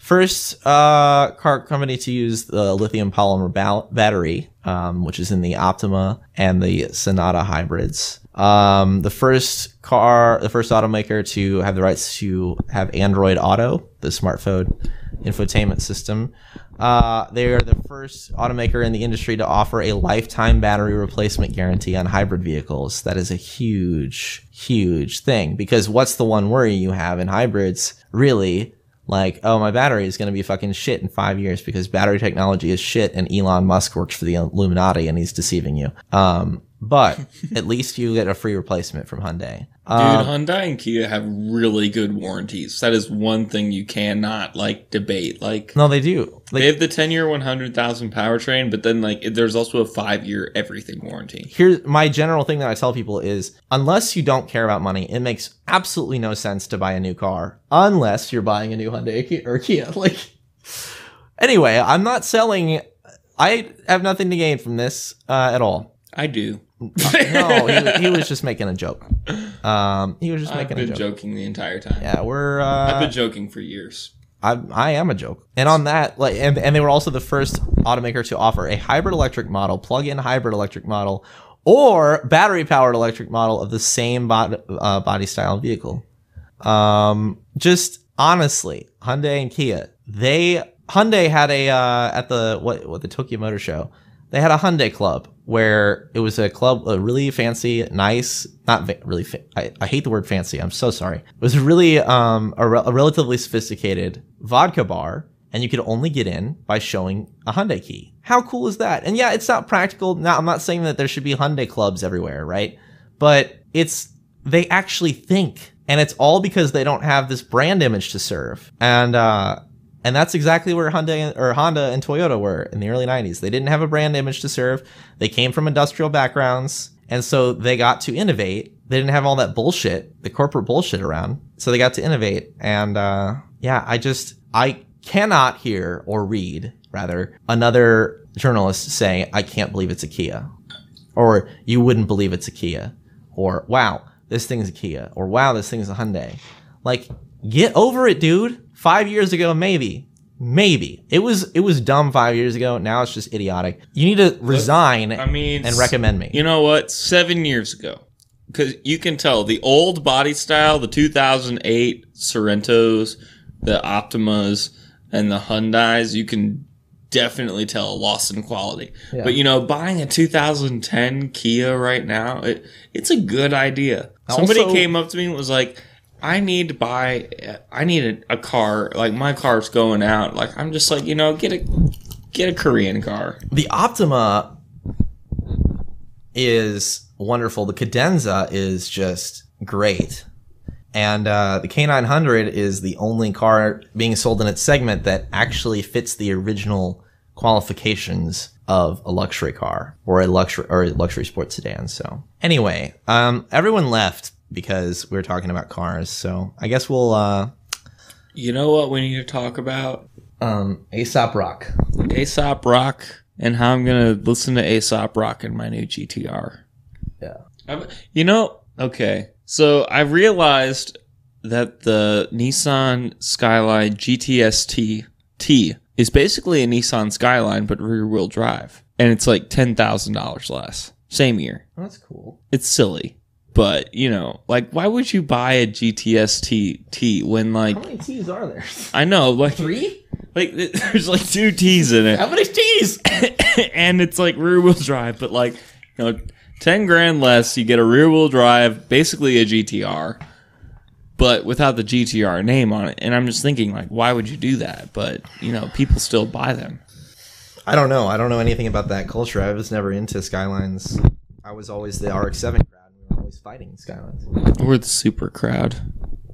First uh, car company to use the lithium polymer ba- battery, um, which is in the Optima and the Sonata hybrids. Um, the first car, the first automaker to have the rights to have Android Auto, the smartphone infotainment system. Uh, they are the first automaker in the industry to offer a lifetime battery replacement guarantee on hybrid vehicles. That is a huge, huge thing because what's the one worry you have in hybrids? Really, like, oh, my battery is going to be fucking shit in five years because battery technology is shit and Elon Musk works for the Illuminati and he's deceiving you. Um, but at least you get a free replacement from Hyundai.
Dude,
Um,
Hyundai and Kia have really good warranties. That is one thing you cannot like debate. Like
no, they do.
they have the ten year, one hundred thousand powertrain, but then like it- there's also a five year everything warranty.
Here's my general thing that I tell people is unless you don't care about money, it makes absolutely no sense to buy a new car unless you're buying a new Hyundai Ki- or Kia. Like anyway, I'm not selling. I have nothing to gain from this uh, at all. Uh,
I do.
no, he, wa- he was just making a joke. Um, he was just
I've
making
been
a joke.
joking the entire time.
Yeah, we're. Uh,
I've been joking for years.
I, I am a joke. And on that, like, and, and they were also the first automaker to offer a hybrid electric model, plug-in hybrid electric model, or battery-powered electric model of the same bod- uh, body style vehicle. Um, just honestly, Hyundai and Kia, they Hyundai had a uh, at the what what the Tokyo Motor Show, they had a Hyundai club where it was a club, a really fancy, nice, not va- really. Fa- I, I hate the word fancy. I'm so sorry. It was a really um a, re- a relatively sophisticated vodka bar, and you could only get in by showing a Hyundai key. How cool is that? And yeah, it's not practical. Now I'm not saying that there should be Hyundai clubs everywhere, right? But it's they actually think, and it's all because they don't have this brand image to serve. And uh, and that's exactly where Hyundai or Honda and Toyota were in the early 90s. They didn't have a brand image to serve. They came from industrial backgrounds, and so they got to innovate. They didn't have all that bullshit, the corporate bullshit around. So they got to innovate. And uh, yeah, I just I cannot hear or read rather another journalist say I can't believe it's a Kia, or you wouldn't believe it's a Kia, or wow this thing's a Kia, or wow this thing's a Hyundai. Like, get over it, dude. Five years ago, maybe, maybe it was it was dumb five years ago. Now it's just idiotic. You need to resign.
I mean,
and recommend me.
You know what? Seven years ago, because you can tell the old body style, the 2008 Sorrentos, the Optimas, and the Hyundai's. You can definitely tell a loss in quality.
Yeah.
But you know, buying a 2010 Kia right now, it, it's a good idea. Somebody
Also-
came up to me and was like. I need to buy. I need a, a car. Like my car's going out. Like I'm just like you know, get a get a Korean car.
The Optima is wonderful. The Cadenza is just great. And uh, the K900 is the only car being sold in its segment that actually fits the original qualifications of a luxury car or a luxury or a luxury sports sedan. So anyway, um, everyone left because we were talking about cars. So I guess we'll. Uh,
you know what we need to talk about?
Um, Aesop Rock.
Aesop Rock and how I'm gonna listen to Aesop Rock in my new GTR.
Yeah.
you know, okay. So I realized that the Nissan Skyline GTST T is basically a Nissan Skyline but rear wheel drive, and it's like ten thousand dollars less. Same year.
That's cool.
It's silly, but you know, like, why would you buy a GTST T when like
How many T's are there?
I know, like
three.
Like th- there's like two T's in it,
How many T's?
and it's like rear wheel drive, but like you know, ten grand less, you get a rear wheel drive, basically a GTR, but without the GTR name on it. And I'm just thinking, like, why would you do that? But you know, people still buy them.
I don't know. I don't know anything about that culture. I was never into Skylines. I was always the RX-7 crowd. We were always fighting Skylines.
We're the super crowd.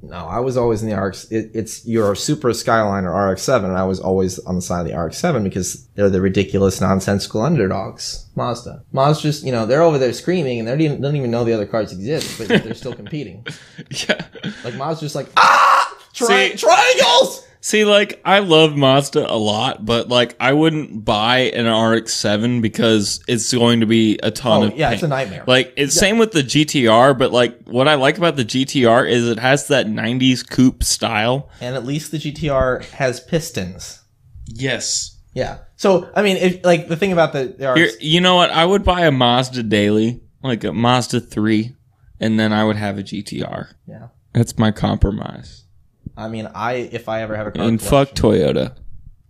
No, I was always in the RX. It, it's your Supra Skyline or RX-7, and I was always on the side of the RX-7 because they're the ridiculous, nonsensical underdogs. Mazda. Mazda's just, you know, they're over there screaming, and they don't even- don't even know the other cars exist, but yet they're still competing.
yeah.
Like Mazda's just like, ah, tri- triangles.
See, like, I love Mazda a lot, but like, I wouldn't buy an RX-7 because it's going to be a ton
Oh,
of
yeah,
pain.
it's a nightmare.
Like, it's same with the GTR, but like, what I like about the GTR is it has that '90s coupe style.
And at least the GTR has pistons.
Yes.
Yeah. So I mean, if like the thing about the, the RX,
Here, you know what? I would buy a Mazda daily, like a Mazda three, and then I would have a GTR.
Yeah.
that's my compromise.
I mean, I if I ever have a car,
and
collection-
fuck Toyota.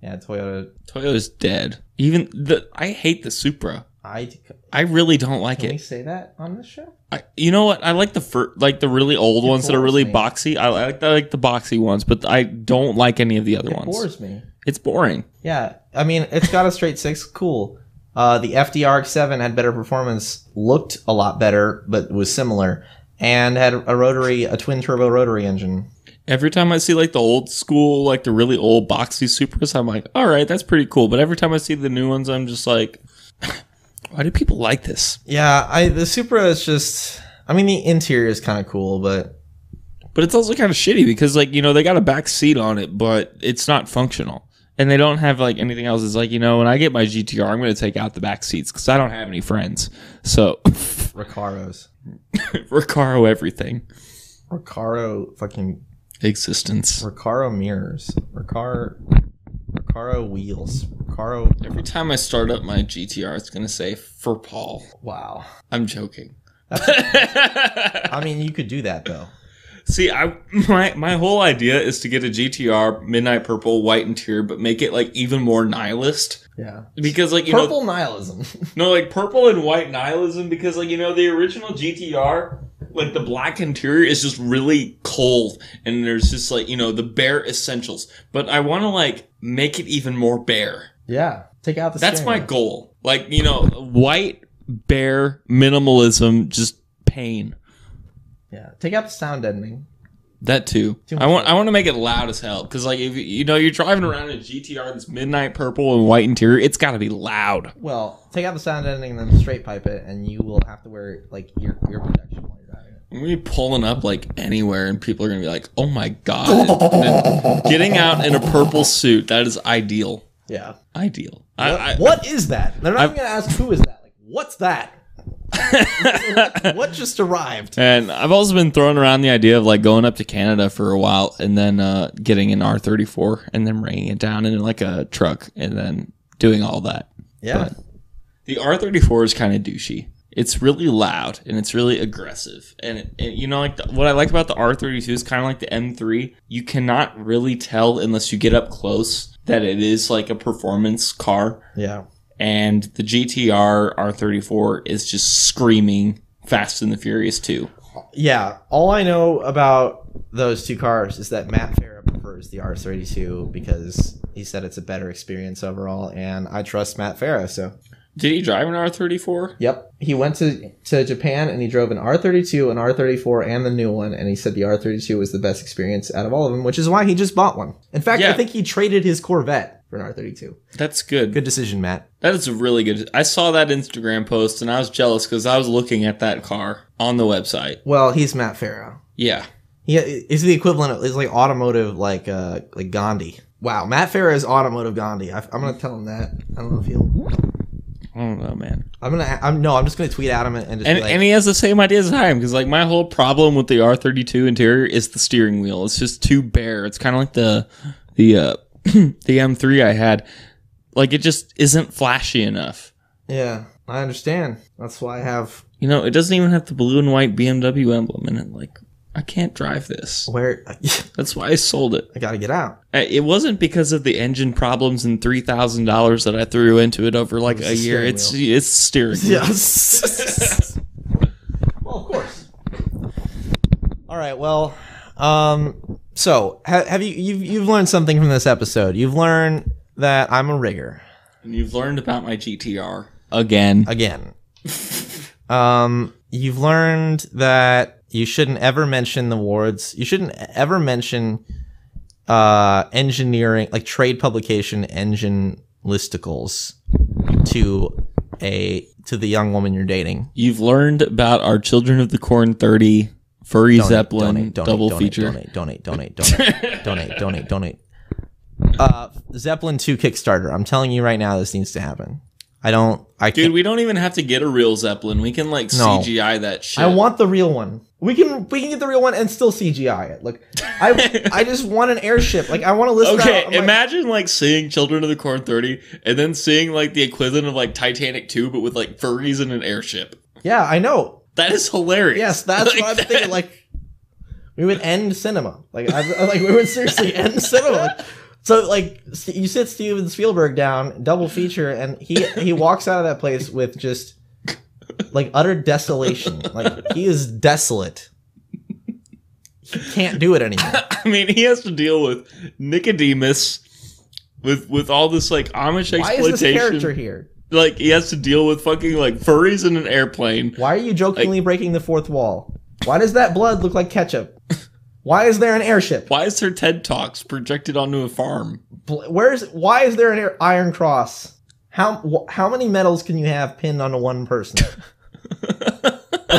Yeah, Toyota.
Toyota's dead. Even the I hate the Supra.
I
I really don't like
Can
it.
we say that on this show?
I, you know what? I like the fir- like the really old ones that are really boxy. I like I like the boxy ones, but I don't like any of the other ones.
bores me.
It's boring.
Yeah, I mean, it's got a straight six. Cool. Uh, the FDRX7 had better performance, looked a lot better, but was similar, and had a rotary, a twin turbo rotary engine.
Every time I see like the old school, like the really old boxy Supras, I'm like, all right, that's pretty cool. But every time I see the new ones, I'm just like, why do people like this?
Yeah, I the Supra is just. I mean, the interior is kind of cool, but
But it's also kind of shitty because like you know they got a back seat on it, but it's not functional, and they don't have like anything else. It's like you know when I get my GTR, I'm going to take out the back seats because I don't have any friends. So
Recaros,
Recaro everything.
Recaro fucking
existence.
Recaro mirrors. Recaro. Recaro wheels. Recaro.
Every time I start up my GTR, it's going to say for Paul.
Wow.
I'm joking.
I mean, you could do that though.
See, I my my whole idea is to get a GTR midnight purple white interior, but make it like even more nihilist.
Yeah.
Because like you know,
Purple nihilism.
No, like purple and white nihilism because like you know the original GTR, like the black interior is just really cold and there's just like you know the bare essentials. But I want to like make it even more bare.
Yeah. Take out the.
That's
steering
my
wheel.
goal. Like you know, white bare minimalism, just pain.
Yeah. Take out the sound deadening.
That too. I want I want to make it loud as hell because like if you- you know you're driving around in a GTR that's midnight purple and white interior, it's got to be loud.
Well, take out the sound editing and then straight pipe it, and you will have to wear like ear ear protection.
I'm gonna be pulling up like anywhere, and people are gonna be like, "Oh my god!" And then getting out in a purple suit that is ideal.
Yeah.
Ideal.
What-
I, I,
what is that? They're not
I've-
even gonna ask who is that. Like, what's that? what just arrived?
and I've also been throwing around the idea of like going up to Canada for a while, and then uh, getting an R34, and then bringing it down in like a truck, and then doing all that.
Yeah.
But the R34 is kind of douchey. It's really loud and it's really aggressive. And, it, and you know, like the, what I like about the R32 is kind of like the M3. You cannot really tell unless you get up close that it is like a performance car.
Yeah.
And the GTR R34 is just screaming Fast and the Furious 2.
Yeah. All I know about those two cars is that Matt Farah prefers the R32 because he said it's a better experience overall, and I trust Matt Farah. So.
Did he drive an R34?
Yep. He went to, to Japan and he drove an R32, an R34, and the new one, and he said the R32 was the best experience out of all of them, which is why he just bought one. In fact, I
Yeah.
think he traded his Corvette for an R32.
That's good.
Good decision, Matt.
That is a really good. I saw that Instagram post and I was jealous because I was looking at that car on the website.
Well, he's Matt Farah.
Yeah.
He is the equivalent of is like automotive, like uh, like Gandhi. Wow, Matt Farah is automotive Gandhi. I, I'm gonna tell him that. I don't know if he'll.
I don't know, man.
I'm gonna. I'm no. I'm just gonna tweet at him and, and just
and,
be like,
and he has the same ideas as I am because like my whole problem with the R32 interior is the steering wheel. It's just too bare. It's kind of like the the uh, the M3 I had. Like it just isn't flashy enough.
yeah, I understand. That's why I have.
You know, it doesn't even have the blue and white BMW emblem in it. Like I can't drive this.
Where?
That's why I sold it.
I gotta get out.
I- It wasn't because of the engine problems and three thousand dollars that I threw into it over like
It was
a
the
year.
steering
It's it's steering. wheel.
Yes. well, of course. All right. Well, um, so ha- have you you've, you've learned something from this episode? You've learned that I'm a rigger
And you've learned about my GTR.
again. Again. um, you've learned that you shouldn't ever mention the awards. You shouldn't e-, ever mention uh engineering like trade publication engine listicles to a to the young woman you're dating.
You've learned about our Children of the Corn 30 furry Zeppelin double feature.
Donate, donate, donate, donate, donate, donate, donate. Uh, Zeppelin 2 Kickstarter. I'm telling you right now, this needs to happen. I don't. I
Dude,
can't.
we don't even have to get a real Zeppelin. We can like
No.
CGI that shit.
I want the real one. We can we can get the real one and still CGI it. Look, I I just want an airship. Like I want to list.
Okay,
out- I'm like,
imagine like seeing Children of the Corn 30 and then seeing like the equivalent of like Titanic 2 but with like furries and an airship.
yeah, I know.
That is hilarious.
Yes, that's what I'm thinking. Like we would end cinema. Like I, I- like we would seriously end cinema. Like, so like s- you sit Steven Spielberg down, double feature, and he he walks out of that place with just like utter desolation. Like he is desolate. He can't do it anymore.
I mean, he has to deal with Nicodemus with with all this like Amish
Why
exploitation.
is this character here?
like he has to deal with fucking like furries in an airplane.
Why are you jokingly breaking the fourth wall? Why does that blood look like ketchup? Why is there an airship?
Why is there TED Talks projected onto a farm?
Bl- Where's why is there an air- iron cross? How wh- how many medals can you have pinned onto one person?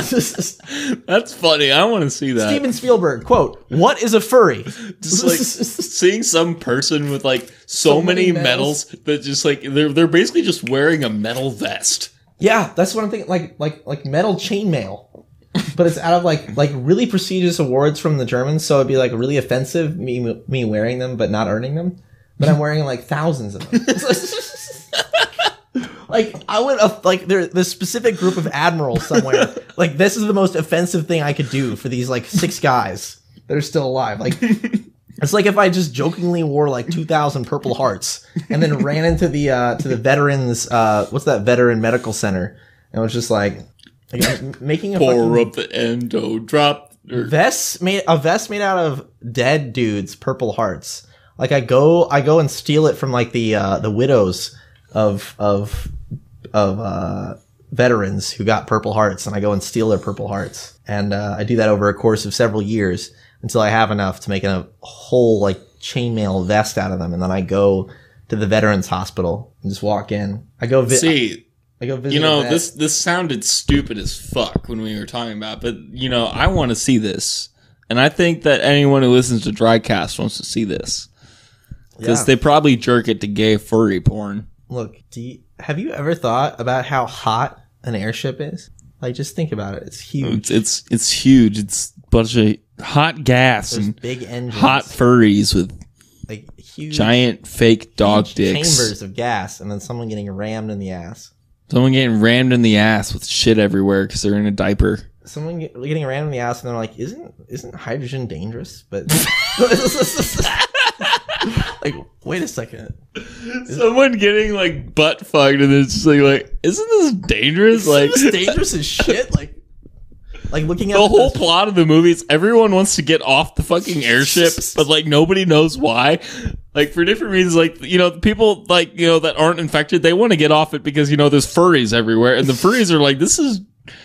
That's funny. I want to see that.
Steven Spielberg quote: "What is a furry?"
Just like seeing some person with like so,
So many
many, medals. that just like they're they're basically just wearing a metal vest.
Yeah, that's what I'm thinking. Like like like metal chainmail, but it's out of like like really prestigious awards from the Germans, so it'd be like really offensive me me wearing them but not earning them. But I'm wearing like thousands of them. like I would uh, like there this specific group of admirals somewhere. like this is the most offensive thing I could do for these like six guys that are still alive. Like. It's like if I just jokingly wore like two thousand purple hearts and then ran into the uh, to the veterans uh, what's that veteran medical center and was just like, like I'm making a
Pour
fucking
up the endo drop. Or,
vest made a vest made out of dead dudes purple hearts. Like I go I go and steal it from like the uh, the widows of of of uh, veterans who got purple hearts and I go and steal their purple hearts and uh, I do that over a course of several years until I have enough to make a whole like chainmail vest out of them and then I go to the veterans hospital and just walk in. I go vi-
see,
I go visit
you
a
know
vet.
this this sounded stupid as fuck when we were talking about, it, but you know I want to see this, and I think that anyone who listens to Drycast wants to see this because
Yeah.
they probably jerk it to gay furry porn.
Look, do you, have you ever thought about how hot an airship is? Like, just think about it. It's
It's
huge.
it's, it's huge. It's a bunch of hot gas
There's
and
big engines.
hot furries with
Like huge,
giant fake dog
huge
dicks.
chambers of gas, and then someone getting rammed in the ass.
Someone getting rammed in the ass with shit everywhere because they're in a diaper.
Someone get, getting rammed in the ass, and they're like, "Isn't isn't hydrogen dangerous?" But like, wait a second.
Someone getting like butt fucked and it's just like, like isn't this dangerous? Like
Isn't this dangerous as shit. Like, like looking
the
at
whole plot of the movie is everyone wants to get off the fucking airship, but like nobody knows why. Like for different reasons, like you know, people like you know that aren't infected, they want to get off it because you know there's furries everywhere, and the furries are like, this is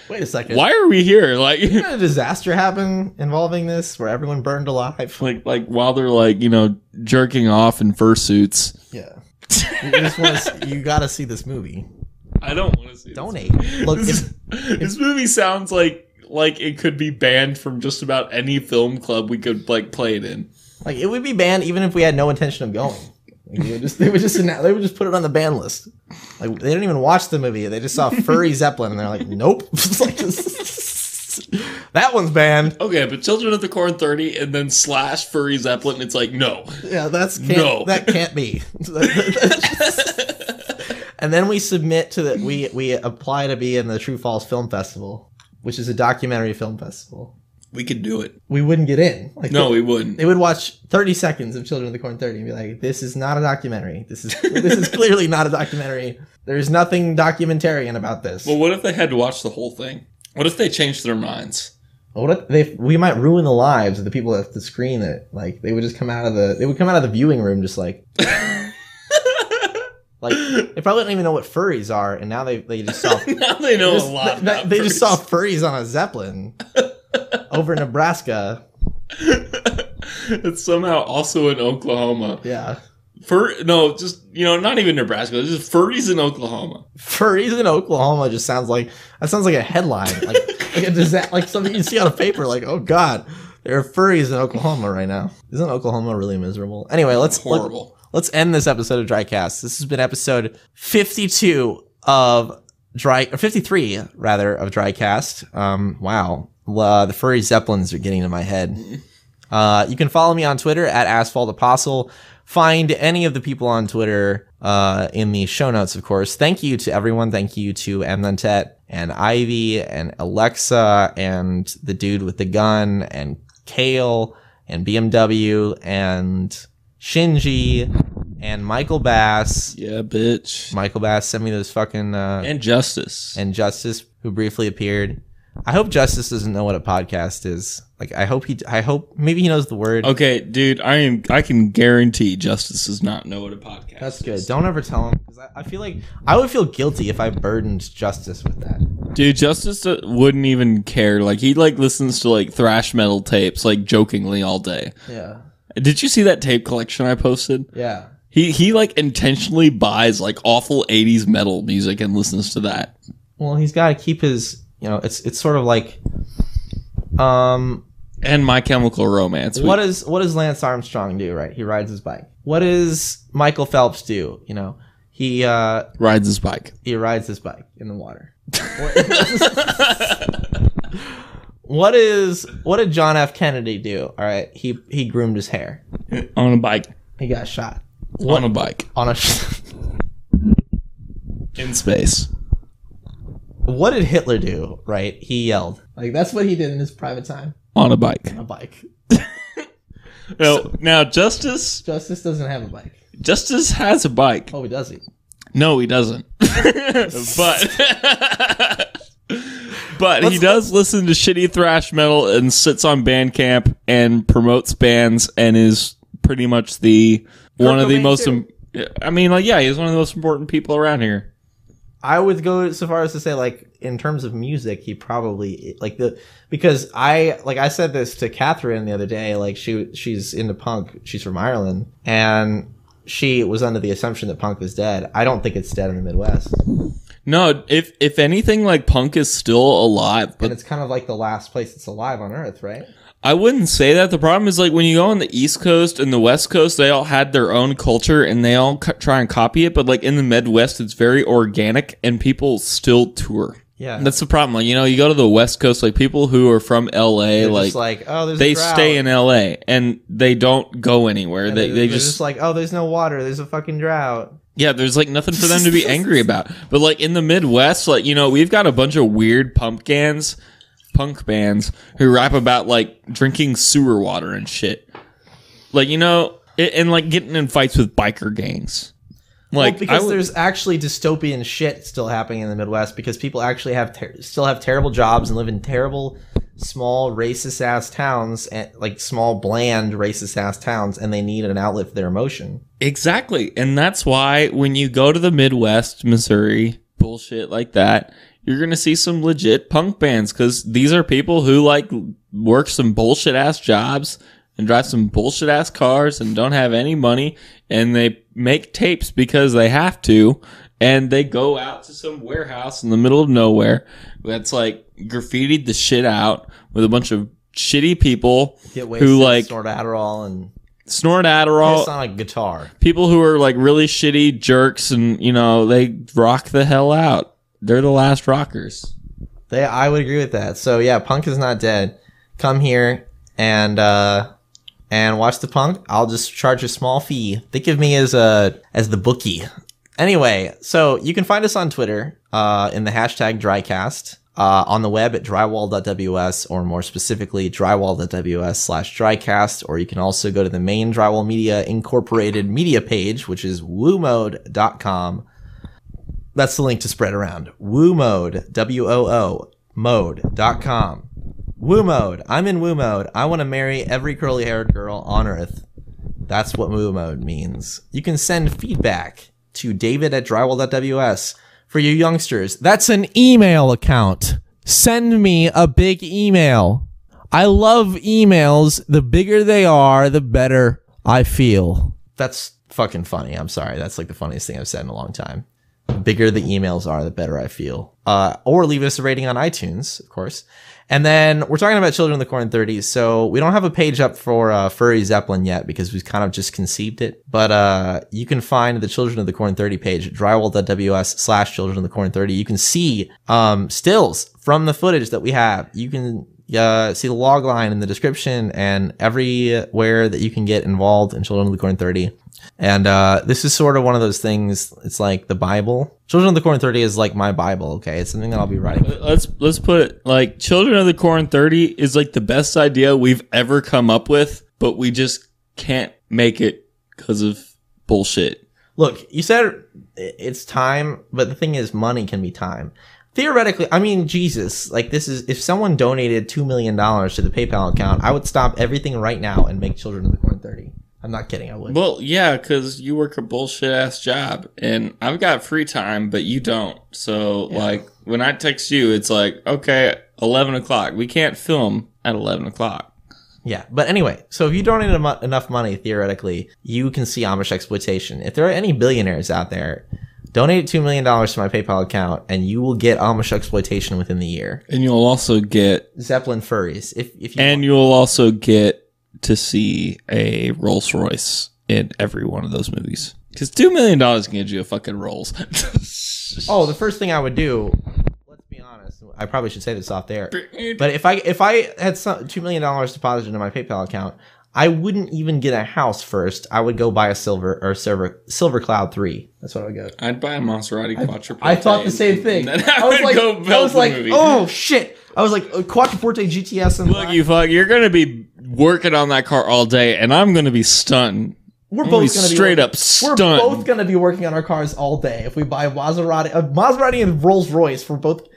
Wait a second.
why are we here? Like
did a disaster happen involving this where everyone burned alive?
like like while they're like you know jerking off in fursuits.
Yeah. you just want to, you got to see this movie.
I don't want to see.
Donate. Look, if,
this movie sounds like like it could be banned from just about any film club we could like play it in.
like it would be banned even if we had no intention of going. Like, they would just they would just announce- they would just put it on the ban list. Like they didn't even watch the movie. They just saw furry Zeppelin and they're like, nope. It's like, that one's banned.
Okay, but Children of the Corn 30 and then slash Furry Zeppelin, it's like, no.
Yeah, that's can't,
No.
that can't be. and then we submit to the we we apply to be in the True Falls Film Festival, which is a documentary film festival.
We could do it.
We wouldn't get in. Like,
No, we wouldn't.
they would watch 30 seconds of Children of the Corn 30 and be like, "This is not a documentary. This is this is clearly not a documentary. There's nothing documentarian about this."
Well, what if they had to watch the whole thing? What if they changed their minds?
what if they we might ruin the lives of the people at the screen that like they would just come out of the they would come out of the viewing room just like like they probably don't even know what furries are and now they they just saw
Now they know
They just-
a lot.
They,
about
they just
furries.
saw furries on a zeppelin over in Nebraska.
It's somehow also in Oklahoma.
Yeah,
Fur no, just you know, not even Nebraska. It's just furries in Oklahoma.
furries in Oklahoma just sounds like that sounds like a headline, like like a disa- like something you see on a paper. Like, oh god, there are furries in Oklahoma right now. Isn't Oklahoma really miserable? Anyway, let's let-
Horrible.
Let's end this episode of Drycast. This has been episode fifty-two of Dry or fifty-three rather of Drycast. Um, wow, uh, the furry zeppelins are getting to my head. Uh, you can follow me on Twitter at Asphalt Apostle. Find any of the people on Twitter uh, in the show notes, of course. Thank you to everyone. Thank you to Mnuntet and Ivy and Alexa and the dude with the gun and Kale and BMW and Shinji and Michael Bass.
Yeah, bitch.
Michael Bass sent me those fucking uh,
And Justice.
and Justice, who briefly appeared. I hope Justice doesn't know what a podcast is. Like, I hope he. I hope maybe he knows the word.
Okay, dude, I am. I can guarantee Justice does not know what a podcast.
That's good. Don't ever tell him because I, I feel like I would feel guilty if I burdened Justice with that.
Dude, Justice uh, wouldn't even care. Like he like listens to like thrash metal tapes like jokingly all day.
Yeah.
Did you see that tape collection I posted?
Yeah.
He he like intentionally buys like awful 80s metal music and listens to that.
Well, he's got to keep his. You know, it's it's sort of like, um,
and My Chemical Romance.
what is what does Lance Armstrong do? Right, he rides his bike. What does Michael Phelps do? You know, he uh
rides his bike.
He rides his bike in the water. what is what did John F. Kennedy do? All right, he he groomed his hair
on a bike.
He got shot
on a bike
on a sh-
in space.
What did Hitler do? Right, he yelled. Like that's what he did in his private time.
On a bike.
On a bike.
No, now Justice
Justice doesn't have a bike.
Justice has a bike.
Oh, he does he?
No, he doesn't. but but he does listen to shitty thrash metal and sits on Bandcamp and promotes bands and is pretty much the one of the
Cobain,
most.
too.
im- I mean, like, yeah, he's one of the most important people around here.
I would go so far as to say, like, in terms of music, he probably like the because I like I said this to Catherine the other day. Like, she she's into punk. She's from Ireland, and she was under the assumption that punk was dead. I don't think it's dead in the Midwest,
No, if if anything, like punk is still alive,
and
but
it's kind of like the last place that's alive on Earth, right?
I wouldn't say that. The problem is like when you go on the East Coast and the West Coast, they all had their own culture and they all co- try and copy it. But like in the Midwest, it's very organic and people still tour.
Yeah.
that's the problem. Like you know, you go to the West Coast, like people who are from LA,
They're
like
just like, "Oh, there's a
they
drought."
stay in LA and they don't go anywhere.
And
they
they're-
they
they're
just,
like, oh, there's no water. There's a fucking drought.
yeah, there's like nothing for them to be angry about. But like in the Midwest, like you know, we've got a bunch of weird pumpkins, punk bands who rap about like drinking sewer water and shit. Like you know, it, and like getting in fights with biker gangs. Like
well, because
I would-
there's actually dystopian shit still happening in the Midwest because people actually have ter- still have terrible jobs and live in terrible small racist ass towns and like small bland racist ass towns and they need an outlet for their emotion.
Exactly. And that's why when you go to the Midwest, Missouri, bullshit like that, you're going to see some legit punk bands because these are people who like work some bullshit ass jobs and drive some bullshit ass cars and don't have any money and they make tapes because they have to and they go out to some warehouse in the middle of nowhere that's like graffitied the shit out with a bunch of shitty people
Get wasted,
who like
snort Adderall and
snort Adderall
piss on a guitar.
people who are like really shitty jerks and you know they rock the hell out they're the last rockers
They, I would agree with that. So yeah, punk is not dead. Come here and uh, and watch the punk. I'll just charge a small fee. Think of me as a as the bookie. Anyway, so you can find us on Twitter uh, in the hashtag Drycast. Uh, on the web at drywall.ws or more specifically drywall.ws slash drycast or you can also go to the main drywall media incorporated media page which is woomode.com that's the link to spread around. Woo mode, W O O mode.com. Woo mode. I'm in woo mode. I want to marry every curly haired girl on earth. That's what woo mode means. You can send feedback to david at drywall.ws for you youngsters. That's an email account. Send me a big email. I love emails. The bigger they are, the better I feel. That's fucking funny. I'm sorry. That's like the funniest thing I've said in a long time. The bigger the emails are, the better I feel. Uh, or leave us a rating on iTunes, of course. And then we're talking about Children of the Corn 30s, so we don't have a page up for uh, Furry Zeppelin yet because we've kind of just conceived it. But uh, you can find the Children of the Corn 30 page at drywall.ws slash Children of the Corn 30. You can see um, stills from the footage that we have. You can uh, see the log line in the description and everywhere that you can get involved in Children of the Corn 30. And uh, this is sort of one of those things. It's like the Bible. Children of the Corn 30 is like my Bible. Okay, it's something that I'll be writing.
let's let's put it like children of the corn 30 is like the best idea we've ever come up with but we just can't make it because of bullshit
Look, you said it- it's time, but the thing is, money can be time. Theoretically, I mean, Jesus, like this is if someone donated two million dollars to the PayPal account, I would stop everything right now and make Children of the Corn thirty. I'm not kidding. I would.
Well, yeah, because you work a bullshit ass job, and I've got free time, but you don't. So, like, when I text you, it's like, okay, eleven o'clock. We can't film at eleven o'clock.
Yeah, but anyway, so if you donate emo- enough money, theoretically, you can see Amish exploitation. If there are any billionaires out there, donate two million dollars to my PayPal account, and you will get Amish exploitation within the year.
And you'll also get
Zeppelin furries. If if you
and you'll also get to see a Rolls Royce in every one of those movies. Because two million dollars can get you a fucking Rolls.
oh, the first thing I would do. Let's be honest. I probably should say this off there. But if I if I had some, two million dollars deposited into my PayPal account, I wouldn't even get a house first. I would go buy a silver or silver silver cloud three. That's what I would go.
I'd buy a Maserati Quattroporte.
I thought the same thing.
And then
I was
would
like,
go
I
build
was
the
like,
movie.
oh shit! I was like, uh, Quattroporte GTS and
Look, you fuck. You're gonna be working on that car all day, and I'm gonna be stunned.
We're
I'm
both
be
gonna be
straight
working-
up
We're
stunned.
both gonna be working on our cars all day if we buy Maserati, a Maserati and Rolls Royce. for both,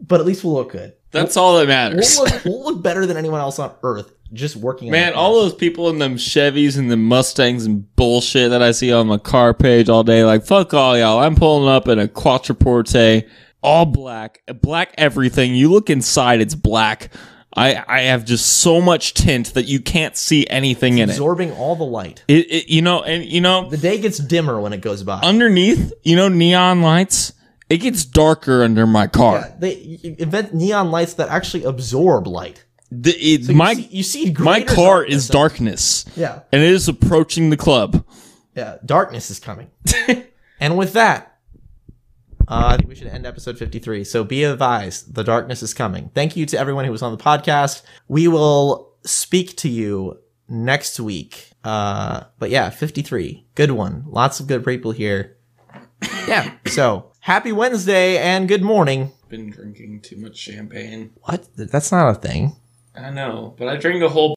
but at least we'll look good.
That's all that
We'll
matters.
look, we'll look better than anyone else on earth just working. on
Man, all those people in them Chevys and them Mustangs and bullshit that I see on my car page all day, like fuck all y'all. I'm pulling up in a Quattroporte, all black, black everything. You look inside, it's black. I I have just so much tint that you can't see anything in it.
absorbing all the light.
It, it you know, and you know,
the day gets dimmer when it goes by.
Underneath, you know, neon lights. It gets darker under my car.
They you invent neon lights that actually absorb light.
The, it,
So you
my
see- you see
my
greater
car is darkness.
Yeah.
and it is approaching the club.
Yeah, darkness is coming. and with that, uh, I think we should end episode 53. So be advised, the darkness is coming. Thank you to everyone who was on the podcast. We will speak to you next week. Uh, but yeah, 53. Good one. Lots of good people here. Yeah. So happy Wednesday and good morning.
Been drinking too much champagne.
What? That's not a thing.
I know, but I drink a whole